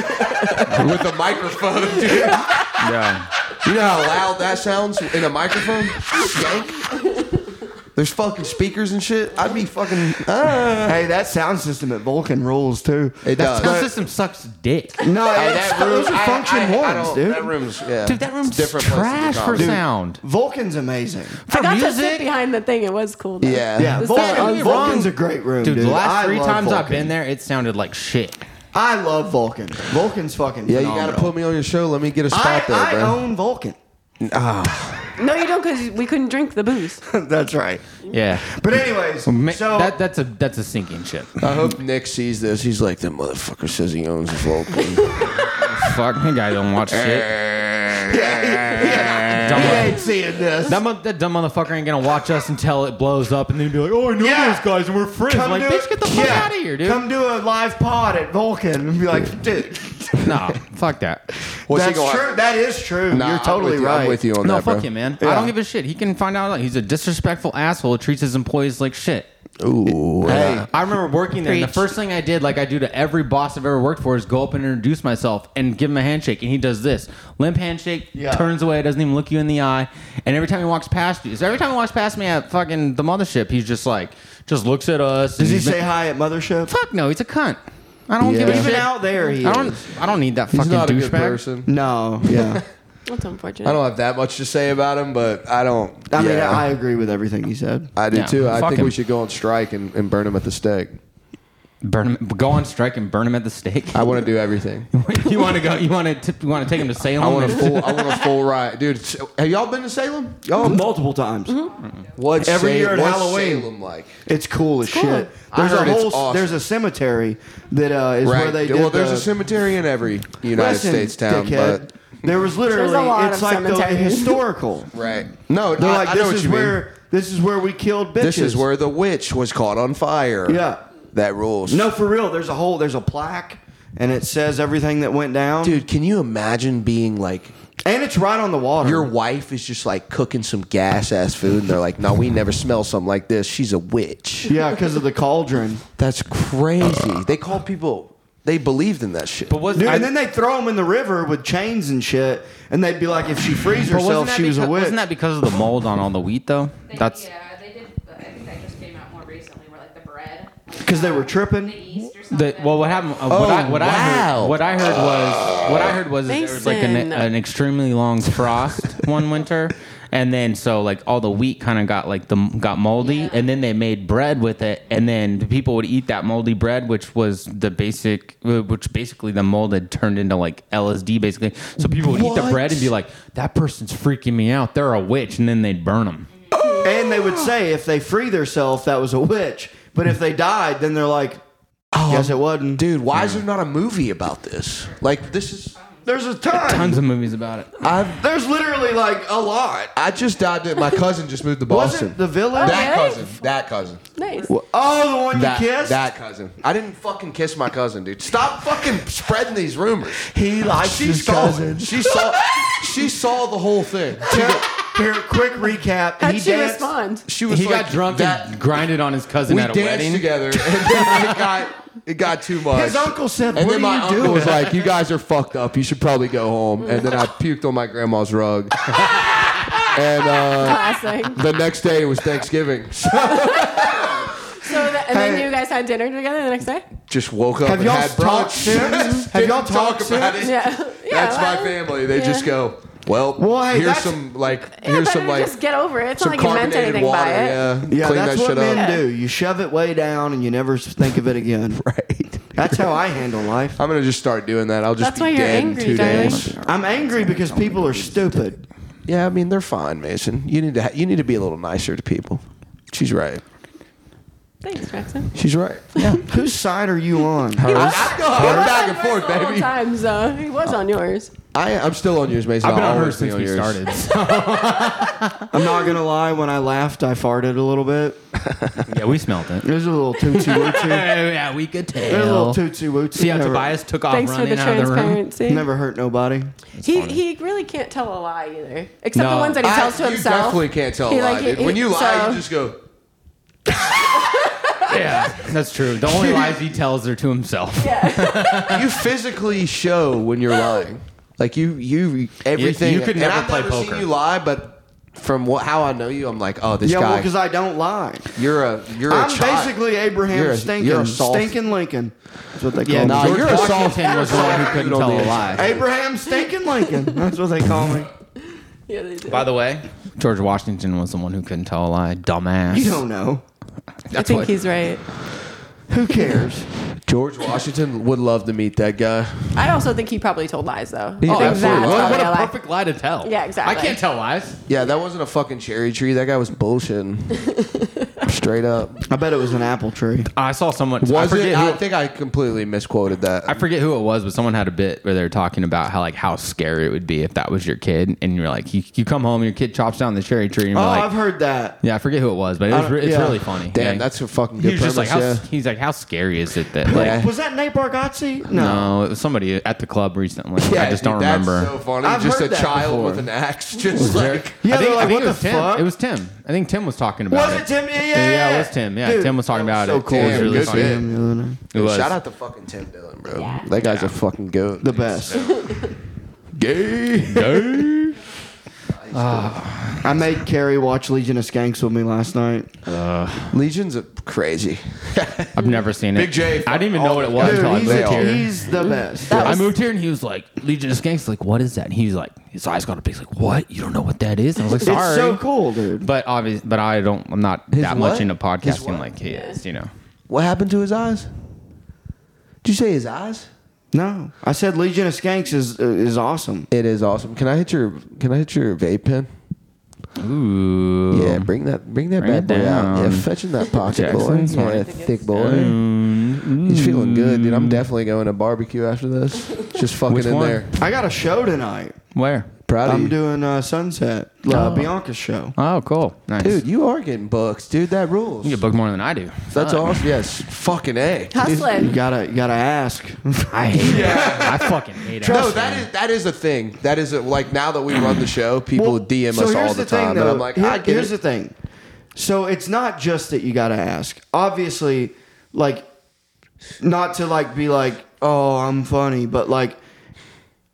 Speaker 4: with a microphone, dude. You
Speaker 3: Yeah.
Speaker 4: know how loud that sounds in a microphone? Skank. There's fucking speakers and shit. I'd be fucking. ah.
Speaker 2: hey, that sound system at Vulcan rules too.
Speaker 4: It does.
Speaker 3: Sound system sucks dick.
Speaker 2: No,
Speaker 4: Hey,
Speaker 2: it's- those are
Speaker 4: I-
Speaker 2: function
Speaker 4: I- I
Speaker 2: horns,
Speaker 4: don't-
Speaker 2: dude.
Speaker 4: That room's yeah.
Speaker 3: Dude, that room's
Speaker 4: different places to
Speaker 3: trash for
Speaker 4: comedy.
Speaker 3: sound.
Speaker 2: Vulcan's amazing.
Speaker 3: For
Speaker 5: I got to sit
Speaker 3: music,
Speaker 5: behind the thing. It was cool. Though.
Speaker 4: Yeah.
Speaker 2: Yeah,
Speaker 5: Is
Speaker 2: Vulcan,
Speaker 5: that- don't get me
Speaker 2: Vulcan's a great room, dude.
Speaker 3: dude, the last
Speaker 2: I
Speaker 3: three
Speaker 2: love
Speaker 3: times I've
Speaker 2: Vulcan.
Speaker 3: been there, it sounded like shit.
Speaker 2: I love Vulcan. Vulcan's fucking.
Speaker 4: Yeah, you
Speaker 2: phenomenal.
Speaker 4: got to put me on your show. Let me get a spot
Speaker 2: I,
Speaker 4: there,
Speaker 2: I
Speaker 4: bro.
Speaker 2: own Vulcan.
Speaker 5: No, you don't, because we couldn't drink the booze.
Speaker 2: That's right.
Speaker 3: Yeah.
Speaker 2: But anyways,
Speaker 3: Ma-
Speaker 2: so
Speaker 3: that that's a that's a sinking ship.
Speaker 4: I hope Nick sees this. He's like, that motherfucker says he owns his Vulcan.
Speaker 3: Fuck, that guy don't watch shit. Dumb-
Speaker 2: he ain't seeing this.
Speaker 3: that, mo- that dumb motherfucker ain't gonna watch us until it blows up, and then be like, "Oh, I know
Speaker 2: Yeah.
Speaker 3: those guys, and we're friends." I'm like,
Speaker 2: do
Speaker 3: bitch,
Speaker 2: it-
Speaker 3: get the fuck
Speaker 2: yeah.
Speaker 3: out of here, dude.
Speaker 2: Come do a live pod at Vulcan and be like, dude,
Speaker 3: Nah, fuck that.
Speaker 4: What's he
Speaker 2: that's
Speaker 4: gonna-
Speaker 2: true. That is true.
Speaker 4: Nah,
Speaker 2: You're
Speaker 4: I'm
Speaker 2: totally
Speaker 4: with you.
Speaker 2: right.
Speaker 4: I'm with you on
Speaker 3: No,
Speaker 4: that,
Speaker 3: fuck
Speaker 4: bro.
Speaker 3: him, man.
Speaker 2: Yeah.
Speaker 3: I don't give a shit. He can find out. He's a disrespectful asshole who treats his employees like shit.
Speaker 4: Ooh,
Speaker 2: Hey,
Speaker 3: I remember working there, and the
Speaker 5: Preach.
Speaker 3: first thing I did, like I do to every boss I've ever worked for, is go up and introduce myself and give him a handshake. And he does this limp handshake,
Speaker 2: Yeah.
Speaker 3: turns away, doesn't even look you in the eye. And every time he walks past you, so every time he walks past me at fucking the mothership, he's just like, just looks at us.
Speaker 2: does
Speaker 3: and
Speaker 2: he
Speaker 3: he's been-
Speaker 2: say hi at Mothership?
Speaker 3: Fuck no, he's a cunt. I don't give
Speaker 4: Yeah.
Speaker 3: a
Speaker 2: Even
Speaker 3: shit.
Speaker 2: out there, he
Speaker 3: I don't.
Speaker 2: is.
Speaker 3: I don't need that
Speaker 4: He's
Speaker 3: fucking
Speaker 4: not a good
Speaker 3: douchebag.
Speaker 4: person.
Speaker 2: No, yeah.
Speaker 5: That's unfortunate.
Speaker 4: I don't have that much to say about him, but I don't.
Speaker 2: I mean,
Speaker 4: yeah.
Speaker 2: I agree with everything he said.
Speaker 4: I do
Speaker 3: Yeah,
Speaker 4: too. I
Speaker 3: fuck
Speaker 4: think
Speaker 3: him.
Speaker 4: we should go on strike and, and burn him at the stake.
Speaker 3: Burn him. Go on strike and burn him at the stake.
Speaker 4: I want to do everything.
Speaker 3: you want to go? You want to? You want to take him to Salem?
Speaker 4: I want a
Speaker 3: and-
Speaker 4: full. I want a full ride, dude. s- Have y'all been to Salem?
Speaker 2: Oh, multiple times.
Speaker 4: Mm-hmm. What's
Speaker 2: Every year at
Speaker 4: what's
Speaker 2: Halloween.
Speaker 4: Salem like?
Speaker 2: It's cool as shit.
Speaker 4: I
Speaker 2: There's a
Speaker 4: heard it's
Speaker 2: whole.
Speaker 4: awesome.
Speaker 2: There's a cemetery that uh, is
Speaker 4: right.
Speaker 2: where they did
Speaker 4: well, there's
Speaker 2: the-
Speaker 4: a cemetery in every United
Speaker 2: Listen,
Speaker 4: States town,
Speaker 2: dickhead,
Speaker 4: but
Speaker 2: there was literally.
Speaker 5: lot
Speaker 2: it's
Speaker 5: of
Speaker 2: like the
Speaker 5: cemeteries.
Speaker 2: historical.
Speaker 4: right. No,
Speaker 2: They're
Speaker 4: I,
Speaker 2: like,
Speaker 4: I know
Speaker 2: this
Speaker 4: what
Speaker 2: is
Speaker 4: you
Speaker 2: where
Speaker 4: mean.
Speaker 2: this is where we killed bitches.
Speaker 4: This is where the witch was caught on fire.
Speaker 2: Yeah.
Speaker 4: that rules.
Speaker 2: No, for real. There's a whole. There's a plaque, and it says everything that went down.
Speaker 4: dude, can you imagine being like
Speaker 2: and it's right on the water.
Speaker 4: Your wife is just like cooking some gas ass food, and they're like, "No, we never smell something like this. She's a witch."
Speaker 2: yeah, because of the cauldron.
Speaker 4: That's crazy. They call people. They believed in that shit.
Speaker 3: But was
Speaker 2: Dude,
Speaker 3: I-
Speaker 2: and then they throw them in the river with chains and shit, and they'd be like, if she frees
Speaker 3: but wasn't
Speaker 2: herself,
Speaker 3: that
Speaker 2: she was a
Speaker 3: because-
Speaker 2: witch.
Speaker 3: Wasn't that because of the mold on all the wheat though?
Speaker 6: They,
Speaker 3: That's
Speaker 7: uh,
Speaker 6: yeah, they did. I think that just came out more recently, where like the bread. like,
Speaker 2: 'Cause they were
Speaker 6: uh,
Speaker 2: tripping?
Speaker 6: The East or something.
Speaker 3: the, well, what happened? Uh, what I, what I
Speaker 4: Oh, wow.
Speaker 3: heard, what I heard was, what I heard was, is there was like an,
Speaker 5: Mason.
Speaker 3: an extremely long frost one winter, and then so like all the wheat kind of got like the got moldy,
Speaker 6: Yeah.
Speaker 3: and then they made bread with it, and then the people would eat that moldy bread, which was the basic, uh, which basically the mold had turned into like LSD, basically. So people would eat the
Speaker 4: What?
Speaker 3: bread and be like, "That person's freaking me out. They're a witch," and then they'd burn them.
Speaker 2: and they would say if they freed herself, that was a witch. But if they died,
Speaker 4: Um,
Speaker 2: then they're like, guess it wasn't.
Speaker 4: dude, why is there not a movie about this? Like, this is
Speaker 2: There's a ton.
Speaker 3: Tons of movies about it.
Speaker 4: I've,
Speaker 2: There's literally like a lot.
Speaker 4: I just dived in. My cousin just moved to
Speaker 2: Was
Speaker 4: Boston.
Speaker 2: it the village?
Speaker 4: that
Speaker 7: really?
Speaker 4: cousin. That cousin.
Speaker 5: Nice.
Speaker 2: oh, the one
Speaker 4: That,
Speaker 2: you kissed.
Speaker 4: that cousin. I didn't fucking kiss my cousin, dude. Stop fucking spreading these rumors.
Speaker 2: he likes
Speaker 4: She
Speaker 2: his
Speaker 4: saw
Speaker 2: cousin.
Speaker 4: it. She saw. She saw the whole thing.
Speaker 2: Here, here, quick recap.
Speaker 5: How'd
Speaker 2: he
Speaker 5: she
Speaker 2: danced.
Speaker 5: respond?
Speaker 4: She was
Speaker 3: He
Speaker 4: like,
Speaker 3: got drunk
Speaker 4: that,
Speaker 3: and grinded on his cousin
Speaker 4: we
Speaker 3: at a
Speaker 4: danced
Speaker 3: wedding.
Speaker 4: together, and then it got it got too much.
Speaker 2: His uncle said,
Speaker 4: And
Speaker 2: "What
Speaker 4: then
Speaker 2: are
Speaker 4: my
Speaker 2: you
Speaker 4: uncle
Speaker 2: doing?"
Speaker 4: was like, "You guys are fucked up. You should probably go home." And then I puked on my grandma's rug. and uh,
Speaker 5: Classic.
Speaker 4: the next day it was Thanksgiving. So
Speaker 5: So that, and then
Speaker 2: Hey.
Speaker 5: you guys had dinner together the next day.
Speaker 4: just woke up
Speaker 2: Have
Speaker 4: and
Speaker 2: y'all
Speaker 4: had
Speaker 2: talked
Speaker 4: brunch.
Speaker 2: since? Have y'all
Speaker 4: Didn't talk
Speaker 2: talked
Speaker 4: about
Speaker 2: since?
Speaker 4: it?
Speaker 5: Yeah. yeah
Speaker 4: That's
Speaker 5: well,
Speaker 4: my family. They just
Speaker 5: yeah.
Speaker 4: go, "Well,
Speaker 2: Well, hey,
Speaker 4: here's
Speaker 2: that's-
Speaker 4: some like
Speaker 5: Yeah,
Speaker 4: here's
Speaker 5: better
Speaker 4: some
Speaker 5: to
Speaker 4: like
Speaker 5: just get over it. It's
Speaker 4: some
Speaker 5: not like you meant
Speaker 4: carbonated
Speaker 5: anything
Speaker 4: water.
Speaker 5: by it.
Speaker 4: Yeah,
Speaker 2: Yeah,
Speaker 4: clean
Speaker 2: that's
Speaker 4: that
Speaker 2: what
Speaker 4: shit
Speaker 2: men
Speaker 4: up."
Speaker 2: do. You shove it way down and you never think of it again.
Speaker 4: Right.
Speaker 2: That's how I handle life.
Speaker 4: I'm gonna just start doing that. I'll just
Speaker 5: That's
Speaker 4: be
Speaker 5: why you're
Speaker 4: dead
Speaker 5: angry,
Speaker 4: in two
Speaker 5: darling.
Speaker 4: days.
Speaker 2: I'm angry because people are stupid.
Speaker 4: Yeah, I mean they're fine, Mason. You need to ha- you need to be a little nicer to people. She's right.
Speaker 5: Thanks, Jackson.
Speaker 4: She's right. Yeah.
Speaker 2: Whose side are you on?
Speaker 4: I go I'm back and forth,
Speaker 5: Multiple
Speaker 4: baby.
Speaker 5: times, though. He was on yours.
Speaker 4: I, I'm still on yours, Mason.
Speaker 3: I've been
Speaker 4: I'll
Speaker 3: on her
Speaker 4: always be
Speaker 3: since we
Speaker 4: yours.
Speaker 3: started.
Speaker 2: I'm not gonna lie. When I laughed, I farted a little bit.
Speaker 3: yeah, we smelt
Speaker 2: It
Speaker 3: it.
Speaker 2: was a little tootsie wootsie.
Speaker 3: Oh, yeah, we could tell.
Speaker 2: It was a little tootsie wootsie.
Speaker 3: See how
Speaker 2: never,
Speaker 3: Tobias took off
Speaker 5: Thanks for
Speaker 3: running
Speaker 5: the
Speaker 3: out of the room.
Speaker 5: transparency.
Speaker 2: never hurt nobody.
Speaker 5: He he really can't tell a lie either, except
Speaker 3: No.
Speaker 5: the ones that he
Speaker 4: I-
Speaker 5: tells to
Speaker 4: you
Speaker 5: himself.
Speaker 4: definitely can't tell
Speaker 5: He,
Speaker 4: a lie,
Speaker 5: like,
Speaker 4: dude.
Speaker 5: he-
Speaker 4: when you lie,
Speaker 5: so-
Speaker 4: you just go.
Speaker 3: Yeah, that's true. The only lies he tells are to himself.
Speaker 4: You physically show when you're lying. Like you, you everything.
Speaker 3: you could
Speaker 4: and
Speaker 3: never
Speaker 4: I've
Speaker 3: play
Speaker 4: never
Speaker 3: poker.
Speaker 4: Seen you lie, but from what how I know you, I'm like, oh, this
Speaker 2: yeah, well,
Speaker 4: guy.
Speaker 2: because I don't lie.
Speaker 4: you're a you're a
Speaker 2: I'm
Speaker 4: child.
Speaker 2: basically Abraham
Speaker 4: You're a-
Speaker 2: Stinkin.
Speaker 4: you're a soft-
Speaker 2: Stinkin' Lincoln. That's what they call
Speaker 3: Yeah,
Speaker 2: me.
Speaker 4: Nah,
Speaker 3: George
Speaker 4: you're a soft-
Speaker 3: Washington was the one who couldn't
Speaker 4: dude on
Speaker 3: tell
Speaker 4: the
Speaker 3: a
Speaker 4: inside.
Speaker 3: lie.
Speaker 2: Abraham Stinkin' Lincoln. That's what they call me.
Speaker 5: Yeah, they do.
Speaker 3: By the way, George Washington was the one who couldn't tell a lie. Dumbass.
Speaker 2: You don't know.
Speaker 5: I
Speaker 3: That's
Speaker 5: think
Speaker 3: what-
Speaker 5: he's right.
Speaker 2: Who cares?
Speaker 4: George Washington would love to meet that guy.
Speaker 5: I also think he probably told lies though.
Speaker 4: Yeah,
Speaker 5: I think
Speaker 4: absolutely.
Speaker 5: that's
Speaker 4: What-
Speaker 5: probably
Speaker 3: What
Speaker 5: a
Speaker 3: a
Speaker 5: lie.
Speaker 3: perfect lie to tell.
Speaker 5: Yeah, exactly.
Speaker 3: I can't tell lies.
Speaker 4: Yeah, that wasn't a fucking cherry tree. That guy was bullshitting. Straight up.
Speaker 2: I bet it was an apple tree.
Speaker 3: I saw someone. I
Speaker 4: Was
Speaker 3: forget
Speaker 4: it?
Speaker 3: Who,
Speaker 4: I think I completely misquoted that.
Speaker 3: I forget who it was, but someone had a bit where they were talking about how like how scary it would be if that was your kid, and you're like, you, you come home, your kid chops down the cherry tree, and you're
Speaker 2: Oh,
Speaker 3: like,
Speaker 2: I've heard that.
Speaker 3: yeah, I forget who it was, but it was,
Speaker 2: don't-
Speaker 3: re- it's
Speaker 2: yeah.
Speaker 3: really funny.
Speaker 4: Damn,
Speaker 3: Yeah.
Speaker 4: that's a fucking
Speaker 3: he
Speaker 4: good
Speaker 3: was just
Speaker 4: premise.
Speaker 3: like, how,
Speaker 4: yeah.
Speaker 3: he's like, how scary is it that like.
Speaker 4: Yeah.
Speaker 2: Was that Nate Bargatze?
Speaker 3: No, it was somebody at the club recently. I just don't
Speaker 4: dude,
Speaker 3: remember.
Speaker 4: That's so funny.
Speaker 2: I've
Speaker 4: just
Speaker 2: heard
Speaker 4: a
Speaker 2: that
Speaker 4: child
Speaker 2: before.
Speaker 4: with an axe, just like
Speaker 2: Yeah,
Speaker 3: I
Speaker 2: they're
Speaker 3: think, I
Speaker 2: like,
Speaker 3: think
Speaker 2: what
Speaker 3: it
Speaker 2: the
Speaker 3: was Tim.
Speaker 2: fuck?
Speaker 3: It was Tim. I think Tim was talking about
Speaker 2: Was
Speaker 3: it.
Speaker 2: it Tim? Yeah, yeah,
Speaker 3: yeah,
Speaker 2: yeah.
Speaker 3: it was Tim. Yeah,
Speaker 2: Dude,
Speaker 3: Tim was talking
Speaker 2: that
Speaker 3: about
Speaker 2: was
Speaker 3: it.
Speaker 2: so cool.
Speaker 3: It was
Speaker 4: Damn,
Speaker 3: really
Speaker 4: good
Speaker 3: funny.
Speaker 4: shit.
Speaker 2: Tim the other night.
Speaker 3: It was.
Speaker 4: Shout out to fucking Tim Dillon, bro. That guy's a fucking goat.
Speaker 2: The best.
Speaker 4: gay, gay.
Speaker 2: I made Carrie watch Legion of Skanks with me last night.
Speaker 4: Legion's a crazy.
Speaker 3: I've never seen it.
Speaker 4: Big J.
Speaker 3: I didn't even know what it was
Speaker 2: Dude,
Speaker 3: until I
Speaker 2: he's,
Speaker 4: they
Speaker 3: moved
Speaker 4: are.
Speaker 2: a,
Speaker 3: here.
Speaker 2: he's the best.
Speaker 5: That
Speaker 3: I
Speaker 5: was-
Speaker 3: moved here and he was like Legion of Skanks. Like, what is that? And he's like, his eyes got big. He's like, what? You don't know what that is? And I was like,
Speaker 2: It's
Speaker 3: sorry.
Speaker 2: so cool, dude.
Speaker 3: But obvious, but I don't. I'm not that
Speaker 4: what?
Speaker 3: much into
Speaker 4: His
Speaker 3: podcasting
Speaker 4: what?
Speaker 3: like he is. You know.
Speaker 4: What happened to his eyes? Did you say his eyes?
Speaker 2: No, I said Legion of Skanks is is awesome.
Speaker 4: It is awesome. Can I hit your Can I hit your vape pen?
Speaker 3: Ooh.
Speaker 4: Yeah, bring that bring that
Speaker 3: Bring
Speaker 4: bad
Speaker 3: it
Speaker 4: boy out. Yeah,
Speaker 3: down.
Speaker 4: fetching that pocket boy.
Speaker 3: Jackson's
Speaker 4: Yeah,
Speaker 3: wanting
Speaker 4: thick boy.
Speaker 3: Mm-hmm.
Speaker 4: He's feeling good, dude. I'm definitely going to barbecue after this. Just fucking
Speaker 3: Which
Speaker 4: in
Speaker 3: one?
Speaker 4: there.
Speaker 2: I got a show tonight.
Speaker 3: Where?
Speaker 4: Proud of
Speaker 2: I'm
Speaker 4: you.
Speaker 2: doing uh, Sunset, uh, Bianca's show.
Speaker 3: Oh, cool. Nice.
Speaker 4: Dude, you are getting books, dude. That rules.
Speaker 3: you get booked more than I do.
Speaker 4: That's
Speaker 3: Fuck.
Speaker 4: awesome. Yes, fucking a.
Speaker 2: You
Speaker 5: Hustling.
Speaker 2: gotta you gotta ask.
Speaker 3: I hate it. I fucking hate it.
Speaker 4: No, that is that is a thing. That is a, like now that we run the show, people
Speaker 2: Well,
Speaker 4: DM
Speaker 2: so
Speaker 4: us
Speaker 2: here's
Speaker 4: all the, time,
Speaker 2: Thing,
Speaker 4: and I'm
Speaker 2: though.
Speaker 4: like,
Speaker 2: Here-
Speaker 4: I get
Speaker 2: here's
Speaker 4: it.
Speaker 2: the thing. So it's not just that you got to ask. Obviously, like, not to like be like, oh, I'm funny, but like,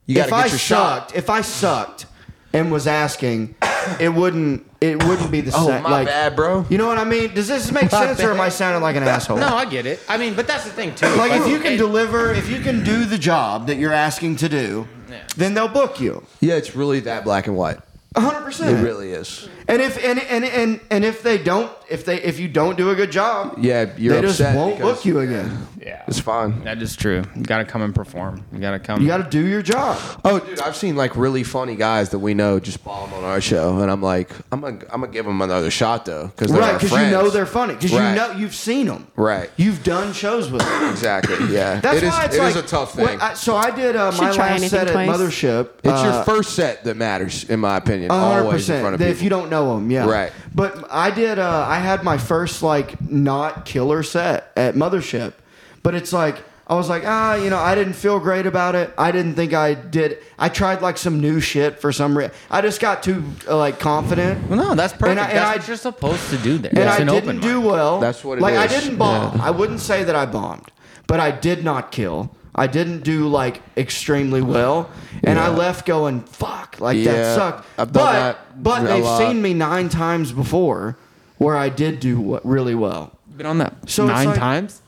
Speaker 4: You gotta
Speaker 2: if I
Speaker 4: get your shot.
Speaker 2: sucked, if I sucked and was asking, it wouldn't it wouldn't be the
Speaker 4: Oh,
Speaker 2: same.
Speaker 4: my
Speaker 2: like,
Speaker 4: bad, bro.
Speaker 2: You know what I mean? Does this make sense, or am I
Speaker 4: bad.
Speaker 2: sounding like an asshole?
Speaker 3: No, I get it. I mean, but that's the thing too.
Speaker 2: Like if you can deliver, if you can do the job that you're asking to do, then they'll book you.
Speaker 4: Yeah, it's really that black and white.
Speaker 2: 100%.
Speaker 4: It really is.
Speaker 2: And if and and and, and if they don't if they if you don't do a good job,
Speaker 4: Yeah, you're
Speaker 2: they
Speaker 4: upset
Speaker 2: just won't
Speaker 4: because-
Speaker 2: book you again.
Speaker 3: Yeah.
Speaker 4: It's fine.
Speaker 3: That is true. You got to come and perform. You got to come.
Speaker 2: You got to do your job.
Speaker 4: Oh, dude, I've seen like really funny guys that we know just bomb on our show, and I'm like, I'm gonna, I'm gonna give them another shot though, because
Speaker 2: right, because you know they're funny. Because
Speaker 4: Right.
Speaker 2: you know you've seen them.
Speaker 4: Right.
Speaker 2: You've done shows with them.
Speaker 4: exactly, yeah.
Speaker 2: That's
Speaker 4: It is-
Speaker 2: why it's
Speaker 4: it
Speaker 2: like
Speaker 4: is a tough
Speaker 2: when
Speaker 4: thing.
Speaker 2: I- so I did uh,
Speaker 5: Should
Speaker 2: my
Speaker 5: try
Speaker 2: last
Speaker 5: anything
Speaker 2: set
Speaker 5: twice.
Speaker 2: at Mothership.
Speaker 4: it's
Speaker 2: uh,
Speaker 4: your first set that matters, in my opinion.
Speaker 2: A hundred
Speaker 4: Always in front of
Speaker 2: percent.
Speaker 4: people.
Speaker 2: If you don't know them, yeah,
Speaker 4: Right.
Speaker 2: But I did. Uh, I had my first like not killer set at Mothership, but it's like I was like, ah, you know, I didn't feel great about it. I didn't think I did. I tried like some new shit for some reason. I just got too uh, like confident.
Speaker 3: Well, no, that's perfect.
Speaker 2: And I- and
Speaker 3: that's
Speaker 2: I-
Speaker 3: what you're supposed to do there.
Speaker 2: and
Speaker 3: it's
Speaker 2: I
Speaker 3: an
Speaker 2: didn't
Speaker 3: open
Speaker 2: do
Speaker 3: mic.
Speaker 2: well.
Speaker 4: That's what it
Speaker 2: like,
Speaker 4: is.
Speaker 2: I didn't bomb. I wouldn't say that I bombed, but I did not kill. I didn't do like extremely well, and I
Speaker 4: Yeah.
Speaker 2: left going fuck. Like
Speaker 4: Yeah,
Speaker 2: that sucked.
Speaker 4: I've done
Speaker 2: but
Speaker 4: that
Speaker 2: but
Speaker 4: a
Speaker 2: they've
Speaker 4: lot.
Speaker 2: seen me nine times before, where I did do what, really well.
Speaker 3: Been on that
Speaker 2: So it's
Speaker 3: nine
Speaker 2: like-
Speaker 3: times.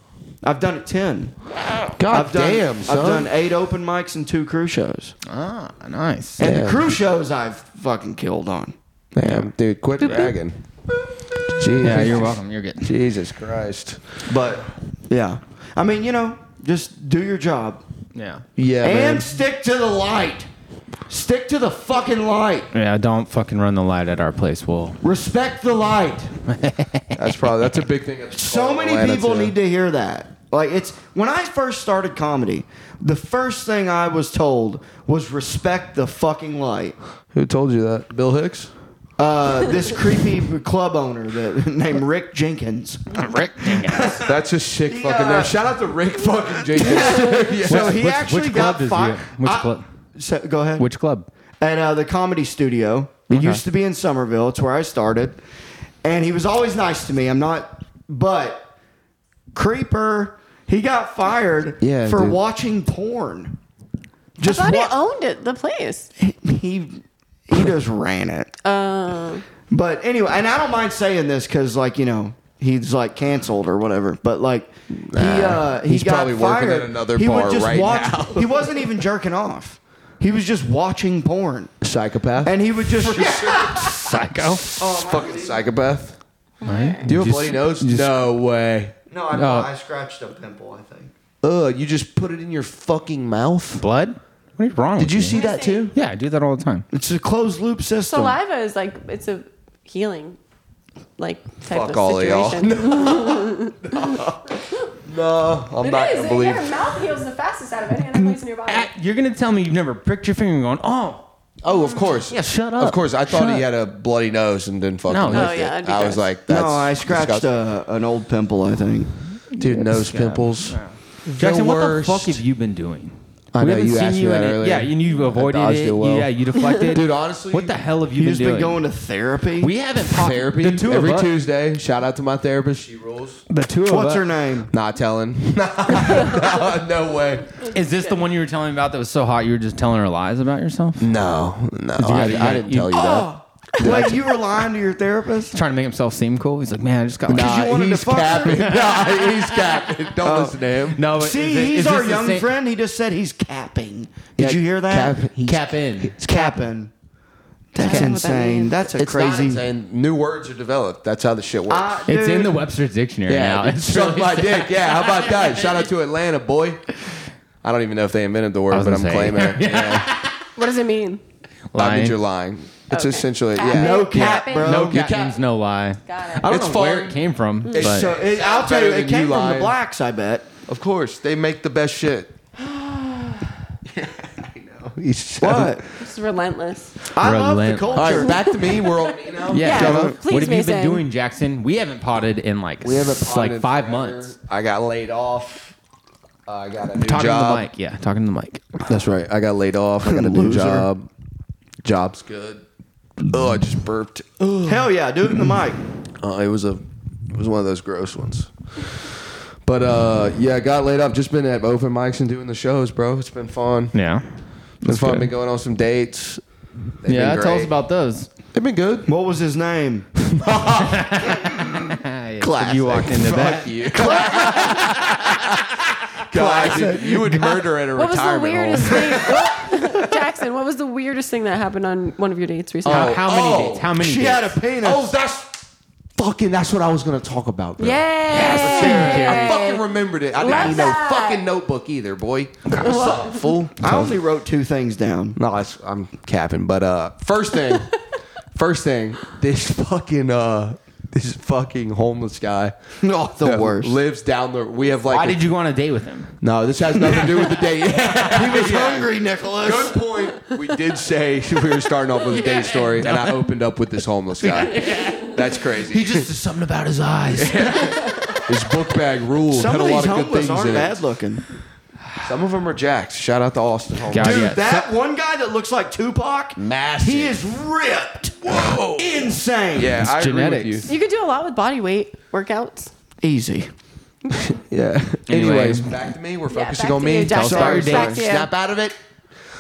Speaker 2: I've done it ten.
Speaker 4: God
Speaker 2: I've done,
Speaker 4: Ah, damn, son.
Speaker 2: I've done eight open mics and two crew shows,
Speaker 3: Ah, nice.
Speaker 2: and
Speaker 4: Yeah.
Speaker 2: the crew shows I've fucking killed on.
Speaker 4: Damn, dude, quit bragging. Jesus.
Speaker 3: Yeah, you're welcome. You're good.
Speaker 4: Jesus Christ.
Speaker 2: But yeah, I mean, you know, just do your job.
Speaker 3: Yeah.
Speaker 4: Yeah,
Speaker 2: and
Speaker 4: man.
Speaker 2: stick to the light. Stick to the fucking light.
Speaker 3: Yeah. Don't fucking run the light at our place. We'll.
Speaker 2: Respect the light.
Speaker 4: That's probably that's a big thing. that's
Speaker 2: So
Speaker 4: called
Speaker 2: many
Speaker 4: Oh, Atlanta,
Speaker 2: people
Speaker 4: too.
Speaker 2: need to hear that. Like it's when I first started comedy, the first thing I was told was respect the fucking light.
Speaker 4: Who told you that? Bill Hicks.
Speaker 2: Uh, this creepy club owner that named Rick Jenkins.
Speaker 3: Rick.
Speaker 4: That's a sick
Speaker 2: He,
Speaker 4: fucking
Speaker 2: uh,
Speaker 4: name. Shout out to Rick fucking Jenkins. Yeah.
Speaker 2: So he
Speaker 3: which-
Speaker 2: actually
Speaker 3: which club
Speaker 2: got
Speaker 3: does he
Speaker 2: fired.
Speaker 3: at? Which club?
Speaker 2: So, go ahead.
Speaker 3: Which club?
Speaker 2: at uh, the comedy studio. It used to be in Somerville. It's where I started. And he was always nice to me. I'm not, but Creeper, he got fired
Speaker 4: Yeah,
Speaker 2: for
Speaker 4: dude.
Speaker 2: watching porn.
Speaker 5: I
Speaker 2: Just
Speaker 5: thought he
Speaker 2: wa-
Speaker 5: owned it, the place.
Speaker 2: he he just ran it.
Speaker 5: Uh,
Speaker 2: But anyway, and I don't mind saying this because, like, you know, he's like canceled or whatever. But like, he uh, he
Speaker 4: He's
Speaker 2: got
Speaker 4: probably
Speaker 2: fired.
Speaker 4: working at another
Speaker 2: he
Speaker 4: bar
Speaker 2: would just
Speaker 4: right
Speaker 2: watch,
Speaker 4: now.
Speaker 2: He wasn't even jerking off. He was just watching porn,
Speaker 4: psychopath.
Speaker 2: and he would just
Speaker 3: Psycho.
Speaker 4: Oh, fucking psychopath. Do you have a
Speaker 3: Just-
Speaker 4: bloody nose? no way.
Speaker 2: No, I,
Speaker 3: No.
Speaker 2: I scratched a pimple. I think.
Speaker 4: Ugh, you just put it in your fucking mouth.
Speaker 3: Blood. What is wrong?
Speaker 4: Did you
Speaker 3: with
Speaker 4: see that too?
Speaker 3: Yeah, I do that all the time.
Speaker 2: It's a closed loop system.
Speaker 5: saliva is like it's a healing, like type
Speaker 4: Fuck
Speaker 5: of
Speaker 4: all of y'all.
Speaker 5: situation.
Speaker 4: No, I'm
Speaker 6: It
Speaker 4: not
Speaker 6: is.
Speaker 4: gonna believe.
Speaker 6: Your mouth heals the fastest out of any other place in your
Speaker 5: Eh,
Speaker 6: body.
Speaker 3: You're gonna tell me you've never pricked your finger and going, oh,
Speaker 4: Oh, of course.
Speaker 3: Yeah, shut
Speaker 4: Of
Speaker 3: up.
Speaker 4: course, I thought
Speaker 3: Shut
Speaker 4: he
Speaker 3: up.
Speaker 4: had a bloody nose and didn't fucking.
Speaker 3: No,
Speaker 4: lift
Speaker 3: no.
Speaker 5: Oh, yeah,
Speaker 4: it.
Speaker 5: I'd be
Speaker 4: I was
Speaker 5: gross.
Speaker 4: like, that's
Speaker 2: no, I scratched uh,
Speaker 4: disgusting.
Speaker 2: a, an old pimple. I think.
Speaker 4: dude nose pimples.
Speaker 3: Jackson, what the
Speaker 4: worst.
Speaker 3: fuck have you been doing?
Speaker 4: I know, you asked me
Speaker 3: you
Speaker 4: that
Speaker 3: in it.
Speaker 4: earlier.
Speaker 3: Yeah, and you avoided
Speaker 4: dodged
Speaker 3: it.
Speaker 4: it well.
Speaker 3: Yeah, you deflected.
Speaker 4: Dude, honestly,
Speaker 3: what the hell have you
Speaker 2: You've
Speaker 3: been
Speaker 2: just been
Speaker 3: doing?
Speaker 2: going to therapy.
Speaker 3: we haven't talked.
Speaker 4: Therapy
Speaker 3: The two
Speaker 4: every
Speaker 3: of us.
Speaker 4: Tuesday. Shout out to my therapist. She rules.
Speaker 3: The two of
Speaker 2: What's
Speaker 3: us.
Speaker 2: her name?
Speaker 4: Not telling. no, no way.
Speaker 3: Is this the one you were telling me about that was so hot you were just telling her lies about yourself?
Speaker 4: Mm. No, no.
Speaker 3: you
Speaker 4: I,
Speaker 3: gotta-
Speaker 4: I didn't
Speaker 3: you-
Speaker 4: tell you
Speaker 3: Oh.
Speaker 4: that.
Speaker 2: Wait, you were lying to your therapist.
Speaker 3: Trying to make himself seem cool. He's like, man, I just got.
Speaker 2: Nah. you wanted to
Speaker 4: he's
Speaker 2: fuck her?
Speaker 4: capping. Nah, he's capping. Don't listen to him.
Speaker 3: No, but
Speaker 2: See,
Speaker 3: is it- is
Speaker 2: he's
Speaker 3: this
Speaker 2: our
Speaker 3: the
Speaker 2: young
Speaker 3: same-
Speaker 2: friend. He just said he's capping. Did you hear that?
Speaker 4: Cap- he's-
Speaker 3: Cap in.
Speaker 2: It's capping. That's
Speaker 5: don't know what that
Speaker 2: insane.
Speaker 5: means.
Speaker 2: That's a
Speaker 4: It's
Speaker 2: crazy.
Speaker 4: not insane. New words are developed. That's how the shit works.
Speaker 2: Ah,
Speaker 3: It's in
Speaker 2: dude.
Speaker 3: the Webster's dictionary now.
Speaker 4: yeah, dude,
Speaker 3: It's
Speaker 4: suck
Speaker 3: really
Speaker 4: my
Speaker 3: sad.
Speaker 4: dick. Yeah, how about that? Shout out to Atlanta, boy. I don't even know if they invented the
Speaker 3: I
Speaker 4: word,
Speaker 3: was
Speaker 4: but I'm
Speaker 3: gonna say.
Speaker 4: claiming it. Yeah.
Speaker 5: what does it mean?
Speaker 4: I mean,
Speaker 3: Lying.
Speaker 4: you're lying. It's
Speaker 5: Okay.
Speaker 4: essentially
Speaker 6: Cap
Speaker 4: yeah.
Speaker 6: it.
Speaker 2: No cap,
Speaker 6: Capping.
Speaker 2: bro.
Speaker 3: No
Speaker 4: You
Speaker 3: cap
Speaker 4: cap-
Speaker 3: means no lie.
Speaker 6: Got it.
Speaker 3: I don't
Speaker 4: It's
Speaker 3: know where
Speaker 4: fun.
Speaker 3: it came from.
Speaker 4: It's
Speaker 3: but
Speaker 2: So it, I'll tell
Speaker 4: Better
Speaker 2: you,
Speaker 4: than
Speaker 2: it
Speaker 4: you
Speaker 2: came from the
Speaker 4: lying.
Speaker 2: blacks. I bet.
Speaker 4: Of course, they make the best shit. I know. He's so-
Speaker 2: What?
Speaker 5: It's relentless.
Speaker 2: I love the
Speaker 3: Relent-
Speaker 2: culture.
Speaker 4: All right, back to me. We're on me now.
Speaker 3: yeah,
Speaker 5: Yeah,
Speaker 3: so
Speaker 5: please,
Speaker 3: what have you
Speaker 5: Mason.
Speaker 3: been doing, Jackson? We haven't potted in like
Speaker 4: We have a
Speaker 3: s- like five months.
Speaker 4: I got laid off. I got a new
Speaker 3: Talking to
Speaker 4: job.
Speaker 3: the mic. Yeah, talking to the mic.
Speaker 4: That's right. I got laid off. I got a new
Speaker 2: Loser.
Speaker 4: job. Job's good. Oh, I just burped. Oh,
Speaker 2: Hell yeah, do it in the mic.
Speaker 4: Uh, it was a, it was one of those gross ones. But uh, yeah, I got laid off. Just been at open mics and doing the shows, bro. It's been fun.
Speaker 3: Yeah.
Speaker 4: It's fun. Been going on some dates. They've
Speaker 3: Yeah,
Speaker 4: been
Speaker 3: tell us
Speaker 4: great.
Speaker 3: about those.
Speaker 4: They've been good.
Speaker 2: What was his name?
Speaker 3: Classic. You walked into
Speaker 4: Fuck
Speaker 3: that.
Speaker 4: you. God, dude, you would murder at a
Speaker 5: What was the
Speaker 4: retirement home.
Speaker 5: weirdest thing? What- Jackson, what was the weirdest thing that happened on one of your dates recently?
Speaker 3: How, how many
Speaker 4: Oh,
Speaker 3: dates? How many
Speaker 2: She
Speaker 3: dates?
Speaker 2: had a penis.
Speaker 4: Oh, that's Fucking, that's what I was gonna talk about. Bro.
Speaker 5: Yay!
Speaker 4: I fucking remembered it. I didn't
Speaker 5: Love
Speaker 4: need no
Speaker 5: that.
Speaker 4: fucking notebook either, boy. What's up, fool?
Speaker 2: I only wrote two things down.
Speaker 4: No, that's, I'm capping. But uh, first thing, first thing, this fucking uh, this fucking homeless guy.
Speaker 2: No, Oh, the
Speaker 4: that
Speaker 2: worst.
Speaker 4: Lives down the. We have like.
Speaker 3: Why
Speaker 4: a-
Speaker 3: did you go on a date with him?
Speaker 4: No, this has nothing to do with the date. he was
Speaker 2: Hungry, Nicholas.
Speaker 4: Good point. We did say we were starting off with a date story, and I opened up with this homeless guy. That's crazy.
Speaker 3: He just something about his eyes.
Speaker 4: His book bag rule
Speaker 2: Some
Speaker 4: had a
Speaker 2: of
Speaker 4: lot
Speaker 2: these
Speaker 4: of good
Speaker 2: homeless
Speaker 4: things
Speaker 2: aren't
Speaker 4: in
Speaker 2: bad
Speaker 4: it.
Speaker 2: looking.
Speaker 4: Some of them are jacked. Shout out to Austin. Homeless.
Speaker 3: God,
Speaker 2: Dude,
Speaker 3: yeah.
Speaker 2: that one guy that looks like Tupac,
Speaker 4: Massive.
Speaker 2: he is ripped.
Speaker 4: Whoa.
Speaker 2: Insane.
Speaker 4: Yeah,
Speaker 3: It's
Speaker 4: I agree
Speaker 3: genetics.
Speaker 4: with
Speaker 5: You could do a lot with body weight workouts.
Speaker 2: Easy.
Speaker 4: you. Yeah.
Speaker 3: Anyway.
Speaker 4: Anyways, back to me. We're focusing
Speaker 5: back
Speaker 4: on
Speaker 5: to
Speaker 4: me.
Speaker 5: you, Jack.
Speaker 3: Tell us about your
Speaker 5: Back to you.
Speaker 4: Snap out of it.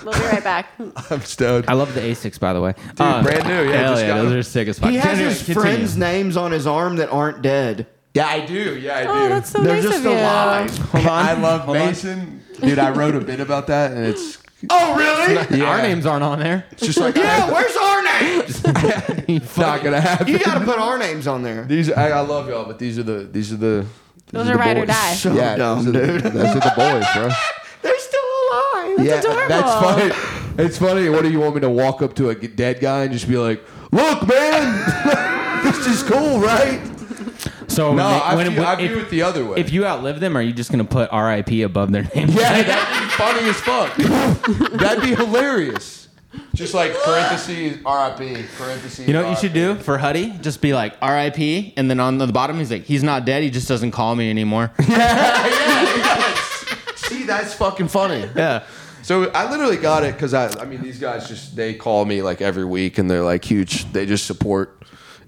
Speaker 5: We'll be right back.
Speaker 4: I'm stoned.
Speaker 3: I love the A6, by the way. Dude,
Speaker 4: brand new, yeah,
Speaker 3: Hell
Speaker 4: just
Speaker 3: yeah,
Speaker 4: got
Speaker 3: those
Speaker 4: them.
Speaker 3: are sick as fuck.
Speaker 2: He has
Speaker 3: Anyway,
Speaker 2: his
Speaker 3: continue.
Speaker 2: friends' names on his arm that aren't dead.
Speaker 4: Yeah, I do. Yeah, I do.
Speaker 5: Oh, that's so
Speaker 2: They're
Speaker 5: nice
Speaker 2: just
Speaker 5: of you.
Speaker 2: alive.
Speaker 3: Hold on.
Speaker 4: I love
Speaker 3: Hold on.
Speaker 4: Mason. Dude, I wrote a bit about that, and it's
Speaker 2: Oh, really?
Speaker 4: Yeah.
Speaker 3: Our names aren't on there.
Speaker 4: it's just like
Speaker 2: yeah, where's our names?
Speaker 4: it's not gonna happen.
Speaker 2: You got to put our names on there.
Speaker 4: These I, I love y'all, but these are the these are the these
Speaker 5: Those
Speaker 4: the
Speaker 5: are ride or
Speaker 4: boys.
Speaker 5: die.
Speaker 2: So dumb,
Speaker 4: those are the-
Speaker 2: dude.
Speaker 4: Those are the boys, bro.
Speaker 2: They're still alive.
Speaker 4: yeah,
Speaker 5: adorable.
Speaker 4: that's funny. It's funny. What do you want me to walk up to a g- dead guy and just be like, "Look, man, this is cool, right?"
Speaker 3: So
Speaker 4: No,
Speaker 3: when they-
Speaker 4: I,
Speaker 3: when-
Speaker 4: view, I
Speaker 3: if-
Speaker 4: view it the other way.
Speaker 3: If you outlive them, are you just gonna put RIP above their name?
Speaker 4: yeah, that'd be funny as fuck. that'd be hilarious. Just like parentheses R.I.P. parentheses.
Speaker 3: You know what you should do for Huddy? Just be like RIP, and then on the bottom he's like, he's not dead. He just doesn't call me anymore.
Speaker 4: See, that's fucking funny.
Speaker 3: yeah.
Speaker 4: So I literally got it because I, I mean, these guys just they call me like every week and they're like huge. They just support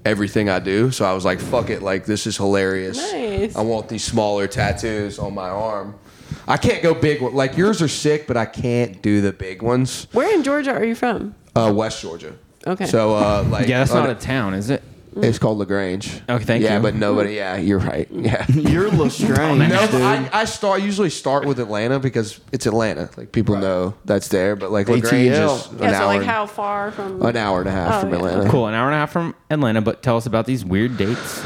Speaker 4: everything I do. So I was like, fuck it, like this is hilarious.
Speaker 5: Nice.
Speaker 4: I want these smaller tattoos on my arm. I can't go big. one- Like yours are sick, but I can't do the big ones.
Speaker 5: Where in Georgia are you from?
Speaker 4: Uh, West Georgia.
Speaker 5: Okay.
Speaker 4: So uh, like
Speaker 3: Yeah, that's
Speaker 4: on
Speaker 3: not a town, is it?
Speaker 4: a- it's called Lagrange.
Speaker 3: Okay, thank
Speaker 4: Yeah,
Speaker 3: you.
Speaker 4: but nobody. Yeah, you're right. Yeah.
Speaker 2: You're Lestrange,
Speaker 4: No,
Speaker 2: dude.
Speaker 4: Oh, I, I start usually start with Atlanta because it's Atlanta. Like people know that's there, but like Lagrange
Speaker 2: ATL.
Speaker 4: is an
Speaker 5: Yeah, so
Speaker 4: hour
Speaker 5: like
Speaker 4: and-
Speaker 5: how far from
Speaker 4: an hour and a half
Speaker 5: Oh,
Speaker 4: from
Speaker 5: yeah.
Speaker 4: Atlanta.
Speaker 3: Cool. An hour and a half from Atlanta, but tell us about these weird dates.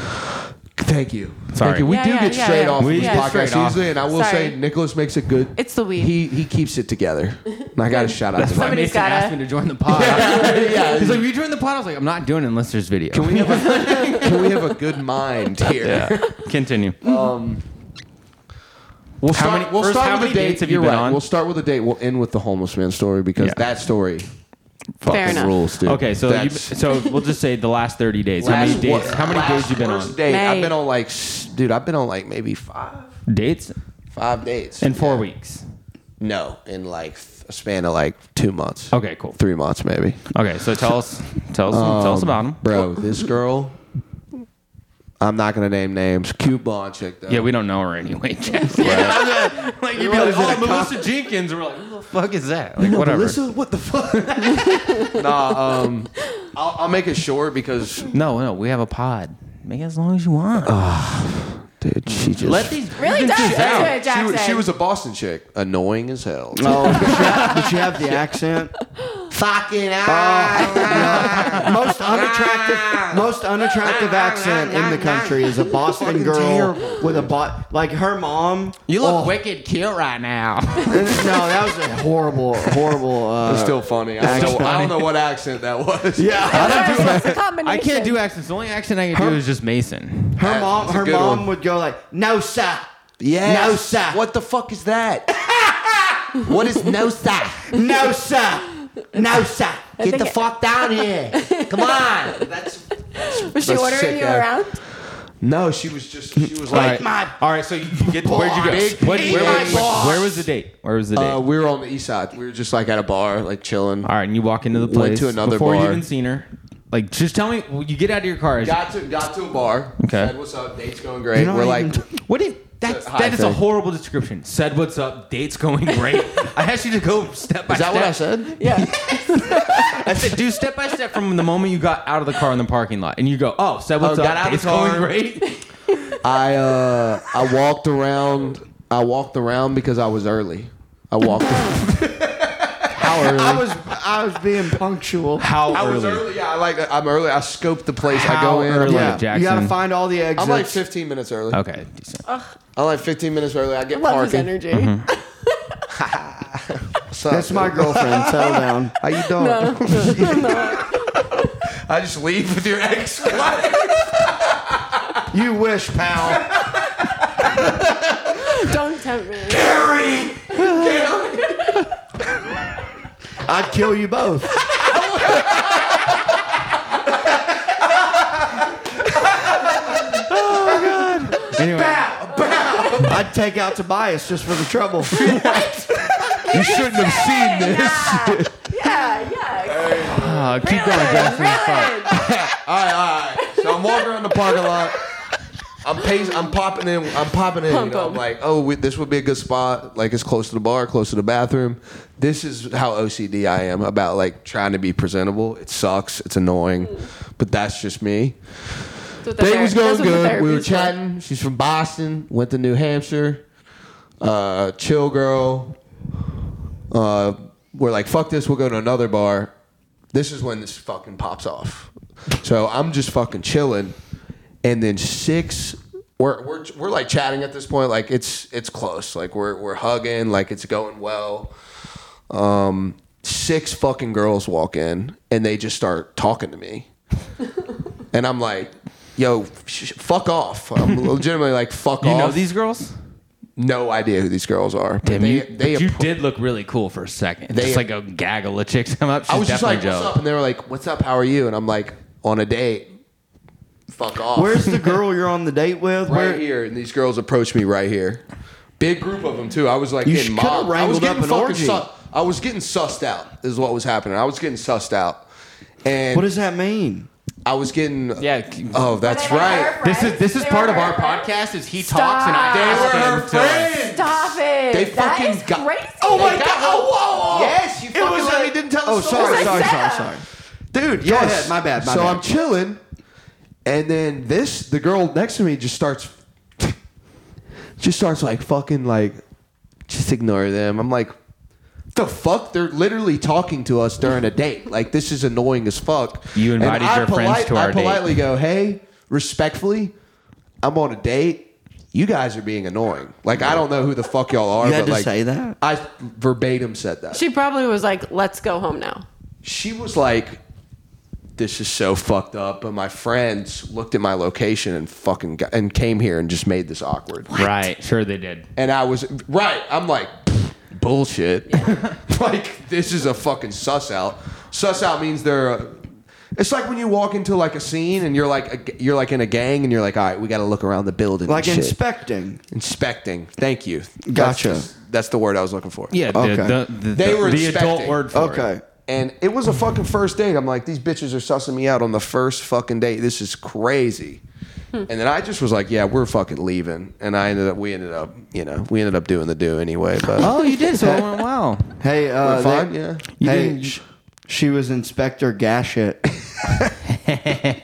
Speaker 4: Thank you.
Speaker 3: Sorry.
Speaker 4: Thank you. We
Speaker 5: Yeah,
Speaker 4: do
Speaker 5: yeah,
Speaker 4: get
Speaker 5: yeah,
Speaker 4: straight
Speaker 5: yeah.
Speaker 4: off
Speaker 5: We
Speaker 4: these
Speaker 5: get
Speaker 3: straight
Speaker 4: podcasts
Speaker 3: off.
Speaker 4: usually, and I will
Speaker 5: Sorry.
Speaker 4: say Nicholas makes a good.
Speaker 5: It's the weed.
Speaker 4: He he keeps it together. And I got to shout out to
Speaker 3: Why
Speaker 4: him.
Speaker 5: Somebody's
Speaker 3: Mason
Speaker 5: gotta-
Speaker 3: asked me to join the pod.
Speaker 4: yeah.
Speaker 3: He's like, "Will you join the pod?" I was like, "I'm not doing it unless there's video."
Speaker 4: Can we have a, can we have a good mind here?
Speaker 3: Continue.
Speaker 4: Um, We'll
Speaker 3: How
Speaker 4: start,
Speaker 3: many-
Speaker 4: we'll
Speaker 3: first,
Speaker 4: start
Speaker 3: how
Speaker 4: with
Speaker 3: many
Speaker 4: the date.
Speaker 3: dates have you
Speaker 4: You're
Speaker 3: been
Speaker 4: right.
Speaker 3: on?
Speaker 4: We'll start with the date. We'll end with the homeless man story because
Speaker 3: Yeah.
Speaker 4: that story fucking
Speaker 5: enough.
Speaker 4: rules, dude.
Speaker 3: Okay, so you,
Speaker 4: That's-
Speaker 3: so we'll just say the last 30 days. how many
Speaker 4: Last
Speaker 3: dates?
Speaker 4: wor-
Speaker 3: How many
Speaker 4: last
Speaker 3: days you been
Speaker 4: worst
Speaker 3: on?
Speaker 4: Date. I've
Speaker 5: May.
Speaker 4: been on like, s- dude, I've been on like maybe five,
Speaker 3: Dates
Speaker 4: five dates
Speaker 3: in four
Speaker 4: Yeah.
Speaker 3: weeks.
Speaker 4: No, in like a span of like two months.
Speaker 3: Okay, cool.
Speaker 4: Three months maybe.
Speaker 3: Okay, so tell us, tell us, tell us about them.
Speaker 4: Bro, this girl, I'm not gonna name names. Cute blonde chick though.
Speaker 3: Yeah, we don't know her anyway. Jeff. like you'd be like, "Oh, Melissa Jenkins," and we're like, "Who the fuck is that?" Like, whatever.
Speaker 4: what the fuck? nah, um, I'll, I'll make it short because
Speaker 3: No, no, we have a pod. Make it as long as you want.
Speaker 4: dude, she just
Speaker 3: Let these
Speaker 5: Really does.
Speaker 3: just out.
Speaker 5: That's
Speaker 4: she,
Speaker 5: Jackson.
Speaker 4: was- she was a Boston chick, annoying as hell.
Speaker 2: Oh, did you have- did you have the accent?
Speaker 4: Fucking out.
Speaker 2: Most unattractive, most unattractive accent in the country is a Boston girl with a bot. Like her mom.
Speaker 3: You look
Speaker 2: Oh,
Speaker 3: wicked cute right now.
Speaker 2: No, that was a horrible, horrible. Uh,
Speaker 4: It's still funny. I don't,
Speaker 2: Accent.
Speaker 4: I don't know what accent that was. Yeah,
Speaker 3: I can't do accents. The only accent I can do is just Mason.
Speaker 2: her
Speaker 4: That's
Speaker 2: mom.
Speaker 4: a
Speaker 2: Her
Speaker 4: good
Speaker 2: mom
Speaker 4: one.
Speaker 2: would go like, "No, sir."
Speaker 4: yeah.
Speaker 2: No, sir.
Speaker 4: What the fuck is that? what is no sir?
Speaker 2: No, sir. No, sir.
Speaker 4: Get the fuck down here! Come on. That's
Speaker 5: Was she
Speaker 4: That's
Speaker 5: ordering
Speaker 4: sick, uh,
Speaker 5: you
Speaker 4: yeah.
Speaker 5: around?
Speaker 4: no. She was just. She was
Speaker 3: All
Speaker 4: like.
Speaker 3: right.
Speaker 2: my
Speaker 3: All right, so you you get where'd you
Speaker 4: balls.
Speaker 3: go? What-
Speaker 2: Eat
Speaker 3: where,
Speaker 2: my
Speaker 3: where-
Speaker 2: balls.
Speaker 3: where was the date? Where was the date?
Speaker 4: Uh,
Speaker 3: All
Speaker 4: we were on the east side. We were just like at a bar, like chilling.
Speaker 3: right, and you walk into the
Speaker 4: Went
Speaker 3: place
Speaker 4: to another
Speaker 3: before you
Speaker 4: bar.
Speaker 3: even seen her. Like, just tell me. You get out of your car. is-
Speaker 4: Got to got to a bar.
Speaker 3: Okay.
Speaker 4: Said what's up? Date's going great.
Speaker 2: You know
Speaker 4: we're
Speaker 2: what I
Speaker 4: like,
Speaker 3: What if that's
Speaker 4: Hi,
Speaker 3: that is a
Speaker 4: Phil.
Speaker 3: horrible description? Said what's up? Dates going great. I asked you to go step by.
Speaker 4: is that
Speaker 3: step.
Speaker 4: what I said?
Speaker 5: Yeah.
Speaker 3: I said do step by step from the moment you got out of the car in the parking lot, and you go, oh, said what's
Speaker 4: Oh,
Speaker 3: up?
Speaker 4: got out of
Speaker 3: dates
Speaker 4: the car.
Speaker 3: going great.
Speaker 4: I uh I walked around. I walked around because I was early. I walked.
Speaker 3: How early?
Speaker 2: I was I was being punctual.
Speaker 3: How
Speaker 4: I
Speaker 3: early?
Speaker 4: was early. Yeah, I like I'm early. I scoped the place. I go
Speaker 3: How
Speaker 4: in.
Speaker 3: early?
Speaker 2: Yeah,
Speaker 3: Jackson.
Speaker 2: you gotta find all the exits.
Speaker 4: I'm like 15 minutes early.
Speaker 3: Okay, decent.
Speaker 4: I'm like 15 minutes early. I get
Speaker 5: love his
Speaker 4: parking.
Speaker 5: energy.
Speaker 4: Mm-hmm. What's up,
Speaker 2: That's my
Speaker 4: dude?
Speaker 2: girlfriend. Settle down.
Speaker 4: How you doing?
Speaker 5: No,
Speaker 4: I just leave with your ex.
Speaker 2: You wish, pal.
Speaker 5: don't tempt me.
Speaker 2: I'd kill you both.
Speaker 3: Anyway,
Speaker 2: I'd take out Tobias just for the trouble.
Speaker 4: you shouldn't have seen this.
Speaker 5: Yeah, yeah.
Speaker 3: uh, keep going, Jackson. Fuck.
Speaker 4: All right, all right. So I'm walking around the parking lot. I'm pacing, I'm popping in. I'm popping in. You know, I'm like, oh, we, this would be a good spot. Like it's close to the bar, close to the bathroom. This is how OCD I am about like trying to be presentable. It sucks. It's annoying, but that's just me.
Speaker 5: That's what the
Speaker 4: Thing was
Speaker 5: ther- that's
Speaker 4: going
Speaker 5: what the
Speaker 4: good. We were
Speaker 5: therapy's for.
Speaker 4: chatting. She's from Boston. Went to New Hampshire. Uh, chill girl. Uh, we're like, fuck this. We'll go to another bar. This is when this fucking pops off. So I'm just fucking chilling, and then six. We're, we're, we're like chatting at this point like it's it's close like we're, we're hugging like it's going well um six fucking girls walk in and they just start talking to me and I'm like, yo, sh- fuck off. I'm legitimately like, fuck
Speaker 3: You
Speaker 4: off.
Speaker 3: know these girls?
Speaker 4: no idea who these girls are. But
Speaker 3: Damn,
Speaker 4: they,
Speaker 3: you,
Speaker 4: they
Speaker 3: but you
Speaker 4: appro-
Speaker 3: did look really cool for a second.
Speaker 4: They-
Speaker 3: just like a gaggle of chicks come up. She's
Speaker 4: I was just
Speaker 3: definitely
Speaker 4: like,
Speaker 3: Joe.
Speaker 4: what's up? And they were like, what's up? How are you? And I'm like, on a date. Fuck off.
Speaker 2: Where's the girl you're on the date with?
Speaker 4: right
Speaker 2: Where-
Speaker 4: here? And these girls approached me right here. Big group of them too. I was like
Speaker 2: You
Speaker 4: getting
Speaker 2: should- coulda
Speaker 4: mobbed. I was
Speaker 2: wrangled
Speaker 4: getting
Speaker 2: up an
Speaker 4: fucking
Speaker 2: orgy.
Speaker 4: Su- I was getting sussed out. Is what was happening. I was getting sussed out. And
Speaker 2: What does that mean?
Speaker 4: I was getting.
Speaker 3: Yeah, c-
Speaker 4: Oh, that's
Speaker 6: They were her
Speaker 4: right.
Speaker 3: This is this
Speaker 6: friends.
Speaker 3: is
Speaker 6: They
Speaker 3: part
Speaker 6: were
Speaker 3: of our
Speaker 6: her friends.
Speaker 3: podcast. Is he
Speaker 5: Stop.
Speaker 3: talks and I
Speaker 5: They
Speaker 3: ask
Speaker 5: were
Speaker 3: him
Speaker 4: her
Speaker 3: to-
Speaker 4: friends.
Speaker 5: Stop it.
Speaker 4: They
Speaker 5: That
Speaker 4: fucking
Speaker 5: is
Speaker 4: got-
Speaker 5: crazy.
Speaker 4: Oh my
Speaker 5: They
Speaker 4: God.
Speaker 5: got-
Speaker 4: Oh, whoa, whoa. Yes, you fucking let
Speaker 2: a-
Speaker 4: me- didn't tell the
Speaker 2: Oh,
Speaker 4: story.
Speaker 2: sorry,
Speaker 5: It's
Speaker 2: sorry,
Speaker 5: like
Speaker 2: sorry,
Speaker 5: that.
Speaker 2: sorry.
Speaker 4: dude.
Speaker 2: Go
Speaker 4: yes.
Speaker 2: ahead, my bad, my
Speaker 4: so
Speaker 2: bad.
Speaker 4: I'm chilling, and then this the girl next to me just starts, just starts like fucking like, just ignore them. I'm like, the fuck? They're literally talking to us during a date. Like this is annoying as fuck.
Speaker 3: You
Speaker 4: And
Speaker 3: invited
Speaker 4: I
Speaker 3: your friends to our
Speaker 4: I
Speaker 3: date.
Speaker 4: politely go, hey, respectfully, I'm on a date. You guys are being annoying. Like I don't know who the fuck y'all are.
Speaker 2: You had
Speaker 4: but
Speaker 2: to
Speaker 4: like,
Speaker 2: say that?
Speaker 4: I verbatim said that.
Speaker 5: She probably was like, "Let's go home now."
Speaker 4: she was like, "This is so fucked up." But my friends looked at my location and fucking got, and came here and just made this awkward.
Speaker 3: Right, sure they did.
Speaker 4: And I was right. I'm like, bullshit. like this is a fucking suss out. Suss out means they're. uh it's like when you walk into like a scene and you're like a, you're like in a gang and you're like, all right, we got to look around the building.
Speaker 2: Like
Speaker 4: and shit."
Speaker 2: inspecting.
Speaker 4: inspecting. Thank you.
Speaker 2: Gotcha.
Speaker 4: That's, that's the word I was looking for.
Speaker 3: Yeah,
Speaker 2: Okay.
Speaker 3: the, the, the,
Speaker 4: They were
Speaker 3: the adult
Speaker 4: expecting.
Speaker 3: word for it.
Speaker 2: Okay.
Speaker 4: And it was a fucking first date. I'm like, these bitches are sussing me out on the first fucking date. This is crazy. And then I just was like, yeah, we're fucking leaving. And I ended up, we ended up, you know, we ended up doing the do anyway. But
Speaker 3: Oh, you did. So it went well.
Speaker 2: Hey, uh,
Speaker 4: We're fine,
Speaker 2: they-
Speaker 4: yeah.
Speaker 3: You
Speaker 2: Hey,
Speaker 3: didn't-
Speaker 2: sh- she was Inspector Gashet.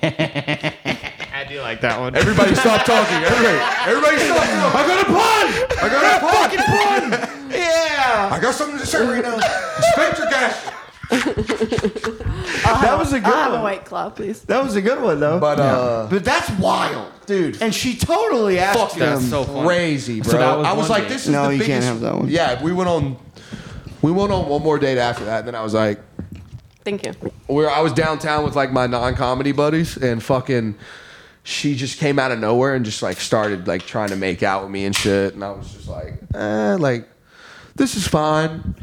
Speaker 3: I do like that one.
Speaker 4: everybody stop talking. Everybody, everybody stop talking. I got a pun. I got a fucking pun.
Speaker 2: yeah.
Speaker 4: I got something to say right now. Inspector Gash.
Speaker 2: That was a
Speaker 5: I'll
Speaker 2: good
Speaker 5: have a
Speaker 2: one.
Speaker 5: white claw, please.
Speaker 2: That was a good one though.
Speaker 4: But, uh,
Speaker 2: but that's wild,
Speaker 4: dude.
Speaker 2: And she totally asked
Speaker 4: fucking
Speaker 2: him.
Speaker 3: that's so funny.
Speaker 4: um, crazy, bro.
Speaker 3: So that was
Speaker 4: I was
Speaker 3: one
Speaker 4: like,
Speaker 3: date.
Speaker 4: this is
Speaker 2: No,
Speaker 4: the
Speaker 2: you
Speaker 4: biggest.
Speaker 2: can't have that one.
Speaker 4: Yeah, we went on, we went on one more date after that. And then I was like,
Speaker 5: Thank you.
Speaker 4: where I was downtown with like my non-comedy buddies, and fucking, she just came out of nowhere and just like started like trying to make out with me and shit, and I was just like, eh, like, this is fine.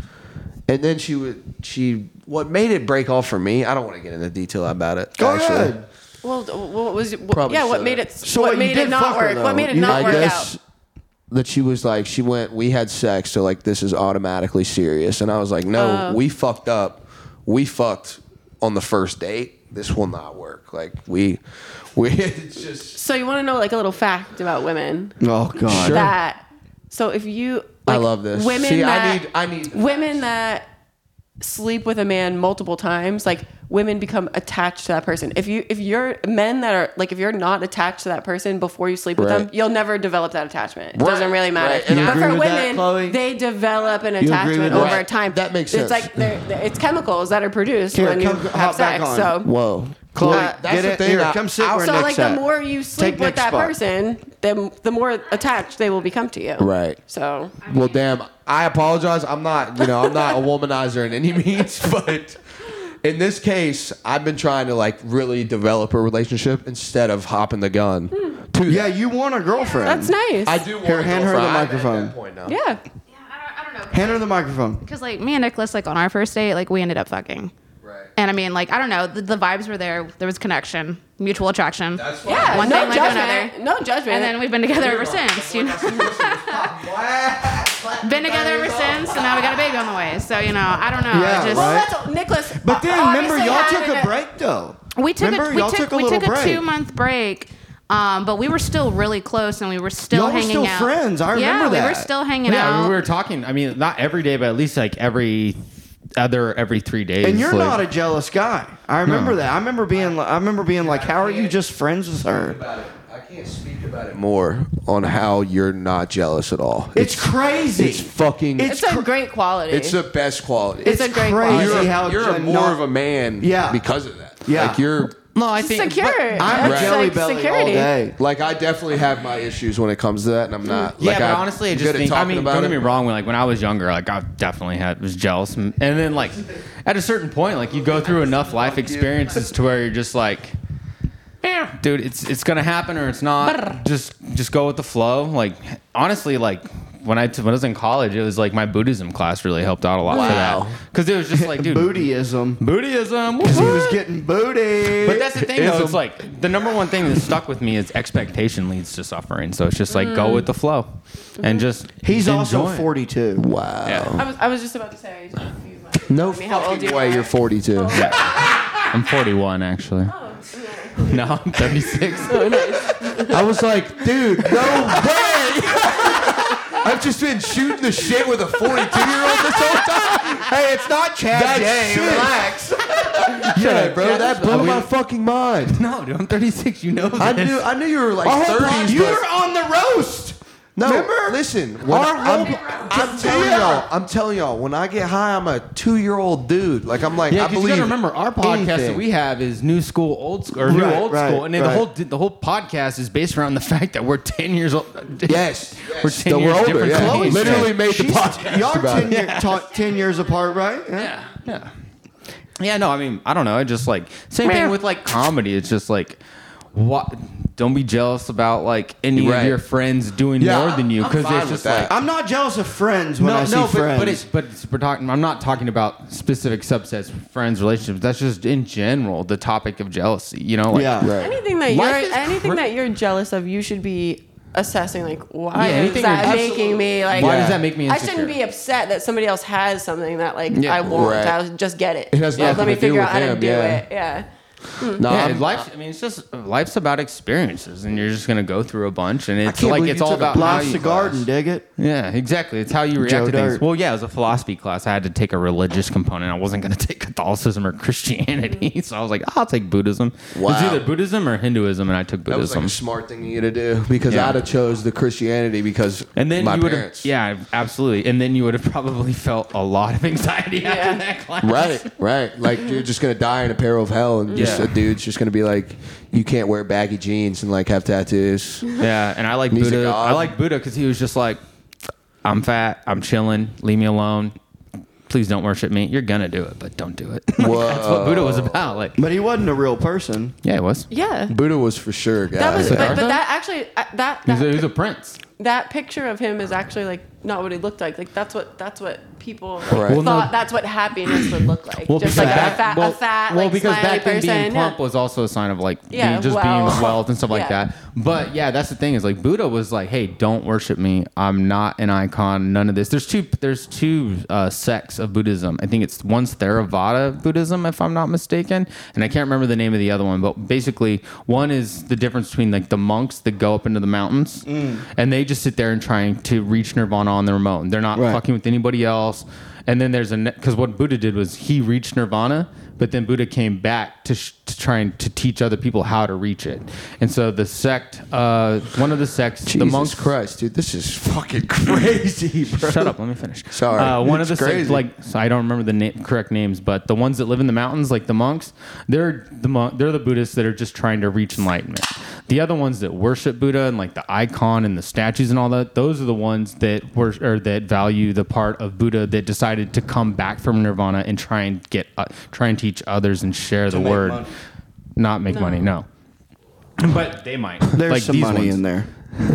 Speaker 4: And then she would, she what made it break off for me? I don't want to get into detail about it.
Speaker 2: Go ahead.
Speaker 5: Well, d- what was what,
Speaker 4: Probably
Speaker 5: yeah? What
Speaker 4: should
Speaker 5: made
Speaker 4: have.
Speaker 5: it?
Speaker 2: So
Speaker 5: what
Speaker 2: you
Speaker 5: made
Speaker 2: did
Speaker 5: it
Speaker 2: fuck
Speaker 5: not
Speaker 2: her,
Speaker 5: work?
Speaker 2: though.
Speaker 5: What made it
Speaker 2: You-
Speaker 5: not
Speaker 4: I
Speaker 5: work
Speaker 4: guess
Speaker 5: out?
Speaker 4: that she was like, she went, we had sex, so like this is automatically serious. And I was like, no,
Speaker 5: Oh.
Speaker 4: we fucked up. We fucked on the first date. This will not work. Like we, we it's just.
Speaker 5: So you want to know like a little fact about women
Speaker 2: Oh god.
Speaker 4: Sure.
Speaker 5: that? So if you, like,
Speaker 4: I love this.
Speaker 5: Women
Speaker 4: See,
Speaker 5: that
Speaker 4: I need, I need.
Speaker 5: women that sleep with a man multiple times, like women become attached to that person. If you if you're men that are like if you're not attached to that person before you sleep with them,
Speaker 4: Right.
Speaker 5: you'll never develop that attachment. It
Speaker 4: Right,
Speaker 5: doesn't really matter.
Speaker 4: right. And You
Speaker 5: but
Speaker 2: agree
Speaker 5: for
Speaker 2: with that,
Speaker 5: women,
Speaker 2: Chloe?
Speaker 5: they develop an
Speaker 2: with
Speaker 5: attachment
Speaker 2: that?
Speaker 5: over
Speaker 4: Right.
Speaker 5: time.
Speaker 4: That makes
Speaker 5: It's
Speaker 4: sense.
Speaker 5: like they're, they're- it's chemicals that are produced
Speaker 2: Here,
Speaker 5: when you
Speaker 2: come-
Speaker 5: have
Speaker 2: hop back
Speaker 5: sex.
Speaker 2: on.
Speaker 5: So
Speaker 4: Whoa.
Speaker 2: Chloe,
Speaker 5: Uh,
Speaker 2: that's the thing. Here,
Speaker 4: I-
Speaker 2: come sit where
Speaker 5: so
Speaker 2: Nick's
Speaker 5: like the
Speaker 2: at.
Speaker 5: more you sleep
Speaker 2: Take
Speaker 5: with
Speaker 2: Nick's
Speaker 5: that
Speaker 2: spot.
Speaker 5: person, the the more attached they will become to you.
Speaker 4: Right.
Speaker 5: So
Speaker 4: Well, damn. I apologize. I'm not, you know, I'm not a womanizer in any means, but in this case, I've been trying to like really develop a relationship instead of hopping the gun.
Speaker 5: Hmm.
Speaker 4: To
Speaker 2: Yeah,
Speaker 4: that.
Speaker 2: you want a girlfriend.
Speaker 5: that's nice.
Speaker 4: I do. Want
Speaker 2: Here,
Speaker 4: to
Speaker 2: hand
Speaker 4: go
Speaker 2: her the
Speaker 4: for- I'm at that
Speaker 2: microphone.
Speaker 4: point now.
Speaker 5: Yeah.
Speaker 6: Yeah, I don't, I don't know.
Speaker 2: Hand her the microphone.
Speaker 7: Because like me and Nicholas, like on our first date, like we ended up fucking.
Speaker 4: Right.
Speaker 7: And I mean, like I don't know, the, the vibes were there. There was connection, mutual attraction.
Speaker 4: That's fine.
Speaker 5: Yeah.
Speaker 7: One
Speaker 5: no
Speaker 7: thing led to
Speaker 5: judgment.
Speaker 7: another.
Speaker 5: No judgment.
Speaker 7: and then we've been together ever since. You know, been together ever since, and now we got a baby on the way. So you know, I don't know.
Speaker 2: Yeah,
Speaker 7: I just,
Speaker 5: well,
Speaker 2: right?
Speaker 5: that's Nicholas.
Speaker 2: But then remember,
Speaker 5: obviously
Speaker 2: y'all
Speaker 5: had
Speaker 2: took a
Speaker 5: an-
Speaker 2: break though.
Speaker 7: We took
Speaker 2: remember,
Speaker 7: a, we
Speaker 2: y'all
Speaker 7: took,
Speaker 2: took a
Speaker 7: we
Speaker 2: little
Speaker 7: took
Speaker 2: break.
Speaker 7: a two month break, um, but we were still really close and we were still
Speaker 2: Y'all were
Speaker 7: hanging
Speaker 2: still
Speaker 7: out.
Speaker 2: friends. I
Speaker 7: yeah,
Speaker 2: remember
Speaker 7: we were
Speaker 2: that.
Speaker 7: still hanging
Speaker 3: yeah, I mean,
Speaker 7: out.
Speaker 3: we were talking. I mean, not every day, but at least like every other every three days.
Speaker 2: And you're
Speaker 3: like-
Speaker 2: not a jealous guy. I remember
Speaker 3: No.
Speaker 2: that. I remember being. li- I remember being like, "How are you just friends with her?"
Speaker 4: About it. I can't speak about it more on how you're not jealous at all.
Speaker 2: It's crazy.
Speaker 4: It's fucking.
Speaker 2: It's
Speaker 5: It's a great quality.
Speaker 4: It's the best quality.
Speaker 2: It's
Speaker 5: a great
Speaker 2: crazy
Speaker 4: you're,
Speaker 2: how
Speaker 4: you're
Speaker 2: gen-
Speaker 4: more
Speaker 2: not-
Speaker 4: of a man
Speaker 2: Yeah.
Speaker 4: because of that.
Speaker 2: Yeah.
Speaker 4: Like you're
Speaker 3: No, I think
Speaker 5: secure.
Speaker 3: but-
Speaker 2: I'm
Speaker 4: Right.
Speaker 2: a jelly
Speaker 5: like
Speaker 2: belly all
Speaker 5: security.
Speaker 2: day.
Speaker 4: like I definitely have my issues when it comes to that and I'm not
Speaker 3: yeah,
Speaker 4: like
Speaker 3: but
Speaker 4: I'm
Speaker 3: honestly, I
Speaker 4: good
Speaker 3: just
Speaker 4: at
Speaker 3: think. I
Speaker 4: talking
Speaker 3: mean,
Speaker 4: about
Speaker 3: don't get
Speaker 4: it.
Speaker 3: me wrong. When like when I was younger, like I definitely had was jealous, and and then like at a certain point, like you go through enough life experiences to where you're just like, yeah, dude, it's it's gonna happen or it's not. Just just go with the flow. Like honestly, like. When I, t- when I was in college, it was like my Buddhism class really helped out a lot
Speaker 4: Wow.
Speaker 3: for that. Because it was just like, dude,
Speaker 2: Bootyism. He
Speaker 3: Buddhism. woo-hoo.
Speaker 2: was getting booty.
Speaker 3: But that's the thing, though.
Speaker 4: Ism.
Speaker 3: It's like the number one thing that stuck with me is expectation leads to suffering. So it's just like go with the flow, and just
Speaker 2: He's also
Speaker 3: enjoy it.
Speaker 2: 42.
Speaker 4: Wow.
Speaker 3: Yeah.
Speaker 5: I was, I was just about to say.
Speaker 4: No
Speaker 5: mean, how old
Speaker 4: fucking
Speaker 5: you
Speaker 4: way.
Speaker 5: are. Oh.
Speaker 4: You're 42.
Speaker 3: I'm 41 actually. No, I'm 36.
Speaker 4: I was like, dude, no way. I've just been shooting the shit with a 42 year old this whole time. Hey, it's not Chad That's
Speaker 2: Day,
Speaker 4: Relax. yeah, bro, that blew my fucking mind.
Speaker 3: no, dude, I'm 36. You know this.
Speaker 4: I knew, I knew you were like
Speaker 2: Our whole
Speaker 4: 30s.
Speaker 2: pod-
Speaker 4: but-
Speaker 2: you were on the roast.
Speaker 4: No,
Speaker 2: Remember?
Speaker 4: listen. When
Speaker 2: Our
Speaker 4: I'm,
Speaker 2: whole-
Speaker 4: I'm telling y'all. I'm telling y'all. When I get high, I'm a two-year-old dude. Like I'm like.
Speaker 3: yeah,
Speaker 4: I
Speaker 3: because you
Speaker 4: believe.
Speaker 3: gotta remember our podcast
Speaker 4: anything.
Speaker 3: that we have is new school, old school, or new
Speaker 2: Right,
Speaker 3: old
Speaker 2: right,
Speaker 3: school, and then
Speaker 2: right.
Speaker 3: the whole the whole podcast is based around the fact that we're 10 years old.
Speaker 4: Yes,
Speaker 3: We're
Speaker 4: yes.
Speaker 3: 10
Speaker 4: That
Speaker 3: years
Speaker 4: we're older.
Speaker 3: different
Speaker 4: Yeah.
Speaker 3: from each
Speaker 4: Literally made the
Speaker 2: She's-
Speaker 4: podcast
Speaker 2: Y'all
Speaker 4: about
Speaker 2: 10,
Speaker 4: it.
Speaker 2: year, ta- 10 years apart, right? Yeah.
Speaker 3: Yeah, yeah, yeah. No, I mean, I don't know. It just like same
Speaker 5: Meh.
Speaker 3: thing with like comedy. It's just like what. Don't be jealous about like any
Speaker 4: Right.
Speaker 3: of your friends doing
Speaker 4: Yeah,
Speaker 3: more than you
Speaker 4: I'm
Speaker 3: because
Speaker 4: fine
Speaker 3: it's
Speaker 4: with
Speaker 3: just
Speaker 4: that.
Speaker 3: like.
Speaker 2: I'm not jealous of friends when
Speaker 3: no,
Speaker 2: I see
Speaker 3: no, but,
Speaker 2: friends.
Speaker 3: but it's but it's, we're talking. I'm not talking about specific subsets, friends, relationships. That's just in general the topic of jealousy. You know, like,
Speaker 2: yeah.
Speaker 5: Anything that
Speaker 3: Life
Speaker 5: you're
Speaker 3: is
Speaker 5: anything
Speaker 3: cra-
Speaker 5: that you're jealous of, you should be assessing. Like, why
Speaker 3: Yeah,
Speaker 5: is
Speaker 3: anything
Speaker 5: that
Speaker 3: you're-
Speaker 5: making me like?
Speaker 3: Why
Speaker 4: Yeah.
Speaker 3: does that make me
Speaker 5: I
Speaker 3: insecure?
Speaker 5: shouldn't be upset that somebody else has something that like
Speaker 3: Yeah,
Speaker 5: I want.
Speaker 4: right.
Speaker 5: I just get it.
Speaker 4: It has
Speaker 5: Yeah,
Speaker 4: nothing
Speaker 5: let me
Speaker 4: to do
Speaker 5: figure
Speaker 4: with
Speaker 5: out how
Speaker 4: them,
Speaker 5: to do
Speaker 4: yeah.
Speaker 5: it. Yeah.
Speaker 4: No,
Speaker 3: Yeah,
Speaker 4: I'm-
Speaker 3: life's. I mean, it's just life's about experiences, and you're just gonna go through a bunch, and it's
Speaker 4: can't
Speaker 3: like
Speaker 4: believe
Speaker 3: it's
Speaker 4: you
Speaker 3: all
Speaker 4: took a
Speaker 3: about how
Speaker 2: Life's
Speaker 3: you
Speaker 2: the garden, dig it?
Speaker 3: Yeah, exactly. It's how you react
Speaker 2: Joe
Speaker 3: to things.
Speaker 2: Dirt.
Speaker 3: Well, yeah, it was a philosophy class. I had to take a religious component. I wasn't going to take Catholicism or Christianity, so I was like, I'll take Buddhism. It was
Speaker 4: Wow.
Speaker 3: either Buddhism or Hinduism, and I took
Speaker 4: that was like
Speaker 3: Buddhism.
Speaker 4: a smart thing you to do because
Speaker 3: Yeah.
Speaker 4: I'd have chose the Christianity because
Speaker 3: and then
Speaker 4: my
Speaker 3: you would have,
Speaker 4: parents.
Speaker 3: yeah, absolutely. And then you would have probably felt a lot of anxiety after that class.
Speaker 4: Right, right. Like you're just gonna die in a pair of hell, and just
Speaker 3: Yeah.
Speaker 4: a dude's just gonna be like, you can't wear baggy jeans and like have tattoos.
Speaker 3: Yeah, and I like
Speaker 4: He's a
Speaker 3: Buddha.
Speaker 4: god.
Speaker 3: I like Buddha because he was just like, I'm fat. I'm chilling. Leave me alone. Please don't worship me. You're gonna do it, but don't do it. Like, that's what Buddha was about. Like,
Speaker 2: But he wasn't a real person.
Speaker 3: yeah, it was.
Speaker 5: Yeah.
Speaker 4: Buddha was for sure, guys.
Speaker 5: That was, but,
Speaker 3: Aren't
Speaker 5: but
Speaker 3: they?
Speaker 5: that actually, uh, that
Speaker 3: He's a,
Speaker 5: that,
Speaker 3: he's a prince.
Speaker 5: that picture of him is actually like not what he looked like. Like that's what that's what people like,
Speaker 4: Right. Well,
Speaker 3: no-
Speaker 5: thought. that's what happiness would look like. just
Speaker 3: because
Speaker 5: like
Speaker 3: back-
Speaker 5: a fat,
Speaker 3: well-
Speaker 5: a fat,
Speaker 3: well,
Speaker 5: like
Speaker 3: because
Speaker 5: smiley
Speaker 3: back then
Speaker 5: person.
Speaker 3: being plump
Speaker 5: yeah.
Speaker 3: was also a sign of like
Speaker 5: Yeah,
Speaker 3: being- just
Speaker 5: well.
Speaker 3: being wealth and stuff like
Speaker 5: Yeah.
Speaker 3: that. But yeah, that's the thing is like Buddha was like, hey, don't worship me. I'm not an icon. None of this. There's two. There's two uh, sects of Buddhism. I think it's one's Theravada Buddhism, if I'm not mistaken, and I can't remember the name of the other one. But basically, one is the difference between like the monks that go up into the mountains and they they just sit there and trying to reach Nirvana on their own. They're not
Speaker 4: Right.
Speaker 3: fucking with anybody else. And then there's a because what Buddha did was he reached Nirvana, but then Buddha came back to, sh- to trying to teach other people how to reach it. And so the sect, uh, one of the sects, the
Speaker 4: Jesus
Speaker 3: monks,
Speaker 4: Christ, dude, this is fucking crazy, bro.
Speaker 3: Shut up. Let me finish.
Speaker 4: Sorry.
Speaker 3: Uh, one
Speaker 4: It's
Speaker 3: of the
Speaker 4: crazy.
Speaker 3: crazy. like so I don't remember the na- correct names, but the ones that live in the mountains, like the monks, they're the mon- they're the Buddhists that are just trying to reach enlightenment. The other ones that worship Buddha and like the icon and the statues and all that, those are the ones that were or that value the part of Buddha that decided to come back from Nirvana and try and get uh, try and teach others and share the
Speaker 2: make
Speaker 3: word,
Speaker 2: money.
Speaker 3: not make money. No. But they might.
Speaker 2: There's
Speaker 3: like
Speaker 2: some
Speaker 3: these
Speaker 2: money
Speaker 3: ones.
Speaker 2: in there.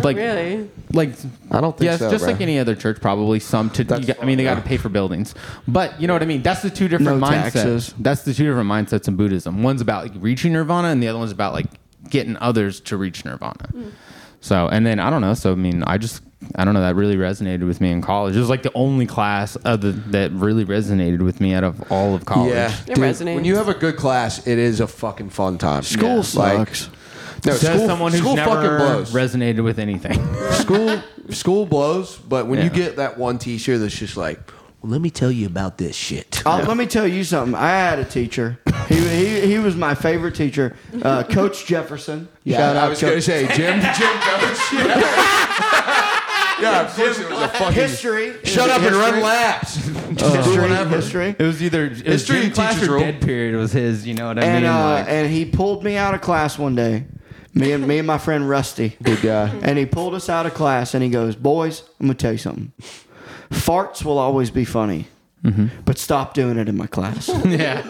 Speaker 3: Like
Speaker 5: Really?
Speaker 3: like
Speaker 4: I don't think
Speaker 3: yes,
Speaker 4: so,
Speaker 3: just
Speaker 4: bro.
Speaker 3: like any other church, probably some. To
Speaker 4: That's
Speaker 3: you got- I mean, they got to
Speaker 4: fucked
Speaker 3: pay for buildings, but you know what I mean. That's the two different
Speaker 2: No
Speaker 3: mindsets.
Speaker 2: taxes.
Speaker 3: That's the two different mindsets in Buddhism. One's about like, reaching nirvana, and the other one's about like getting others to reach nirvana. So, and then I don't know. So, I mean, I just I don't know. That really resonated with me in college. It was like the only class other that really resonated with me out of all of college.
Speaker 4: Yeah,
Speaker 5: It
Speaker 4: dude,
Speaker 5: resonates.
Speaker 4: When you have a good class, it is a fucking fun time.
Speaker 2: School
Speaker 4: Yeah.
Speaker 2: sucks.
Speaker 4: Like, no,
Speaker 3: Says
Speaker 4: school,
Speaker 3: someone who's
Speaker 4: school fucking
Speaker 3: never
Speaker 4: blows.
Speaker 3: resonated with anything.
Speaker 4: school school blows, but when you
Speaker 3: Yeah.
Speaker 4: get that one T-shirt that's just like, well, let me tell you about this shit.
Speaker 2: I'll- Oh, Let me tell you something. I had a teacher. He, he, he was my favorite teacher, uh, Coach Jefferson. Shout
Speaker 4: I
Speaker 2: out,
Speaker 4: was
Speaker 2: Coach.
Speaker 4: gonna say Jim. Jim Coach. Yeah, yeah of course it was a fucking
Speaker 2: History.
Speaker 4: Shut up and run laps.
Speaker 2: History.
Speaker 4: Whatever.
Speaker 2: history.
Speaker 3: It was either it was
Speaker 4: History
Speaker 3: gym class
Speaker 4: teacher's
Speaker 3: or
Speaker 4: rule.
Speaker 3: dead period was his. You know what I
Speaker 2: and
Speaker 3: mean?
Speaker 2: uh,
Speaker 3: Like-
Speaker 2: and he pulled me out of class one day. Me and me and my friend Rusty.
Speaker 4: Good guy.
Speaker 2: And he pulled us out of class and he goes, "Boys, I'm gonna tell you something. Farts will always be funny."
Speaker 4: Mm-hmm.
Speaker 2: But stop doing it in my class.
Speaker 3: yeah.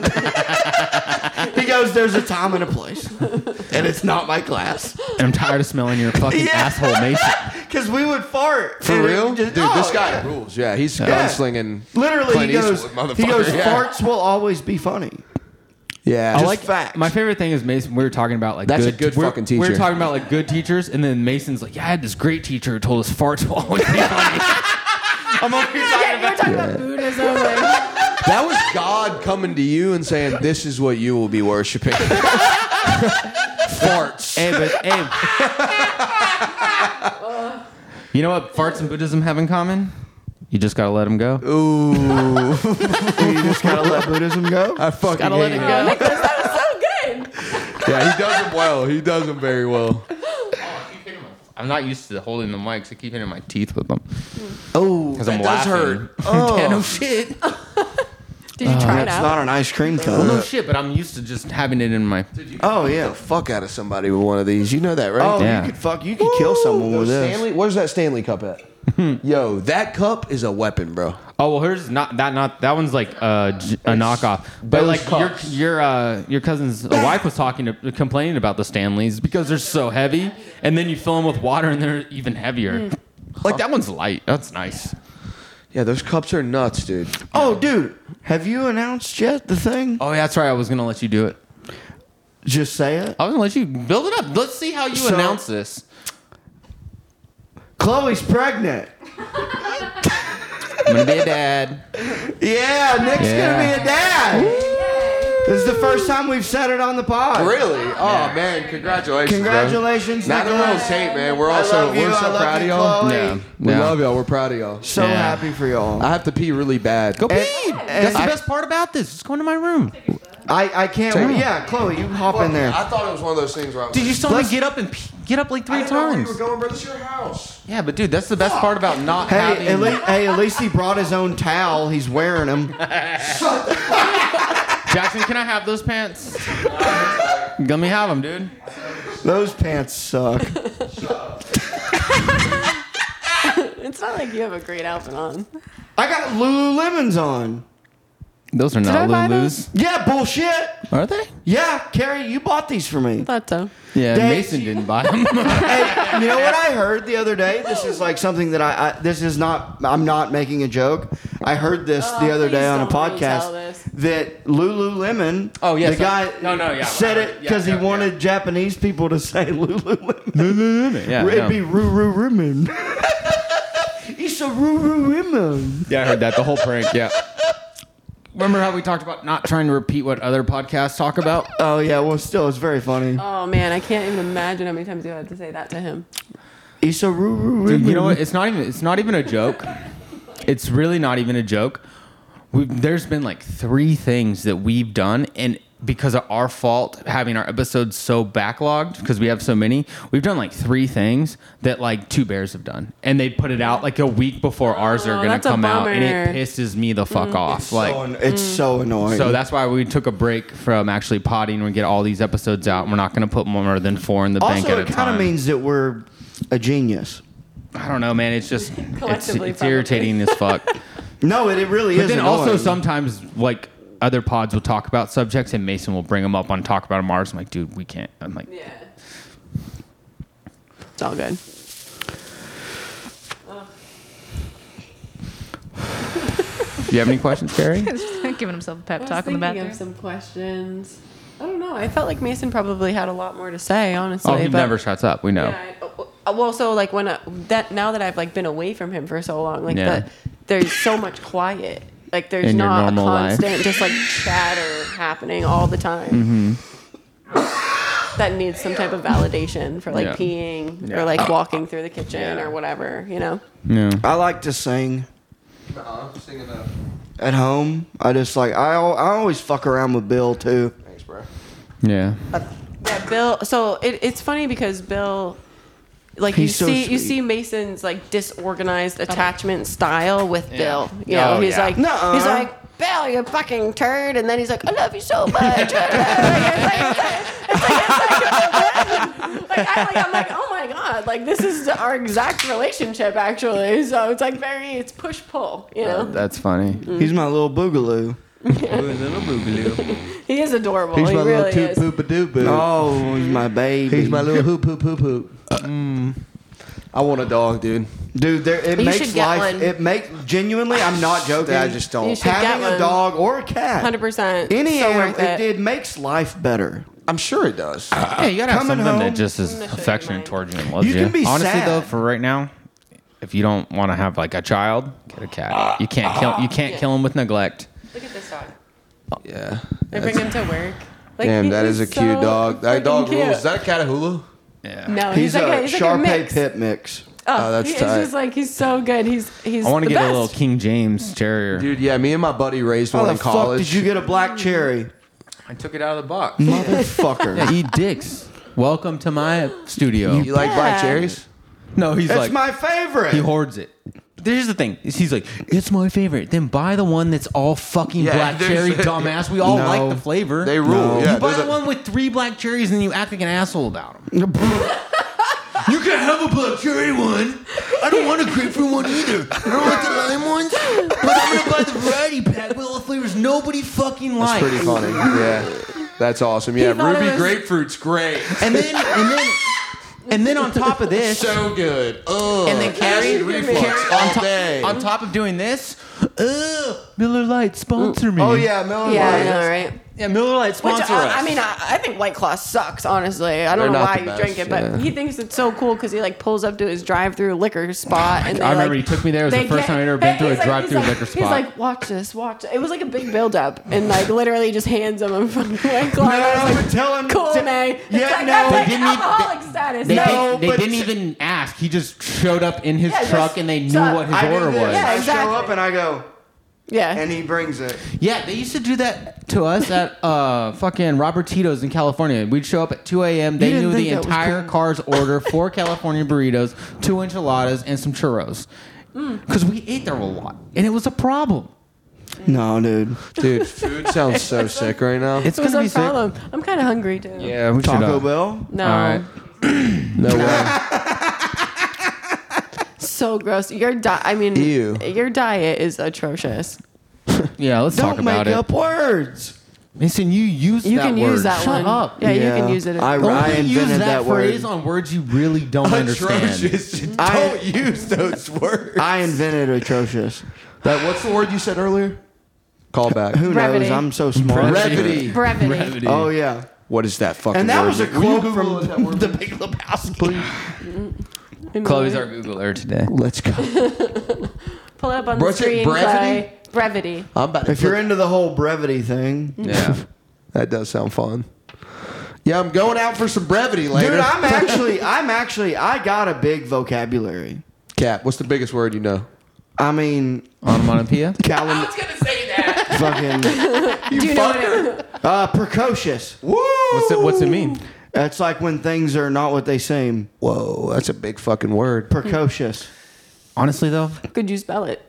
Speaker 2: he goes, There's a time and a place. And it's not my class.
Speaker 3: And I'm tired of smelling your fucking
Speaker 2: Yeah.
Speaker 3: asshole, Mason.
Speaker 2: Because we would fart.
Speaker 4: For
Speaker 2: And it
Speaker 4: real,
Speaker 2: just-
Speaker 4: dude.
Speaker 2: oh,
Speaker 4: this guy
Speaker 2: yeah.
Speaker 4: rules. Yeah, he's
Speaker 2: Yeah.
Speaker 4: gunslinging.
Speaker 2: Literally,
Speaker 4: Clint
Speaker 2: he goes,
Speaker 4: Eastwood,
Speaker 2: he goes,
Speaker 4: motherfucker. yeah.
Speaker 2: farts will always be funny.
Speaker 4: Yeah,
Speaker 2: I
Speaker 4: Just-
Speaker 2: like facts.
Speaker 3: My favorite thing is Mason. We were talking about like
Speaker 4: That's a
Speaker 3: good,
Speaker 4: good
Speaker 3: we're-
Speaker 4: fucking
Speaker 3: We
Speaker 4: teacher.
Speaker 3: were talking about like good teachers, and then Mason's like, "Yeah, I had this great teacher who told us farts will always be funny." I'm over here talking
Speaker 5: You're talking about Buddhism. Like,
Speaker 4: That was God coming to you and saying, "This is what you will be worshiping." Farts.
Speaker 3: Hey, but hey. you know what farts and Buddhism have in common? You just gotta let them go.
Speaker 4: Ooh,
Speaker 2: you just gotta let Buddhism go.
Speaker 4: I fucking gotta let it
Speaker 5: oh, Nicholas, that was so good.
Speaker 4: Yeah, he does them well. He does them very well.
Speaker 3: I'm not used to holding the mics. I keep hitting my teeth with them
Speaker 2: Oh,
Speaker 3: because I'm
Speaker 4: That does
Speaker 3: laughing.
Speaker 4: hurt.
Speaker 3: Yeah, no Oh, shit.
Speaker 5: Did
Speaker 3: Uh,
Speaker 5: you try it
Speaker 2: that's not
Speaker 5: out?
Speaker 2: an ice cream
Speaker 3: Well,
Speaker 2: cone.
Speaker 3: no shit, but I'm used to just having it in my.
Speaker 2: Oh yeah.
Speaker 4: The fuck out of somebody with one of these. You know that, right?
Speaker 2: Oh,
Speaker 3: Yeah.
Speaker 2: you could fuck. You could kill someone
Speaker 4: Those
Speaker 2: with this.
Speaker 4: Stanley, where's that Stanley cup at? Yo, that cup is a weapon, bro.
Speaker 3: Oh well, hers is not that not that one's like uh, j- a knockoff. But
Speaker 4: Those
Speaker 3: like
Speaker 4: cups.
Speaker 3: your your uh, your cousin's wife was talking to complaining about the Stanleys because they're so heavy, and then you fill them with water and they're even heavier. Like that one's light. That's nice.
Speaker 4: Yeah, those cups are nuts, dude.
Speaker 2: Oh, dude, have you announced yet the thing?
Speaker 3: Oh yeah, that's right. I was gonna let you do it.
Speaker 2: Just say it.
Speaker 3: I was gonna let you build it up. Let's see how you
Speaker 2: So-
Speaker 3: announce this.
Speaker 2: Chloe's pregnant.
Speaker 3: I'm gonna be a dad.
Speaker 2: Yeah, Nick's
Speaker 3: Yeah.
Speaker 2: gonna be a dad. This is the first time we've said it on the pod.
Speaker 4: Really? Oh man, congratulations!
Speaker 2: Congratulations,
Speaker 4: Bro. Not a real
Speaker 2: Nicholas.
Speaker 4: tape, man. We're
Speaker 2: I
Speaker 4: also
Speaker 2: love you.
Speaker 4: we're so
Speaker 2: I love
Speaker 4: proud
Speaker 2: you,
Speaker 4: of y'all.
Speaker 2: Chloe.
Speaker 3: Yeah.
Speaker 4: We
Speaker 3: Yeah.
Speaker 4: love y'all. We're proud of y'all.
Speaker 2: So
Speaker 3: Yeah.
Speaker 2: happy for y'all.
Speaker 4: I have to pee really bad.
Speaker 3: Go pee.
Speaker 2: And-
Speaker 3: That's the
Speaker 2: and-
Speaker 3: best part about this. Just go into my room.
Speaker 2: I, I can't.
Speaker 4: Take
Speaker 2: wait.
Speaker 4: it.
Speaker 2: Yeah, Chloe, you hop in there.
Speaker 4: I thought it was one of those things where I was
Speaker 3: Dude, you saw me
Speaker 2: Let's-
Speaker 3: get up and pee, get up like three times.
Speaker 4: going, bro. This is your house.
Speaker 3: Yeah, but dude, that's the best part about not having.
Speaker 2: Hey, at least, hey, at least he brought his own towel. He's wearing them.
Speaker 3: Jackson, can I have those pants? Let me have them, dude.
Speaker 2: Those pants suck.
Speaker 5: It's not like you have a great outfit on.
Speaker 2: I got Lululemons on.
Speaker 3: Those are
Speaker 5: I
Speaker 3: not
Speaker 5: buy
Speaker 3: Lulu's,
Speaker 2: Yeah, bullshit.
Speaker 3: are they?
Speaker 2: Yeah, Carrie, you bought these for me.
Speaker 5: I thought so.
Speaker 3: Yeah,
Speaker 2: They-
Speaker 3: Mason didn't buy them.
Speaker 2: Hey, you know what I heard the other day? This is like something that I, I this is not I'm not making a joke. I heard this
Speaker 5: Oh,
Speaker 2: the other
Speaker 5: please
Speaker 2: day on a
Speaker 5: don't really tell
Speaker 2: podcast
Speaker 5: this.
Speaker 2: that Lululemon.
Speaker 3: Oh, yeah,
Speaker 2: the
Speaker 3: so-
Speaker 2: guy.
Speaker 3: no, no, yeah,
Speaker 2: said
Speaker 3: I-
Speaker 2: it
Speaker 3: yeah,
Speaker 2: because
Speaker 3: yeah,
Speaker 2: he
Speaker 3: yeah.
Speaker 2: wanted Japanese people to say Lululemon.
Speaker 3: yeah,
Speaker 2: It'd
Speaker 3: no.
Speaker 2: be Lululemon. it's a Lululemon.
Speaker 3: yeah, I heard that the whole prank. Yeah. Remember how we talked about not trying to repeat what other podcasts talk about?
Speaker 2: Oh yeah, well, still, it's very funny.
Speaker 5: Oh man, I can't even imagine how many times you had to say that to him.
Speaker 2: Issa Ru Ru Ru.
Speaker 3: Dude, you know what? It's not even. It's not even a joke. It's really not even a joke. We've, there's been like three things that we've done, and because of our fault, having our episodes so backlogged because we have so many, we've done like three things that like two bears have done, and they put it out like a week before ours are
Speaker 5: Oh,
Speaker 3: gonna
Speaker 5: that's a
Speaker 3: come out, and it
Speaker 5: bummer. Mm.
Speaker 3: pisses me the fuck off. like.
Speaker 2: so, an- it's
Speaker 4: mm.
Speaker 2: so annoying.
Speaker 3: so that's why we took a break from actually potting. We get all these episodes out. and We're not going to put more than four in the bank
Speaker 2: also
Speaker 3: at a
Speaker 2: it kind
Speaker 3: time.
Speaker 2: of means that we're a genius.
Speaker 3: I don't know, man. It's just it's,
Speaker 5: Collectively,
Speaker 3: it's
Speaker 5: probably.
Speaker 3: irritating as fuck.
Speaker 2: No, it, it really
Speaker 3: But
Speaker 2: is.
Speaker 3: then
Speaker 2: annoying.
Speaker 3: also sometimes like other pods will talk about subjects and Mason will bring them up on Talk About Mars. I'm like, dude, we can't. I'm like,
Speaker 5: Yeah. It's all good.
Speaker 3: do you have any questions, Carrie?
Speaker 7: Giving himself a pep
Speaker 5: I was
Speaker 7: talk in
Speaker 5: thinking
Speaker 7: the bathroom.
Speaker 5: of some questions. I don't know. I felt like Mason probably had a lot more to say, honestly.
Speaker 3: oh, he
Speaker 5: but-
Speaker 3: never shuts up. We know.
Speaker 5: Yeah, I- uh, well, so like when I, that now that I've like been away from him for so long, like
Speaker 3: Yeah.
Speaker 5: the, there's so much quiet. Like there's
Speaker 3: In your
Speaker 5: not a
Speaker 3: normal life.
Speaker 5: constant just like chatter happening all the time.
Speaker 3: Mm-hmm.
Speaker 5: That needs some type of validation for like
Speaker 3: Yeah.
Speaker 5: peeing
Speaker 3: Yeah.
Speaker 5: or like walking through the kitchen
Speaker 3: Yeah.
Speaker 5: or whatever, you know.
Speaker 2: I like to sing at home. I just like I al- I always fuck around with Bill too.
Speaker 4: Thanks, bro.
Speaker 3: Yeah.
Speaker 5: Yeah, Bill. So it, it's funny because Bill, like
Speaker 2: He's so
Speaker 5: you see, you
Speaker 2: sweet.
Speaker 5: see Mason's like disorganized attachment style with Bill. You
Speaker 3: Oh,
Speaker 5: know, he's
Speaker 3: yeah.
Speaker 5: like,
Speaker 2: Nuh-uh.
Speaker 5: he's like, Bill, you fucking turd, and then he's like, I love you so much. It's like- it's like- it's like- Like I'm like, I'm like, oh my god, like this is our exact relationship actually. So it's like very, it's push pull. You know,
Speaker 3: That's funny.
Speaker 5: Mm.
Speaker 2: He's my little boogaloo.
Speaker 5: he is adorable.
Speaker 4: He's
Speaker 5: he
Speaker 4: my
Speaker 5: Oh, really
Speaker 4: little toot
Speaker 5: is.
Speaker 4: poop a doo boo.
Speaker 2: Oh, he's my baby. Uh,
Speaker 4: He's my little hoop hoop hoop hoop. I want a dog, dude.
Speaker 2: dude. There, it
Speaker 5: You
Speaker 2: makes
Speaker 5: should get
Speaker 2: life.
Speaker 5: one.
Speaker 2: It makes genuinely. I'm not joking.
Speaker 4: I just don't.
Speaker 5: You should
Speaker 2: having
Speaker 5: get
Speaker 2: a
Speaker 5: one.
Speaker 2: dog or a cat.
Speaker 5: Hundred percent.
Speaker 2: Any
Speaker 5: so
Speaker 2: animal,
Speaker 5: worth
Speaker 2: it.
Speaker 5: it.
Speaker 2: did makes life better.
Speaker 4: I'm sure it does.
Speaker 2: Ah.
Speaker 3: Yeah, you gotta have
Speaker 2: Coming
Speaker 3: something
Speaker 2: home-
Speaker 3: that just is
Speaker 5: I'm gonna show you
Speaker 3: affectionate
Speaker 5: mine.
Speaker 3: towards you and loves
Speaker 2: You
Speaker 3: you.
Speaker 2: can be
Speaker 3: Honestly,
Speaker 2: sad.
Speaker 3: though, for right now, if you don't want to have like a child, get a cat. You can't kill. You can't
Speaker 5: Yeah.
Speaker 3: kill him with neglect.
Speaker 5: Look at this dog.
Speaker 4: yeah.
Speaker 5: They bring him to work. Like,
Speaker 4: Damn,
Speaker 5: he
Speaker 4: that is a cute
Speaker 5: so
Speaker 4: dog. That
Speaker 5: freaking
Speaker 4: dog
Speaker 5: cute.
Speaker 4: rules. Is that a Catahoula?
Speaker 3: Yeah.
Speaker 5: no,
Speaker 2: He's,
Speaker 5: he's, like
Speaker 2: a,
Speaker 5: a, he's like a
Speaker 2: Shar Sharpei
Speaker 5: mix.
Speaker 2: pit mix.
Speaker 5: Oh,
Speaker 4: Oh, that's
Speaker 5: he-
Speaker 4: tight.
Speaker 5: It's just like he's so good. He's he's.
Speaker 3: I want to
Speaker 5: the
Speaker 3: get
Speaker 5: best.
Speaker 3: a little King James Terrier.
Speaker 4: Dude, yeah, me and my buddy raised
Speaker 2: How
Speaker 4: one
Speaker 2: the
Speaker 4: in college.
Speaker 2: fuck did you get a black cherry,
Speaker 3: I took it out of the box.
Speaker 2: motherfucker?
Speaker 3: Yeah, eat dicks. Welcome to my studio.
Speaker 4: You like black
Speaker 5: Yeah.
Speaker 4: cherries?
Speaker 3: no, he's
Speaker 2: That's
Speaker 3: like
Speaker 2: my favorite.
Speaker 3: he hoards it. There's the thing. is He's like, it's my favorite. Then buy the one that's all fucking
Speaker 4: Yeah,
Speaker 3: black
Speaker 4: there's-
Speaker 3: cherry, dumbass. We all
Speaker 2: No.
Speaker 3: like the flavor.
Speaker 4: They rule.
Speaker 2: No.
Speaker 4: Yeah,
Speaker 3: you buy
Speaker 4: there's
Speaker 3: the
Speaker 4: a-
Speaker 3: one with three black cherries and you act like an asshole about them. you can have a black cherry one. I don't want a grapefruit one either. I don't want the lime ones. But I'm gonna buy the variety pack with all the flavors nobody fucking
Speaker 4: That's
Speaker 3: likes.
Speaker 4: pretty funny. Yeah. That's awesome. Yeah,
Speaker 5: thought it
Speaker 4: Ruby
Speaker 5: was-
Speaker 4: grapefruit's great.
Speaker 3: and then and then and then on top of this,
Speaker 4: So good. Ugh.
Speaker 3: And then Carrie-
Speaker 4: Acid reflux
Speaker 3: Carrie-
Speaker 4: all
Speaker 3: on top-
Speaker 4: day.
Speaker 3: on top of doing this, ugh, Miller Lite sponsor me.
Speaker 4: oh yeah, Miller
Speaker 5: Yeah, I
Speaker 4: Lite.
Speaker 5: know, right?
Speaker 3: yeah, Miller Lite
Speaker 5: Which
Speaker 3: sponsor us.
Speaker 5: I, I mean, I, I think White Claw sucks. Honestly, I
Speaker 4: They're
Speaker 5: don't know
Speaker 4: not
Speaker 5: why
Speaker 4: the
Speaker 5: you
Speaker 4: best,
Speaker 5: drink it, but
Speaker 4: yeah.
Speaker 5: he thinks it's so cool because he like pulls up to his drive-through liquor spot. And they,
Speaker 3: I remember
Speaker 5: like,
Speaker 3: he took me there. It was the
Speaker 5: they
Speaker 3: first
Speaker 5: get-
Speaker 3: time I'd ever been to a
Speaker 5: he's like-
Speaker 3: drive-through
Speaker 5: he's like-
Speaker 3: liquor
Speaker 5: He's
Speaker 3: spot.
Speaker 5: like, watch this, watch. It. it was like a big build-up, and like literally just hands him a fucking White Claw. and I was like,
Speaker 2: but tell him.
Speaker 5: cool,
Speaker 2: t-
Speaker 5: man. It's
Speaker 2: Yeah,
Speaker 5: like,
Speaker 2: no.
Speaker 5: that's
Speaker 2: They
Speaker 5: like
Speaker 3: didn't even-
Speaker 5: alcoholic status.
Speaker 3: they,
Speaker 5: No.
Speaker 2: No,
Speaker 3: didn't, they
Speaker 2: but-
Speaker 3: didn't even ask. He just showed up in his
Speaker 5: Yeah, just
Speaker 3: truck and they knew
Speaker 5: shut-
Speaker 3: what his
Speaker 2: I do
Speaker 3: order
Speaker 2: this.
Speaker 3: was.
Speaker 5: Yeah,
Speaker 3: Yeah.
Speaker 2: I show
Speaker 5: exactly.
Speaker 2: up and I go,
Speaker 5: yeah.
Speaker 2: and he brings it.
Speaker 3: they used to do that to us at uh, fucking Robert Tito's in California. We'd show up at 2 a.m. They
Speaker 2: didn't
Speaker 3: knew the
Speaker 2: think that was
Speaker 3: entire
Speaker 2: cool.
Speaker 3: car's order four California burritos, two enchiladas, and some churros. Because we ate there a lot and it was a problem.
Speaker 2: No, dude.
Speaker 4: Dude, food sounds so sick right now.
Speaker 3: It's going
Speaker 5: What's
Speaker 3: to
Speaker 5: our
Speaker 3: be sick.
Speaker 5: problem? I'm kind of hungry too.
Speaker 3: Yeah, we
Speaker 2: Taco
Speaker 3: should.
Speaker 2: Bell.
Speaker 5: No.
Speaker 3: All right.
Speaker 4: no way.
Speaker 5: So gross. Your diet. I mean,
Speaker 4: Ew.
Speaker 5: your diet is atrocious.
Speaker 3: Yeah, let's talk
Speaker 2: Don't
Speaker 3: about
Speaker 2: make
Speaker 3: it.
Speaker 2: up words.
Speaker 3: Mason, you use
Speaker 5: You
Speaker 3: that
Speaker 5: can
Speaker 3: word.
Speaker 5: use that
Speaker 3: Shut
Speaker 5: one.
Speaker 3: up.
Speaker 5: Yeah, you can use it.
Speaker 2: I,
Speaker 5: as
Speaker 3: Don't
Speaker 2: I
Speaker 3: use
Speaker 2: invented
Speaker 3: that,
Speaker 2: that,
Speaker 3: phrase
Speaker 2: word.
Speaker 3: on words you really don't understand.
Speaker 4: Atrocious. Don't
Speaker 2: I-
Speaker 4: use those words.
Speaker 2: I invented atrocious.
Speaker 4: That what's the word you said earlier? Call back.
Speaker 2: Who knows?
Speaker 5: Brevity.
Speaker 2: I'm so smart.
Speaker 4: Brevity.
Speaker 5: brevity.
Speaker 2: Oh yeah.
Speaker 4: What is that fucking?
Speaker 2: And that was a
Speaker 4: word? Will you
Speaker 2: quote
Speaker 4: Google
Speaker 2: from
Speaker 4: what that word
Speaker 2: the
Speaker 4: means?
Speaker 2: Big Lebowski. Please.
Speaker 5: You know,
Speaker 3: Chloe's our Googler today.
Speaker 4: Let's go.
Speaker 5: Pull up on
Speaker 4: What's
Speaker 5: the screen.
Speaker 4: it, brevity?
Speaker 5: Clay. Brevity.
Speaker 4: I'm about to.
Speaker 2: If you're
Speaker 4: put-
Speaker 2: into the whole brevity thing,
Speaker 3: Yeah.
Speaker 4: that does sound fun. Yeah, I'm going out for some brevity later.
Speaker 2: Dude, I'm actually, I'm actually, I got a big vocabulary.
Speaker 4: Cap, what's the biggest word you know?
Speaker 2: I mean,
Speaker 3: Onomatopoeia?
Speaker 2: calendar,
Speaker 6: gonna say that.
Speaker 2: fucking,
Speaker 4: You fucker.
Speaker 2: uh, precocious.
Speaker 4: Woo!
Speaker 3: What's it, what's it mean?
Speaker 2: That's like when things are not what they seem.
Speaker 4: Whoa, that's a big fucking word.
Speaker 2: Precocious.
Speaker 3: Honestly, though,
Speaker 5: Could you spell it?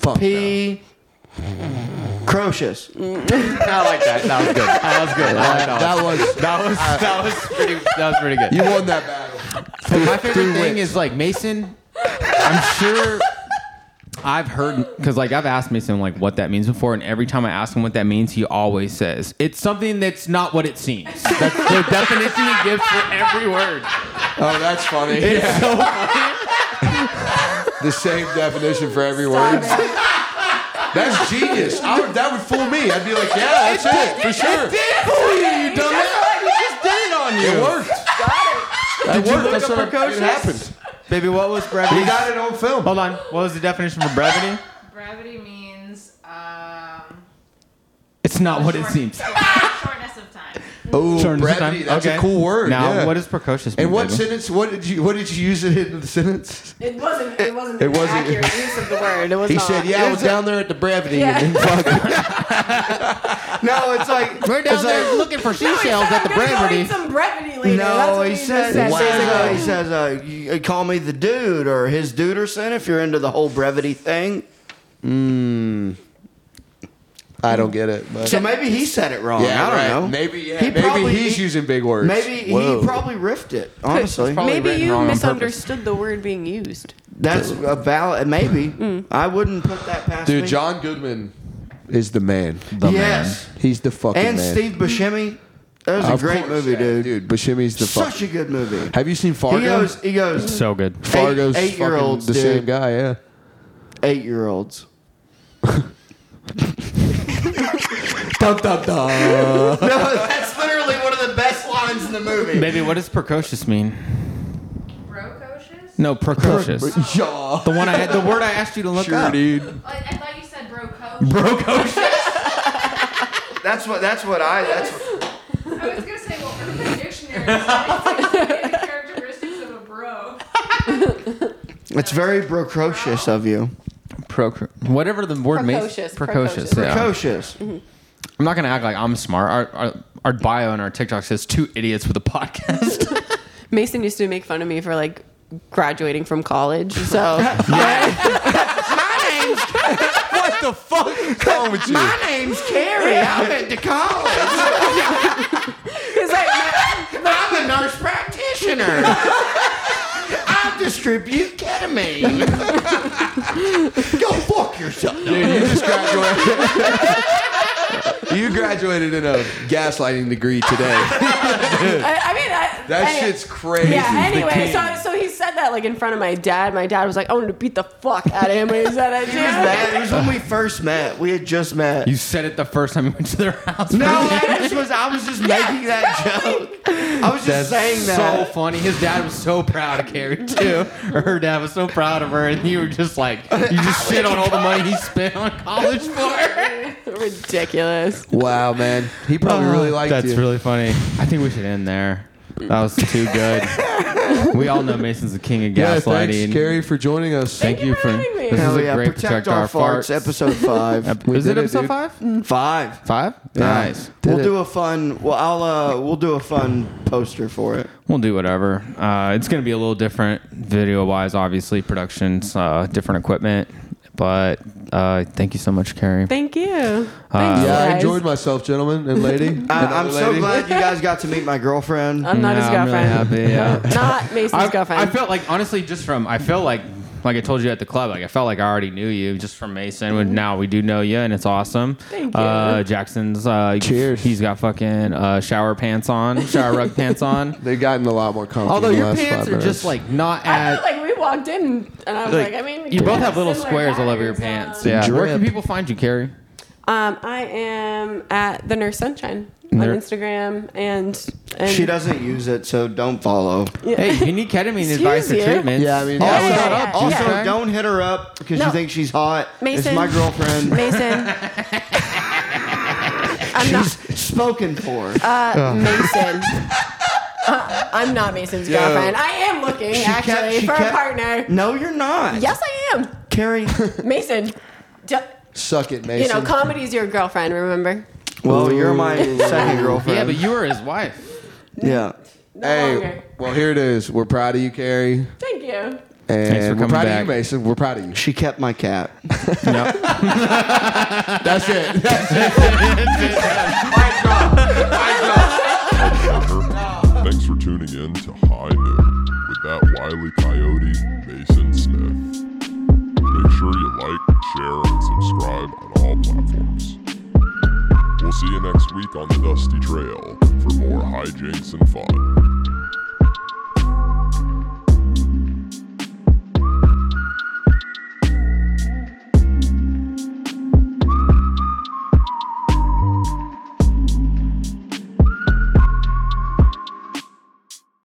Speaker 4: Fuck.
Speaker 2: P. Crocious.
Speaker 3: I like that. That was good. That was good. I like
Speaker 4: Uh,
Speaker 3: that.
Speaker 4: that was
Speaker 3: That was that was pretty. That was pretty good.
Speaker 4: you won that battle.
Speaker 3: My favorite
Speaker 4: Through
Speaker 3: thing
Speaker 4: wit.
Speaker 3: is like Mason. I'm sure I've heard because like I've asked Mason like what that means before, and every time I ask him what that means, he always says it's something that's not what it seems. That's the definition he gives for every word.
Speaker 4: Oh, that's funny.
Speaker 3: It's so
Speaker 4: The same definition for every word. That's genius. I would, that would fool me. I'd be like, yeah, that's it, for sure. you dumbass.
Speaker 3: just did it on
Speaker 4: It worked. That worked. That's what I- it happened.
Speaker 2: Baby, what was
Speaker 4: We
Speaker 2: brevity?
Speaker 4: got it on film.
Speaker 3: Hold on. What was the definition for brevity?
Speaker 6: Brevity means um,
Speaker 3: It's not what it seems.
Speaker 6: shortness of time.
Speaker 4: Oh,
Speaker 3: Turn this
Speaker 4: brevity.
Speaker 3: time.
Speaker 4: That's a
Speaker 3: Okay.
Speaker 4: cool word.
Speaker 3: Now,
Speaker 4: yeah.
Speaker 3: what is precocious? mean,
Speaker 4: And what
Speaker 3: baby?
Speaker 4: sentence? What did you? What did you use it in the sentence?
Speaker 5: It wasn't. It wasn't.
Speaker 4: It wasn't-
Speaker 5: accurate use of the word. It was.
Speaker 4: He
Speaker 5: not.
Speaker 4: said, "Yeah, I was down there at the brevity."
Speaker 5: Yeah.
Speaker 4: And then fuck.
Speaker 2: No, it's like
Speaker 3: We're down
Speaker 2: it's like-
Speaker 3: there looking for
Speaker 5: No, he
Speaker 3: seashells
Speaker 5: said,
Speaker 3: at the
Speaker 5: "I'm gonna go
Speaker 3: brevity.
Speaker 5: eat Some brevity later. That's
Speaker 2: No,
Speaker 5: what
Speaker 2: he says, he
Speaker 5: just said.
Speaker 2: says, uh, he
Speaker 5: He's like,
Speaker 2: says, uh, you, you call me the dude or his duderson if you're into the whole brevity thing.
Speaker 4: I don't get it. But.
Speaker 2: So maybe he said it wrong. I don't
Speaker 4: right.
Speaker 2: know.
Speaker 4: Maybe yeah,
Speaker 2: He
Speaker 4: maybe
Speaker 2: probably-
Speaker 4: he's
Speaker 2: he-
Speaker 4: using big words.
Speaker 2: Maybe
Speaker 4: Whoa.
Speaker 2: he probably riffed it. Honestly,
Speaker 3: probably
Speaker 5: Maybe
Speaker 3: written
Speaker 5: you
Speaker 3: wrong on purpose.
Speaker 5: misunderstood the word being used.
Speaker 2: that's a valid. Maybe I wouldn't put that past
Speaker 4: Mm. Dude,
Speaker 2: me.
Speaker 4: John Goodman is the man.
Speaker 2: yes,
Speaker 4: He's the fucking
Speaker 2: and
Speaker 4: man.
Speaker 2: Steve Buscemi. That was
Speaker 4: Of
Speaker 2: a great
Speaker 4: course,
Speaker 2: movie,
Speaker 4: yeah,
Speaker 2: dude.
Speaker 4: Dude, Buscemi's the fuck.
Speaker 2: Such a good movie.
Speaker 4: Have you seen Fargo?
Speaker 2: He goes. He goes.
Speaker 3: So good.
Speaker 4: Fargo's
Speaker 2: eight- eight-year-olds,
Speaker 4: fucking the
Speaker 2: dude.
Speaker 4: same guy. Yeah.
Speaker 2: Eight year olds.
Speaker 4: Dun, dun, dun.
Speaker 2: No, that's literally one of the best lines in the movie.
Speaker 3: Baby, what does precocious mean?
Speaker 6: Brococious?
Speaker 3: No, precocious. the
Speaker 4: yeah.
Speaker 3: one I had, the word I asked you to look
Speaker 4: Sure,
Speaker 3: up.
Speaker 4: dude.
Speaker 6: I, I thought you said brococious.
Speaker 3: Brococious.
Speaker 2: That's what. That's what I. That's.
Speaker 6: I was gonna say, well, Urban Dictionary is the characteristics of a bro.
Speaker 2: It's very precocious of you.
Speaker 3: Proc- whatever the word means.
Speaker 5: Precocious,
Speaker 3: Precocious.
Speaker 5: precocious.
Speaker 3: yeah.
Speaker 2: Precocious.
Speaker 3: I'm not gonna act like I'm smart. Our, our our bio and our TikTok says two idiots with a podcast.
Speaker 5: Mason used to make fun of me for like graduating from college. So
Speaker 4: What the fuck is wrong with you?
Speaker 2: name's Carrie. I went to college.
Speaker 5: he's like,
Speaker 2: I'm a nurse practitioner. I distribute ketamine. Go fuck yourself.
Speaker 4: Dude, you just graduated. you graduated in a gaslighting degree today.
Speaker 5: I, I mean, I,
Speaker 4: That
Speaker 5: any-
Speaker 4: shit's crazy.
Speaker 5: Yeah. Anyway,
Speaker 4: The
Speaker 5: so so he said that like in front of my dad. My dad was like, "I'm gonna beat the fuck out of him." And he said, "I
Speaker 2: It was mad. It was when we first met. We had just met.
Speaker 3: you said it the first time you went to their house.
Speaker 2: no, I just was. I was just making that joke. I was just saying
Speaker 3: so
Speaker 2: that.
Speaker 3: funny. His dad was so proud of Carrie too. Or her dad was so proud of her, and you were just like, you just shit on all the money he spent on college for.
Speaker 5: king." Ridiculous.
Speaker 4: king. Wow, man. He probably Uh, really liked
Speaker 3: That's
Speaker 4: you.
Speaker 3: really funny. I think we should end there. That was too good. we all know Mason's the king of
Speaker 4: yeah,
Speaker 3: gaslighting.
Speaker 4: thanks, Carrie, for joining us.
Speaker 3: Thank you for
Speaker 5: having me.
Speaker 3: this
Speaker 2: Hell
Speaker 3: is a
Speaker 2: yeah!
Speaker 3: great
Speaker 2: Protect, our, farts, episode five.
Speaker 3: Ep- Is
Speaker 4: did
Speaker 3: it
Speaker 4: it,
Speaker 3: episode
Speaker 4: dude. Uh,
Speaker 3: five?
Speaker 2: five. Mm.
Speaker 3: Five? Nice.
Speaker 2: We'll
Speaker 4: it.
Speaker 2: do a fun. Well, I'll. Uh, we'll do a fun poster for it.
Speaker 3: We'll do whatever. Uh, it's going to be a little different video wise, obviously, productions, uh, different equipment. But uh, thank you so much, Carrie.
Speaker 5: Thank you. Thanks,
Speaker 4: Yeah, I
Speaker 5: guys.
Speaker 4: enjoyed myself, gentlemen and lady. and
Speaker 2: I, I'm
Speaker 4: other
Speaker 2: so
Speaker 4: lady.
Speaker 2: glad you guys got to meet my girlfriend.
Speaker 5: I'm not his
Speaker 3: Yeah, I'm really
Speaker 5: girlfriend.
Speaker 3: happy, yeah.
Speaker 5: Not Mason's
Speaker 3: I,
Speaker 5: girlfriend.
Speaker 3: I felt like, honestly, just from, I felt like, like I told you at the club, like I felt like I already knew you just from Mason. But Now we do know you, and it's awesome.
Speaker 5: Mm-hmm. Thank you.
Speaker 3: Uh, Jackson's, uh,
Speaker 4: Cheers.
Speaker 3: He's got fucking uh, shower pants on, shower rug pants on.
Speaker 4: They've gotten a lot more comfortable.
Speaker 3: Although
Speaker 4: in the
Speaker 3: your
Speaker 4: last
Speaker 3: pants
Speaker 4: five
Speaker 3: are
Speaker 4: minutes.
Speaker 3: just like not
Speaker 5: I
Speaker 3: as.
Speaker 5: felt like we walked in, and I was
Speaker 3: Like,
Speaker 5: like, I mean,
Speaker 3: you both have little
Speaker 6: similar
Speaker 3: squares all over your
Speaker 6: patterns,
Speaker 3: pants. Yeah. Where
Speaker 4: Drip.
Speaker 3: can people find you, Carrie?
Speaker 5: Um, I am at the Nurse Sunshine on
Speaker 3: There-
Speaker 5: Instagram, and, and
Speaker 2: She doesn't use it, so don't follow.
Speaker 5: Yeah.
Speaker 3: Hey, if you need ketamine
Speaker 5: Excuse
Speaker 3: advice Oh, or
Speaker 5: you.
Speaker 3: treatment.
Speaker 4: Yeah, I mean,
Speaker 2: Also,
Speaker 5: yeah, yeah.
Speaker 2: also
Speaker 5: Yeah.
Speaker 2: don't hit her up because
Speaker 5: No.
Speaker 2: you think she's hot. It's
Speaker 5: Mason.
Speaker 2: my girlfriend.
Speaker 5: Mason. I'm not.
Speaker 2: spoken for.
Speaker 5: Uh, Mason. Uh, I'm not Mason's
Speaker 4: Yo.
Speaker 5: girlfriend. I am looking actually
Speaker 2: she
Speaker 5: for
Speaker 2: kept-
Speaker 5: a partner.
Speaker 2: No, you're not.
Speaker 5: Yes, I am.
Speaker 2: Carrie.
Speaker 5: Mason, d-
Speaker 4: Suck it,
Speaker 5: you
Speaker 4: Mason.
Speaker 5: know, comedy's your girlfriend, remember?
Speaker 2: Well, you're my second girlfriend.
Speaker 3: Yeah, but you were his wife.
Speaker 2: yeah.
Speaker 5: No
Speaker 4: hey,
Speaker 5: longer.
Speaker 4: well here it is. We're proud of you, Carrie,
Speaker 5: Thank you.
Speaker 4: and
Speaker 3: Thanks for
Speaker 4: we're
Speaker 3: coming
Speaker 4: proud of
Speaker 3: back.
Speaker 4: you, Mason. We're proud of you.
Speaker 2: She kept my cat.
Speaker 4: That's it.
Speaker 1: Thanks for tuning in to High Noon with that wily coyote, Mason Smith. Make sure you like, share, and subscribe on all platforms. We'll see you next week on the Dusty Trail for more hijinks and fun.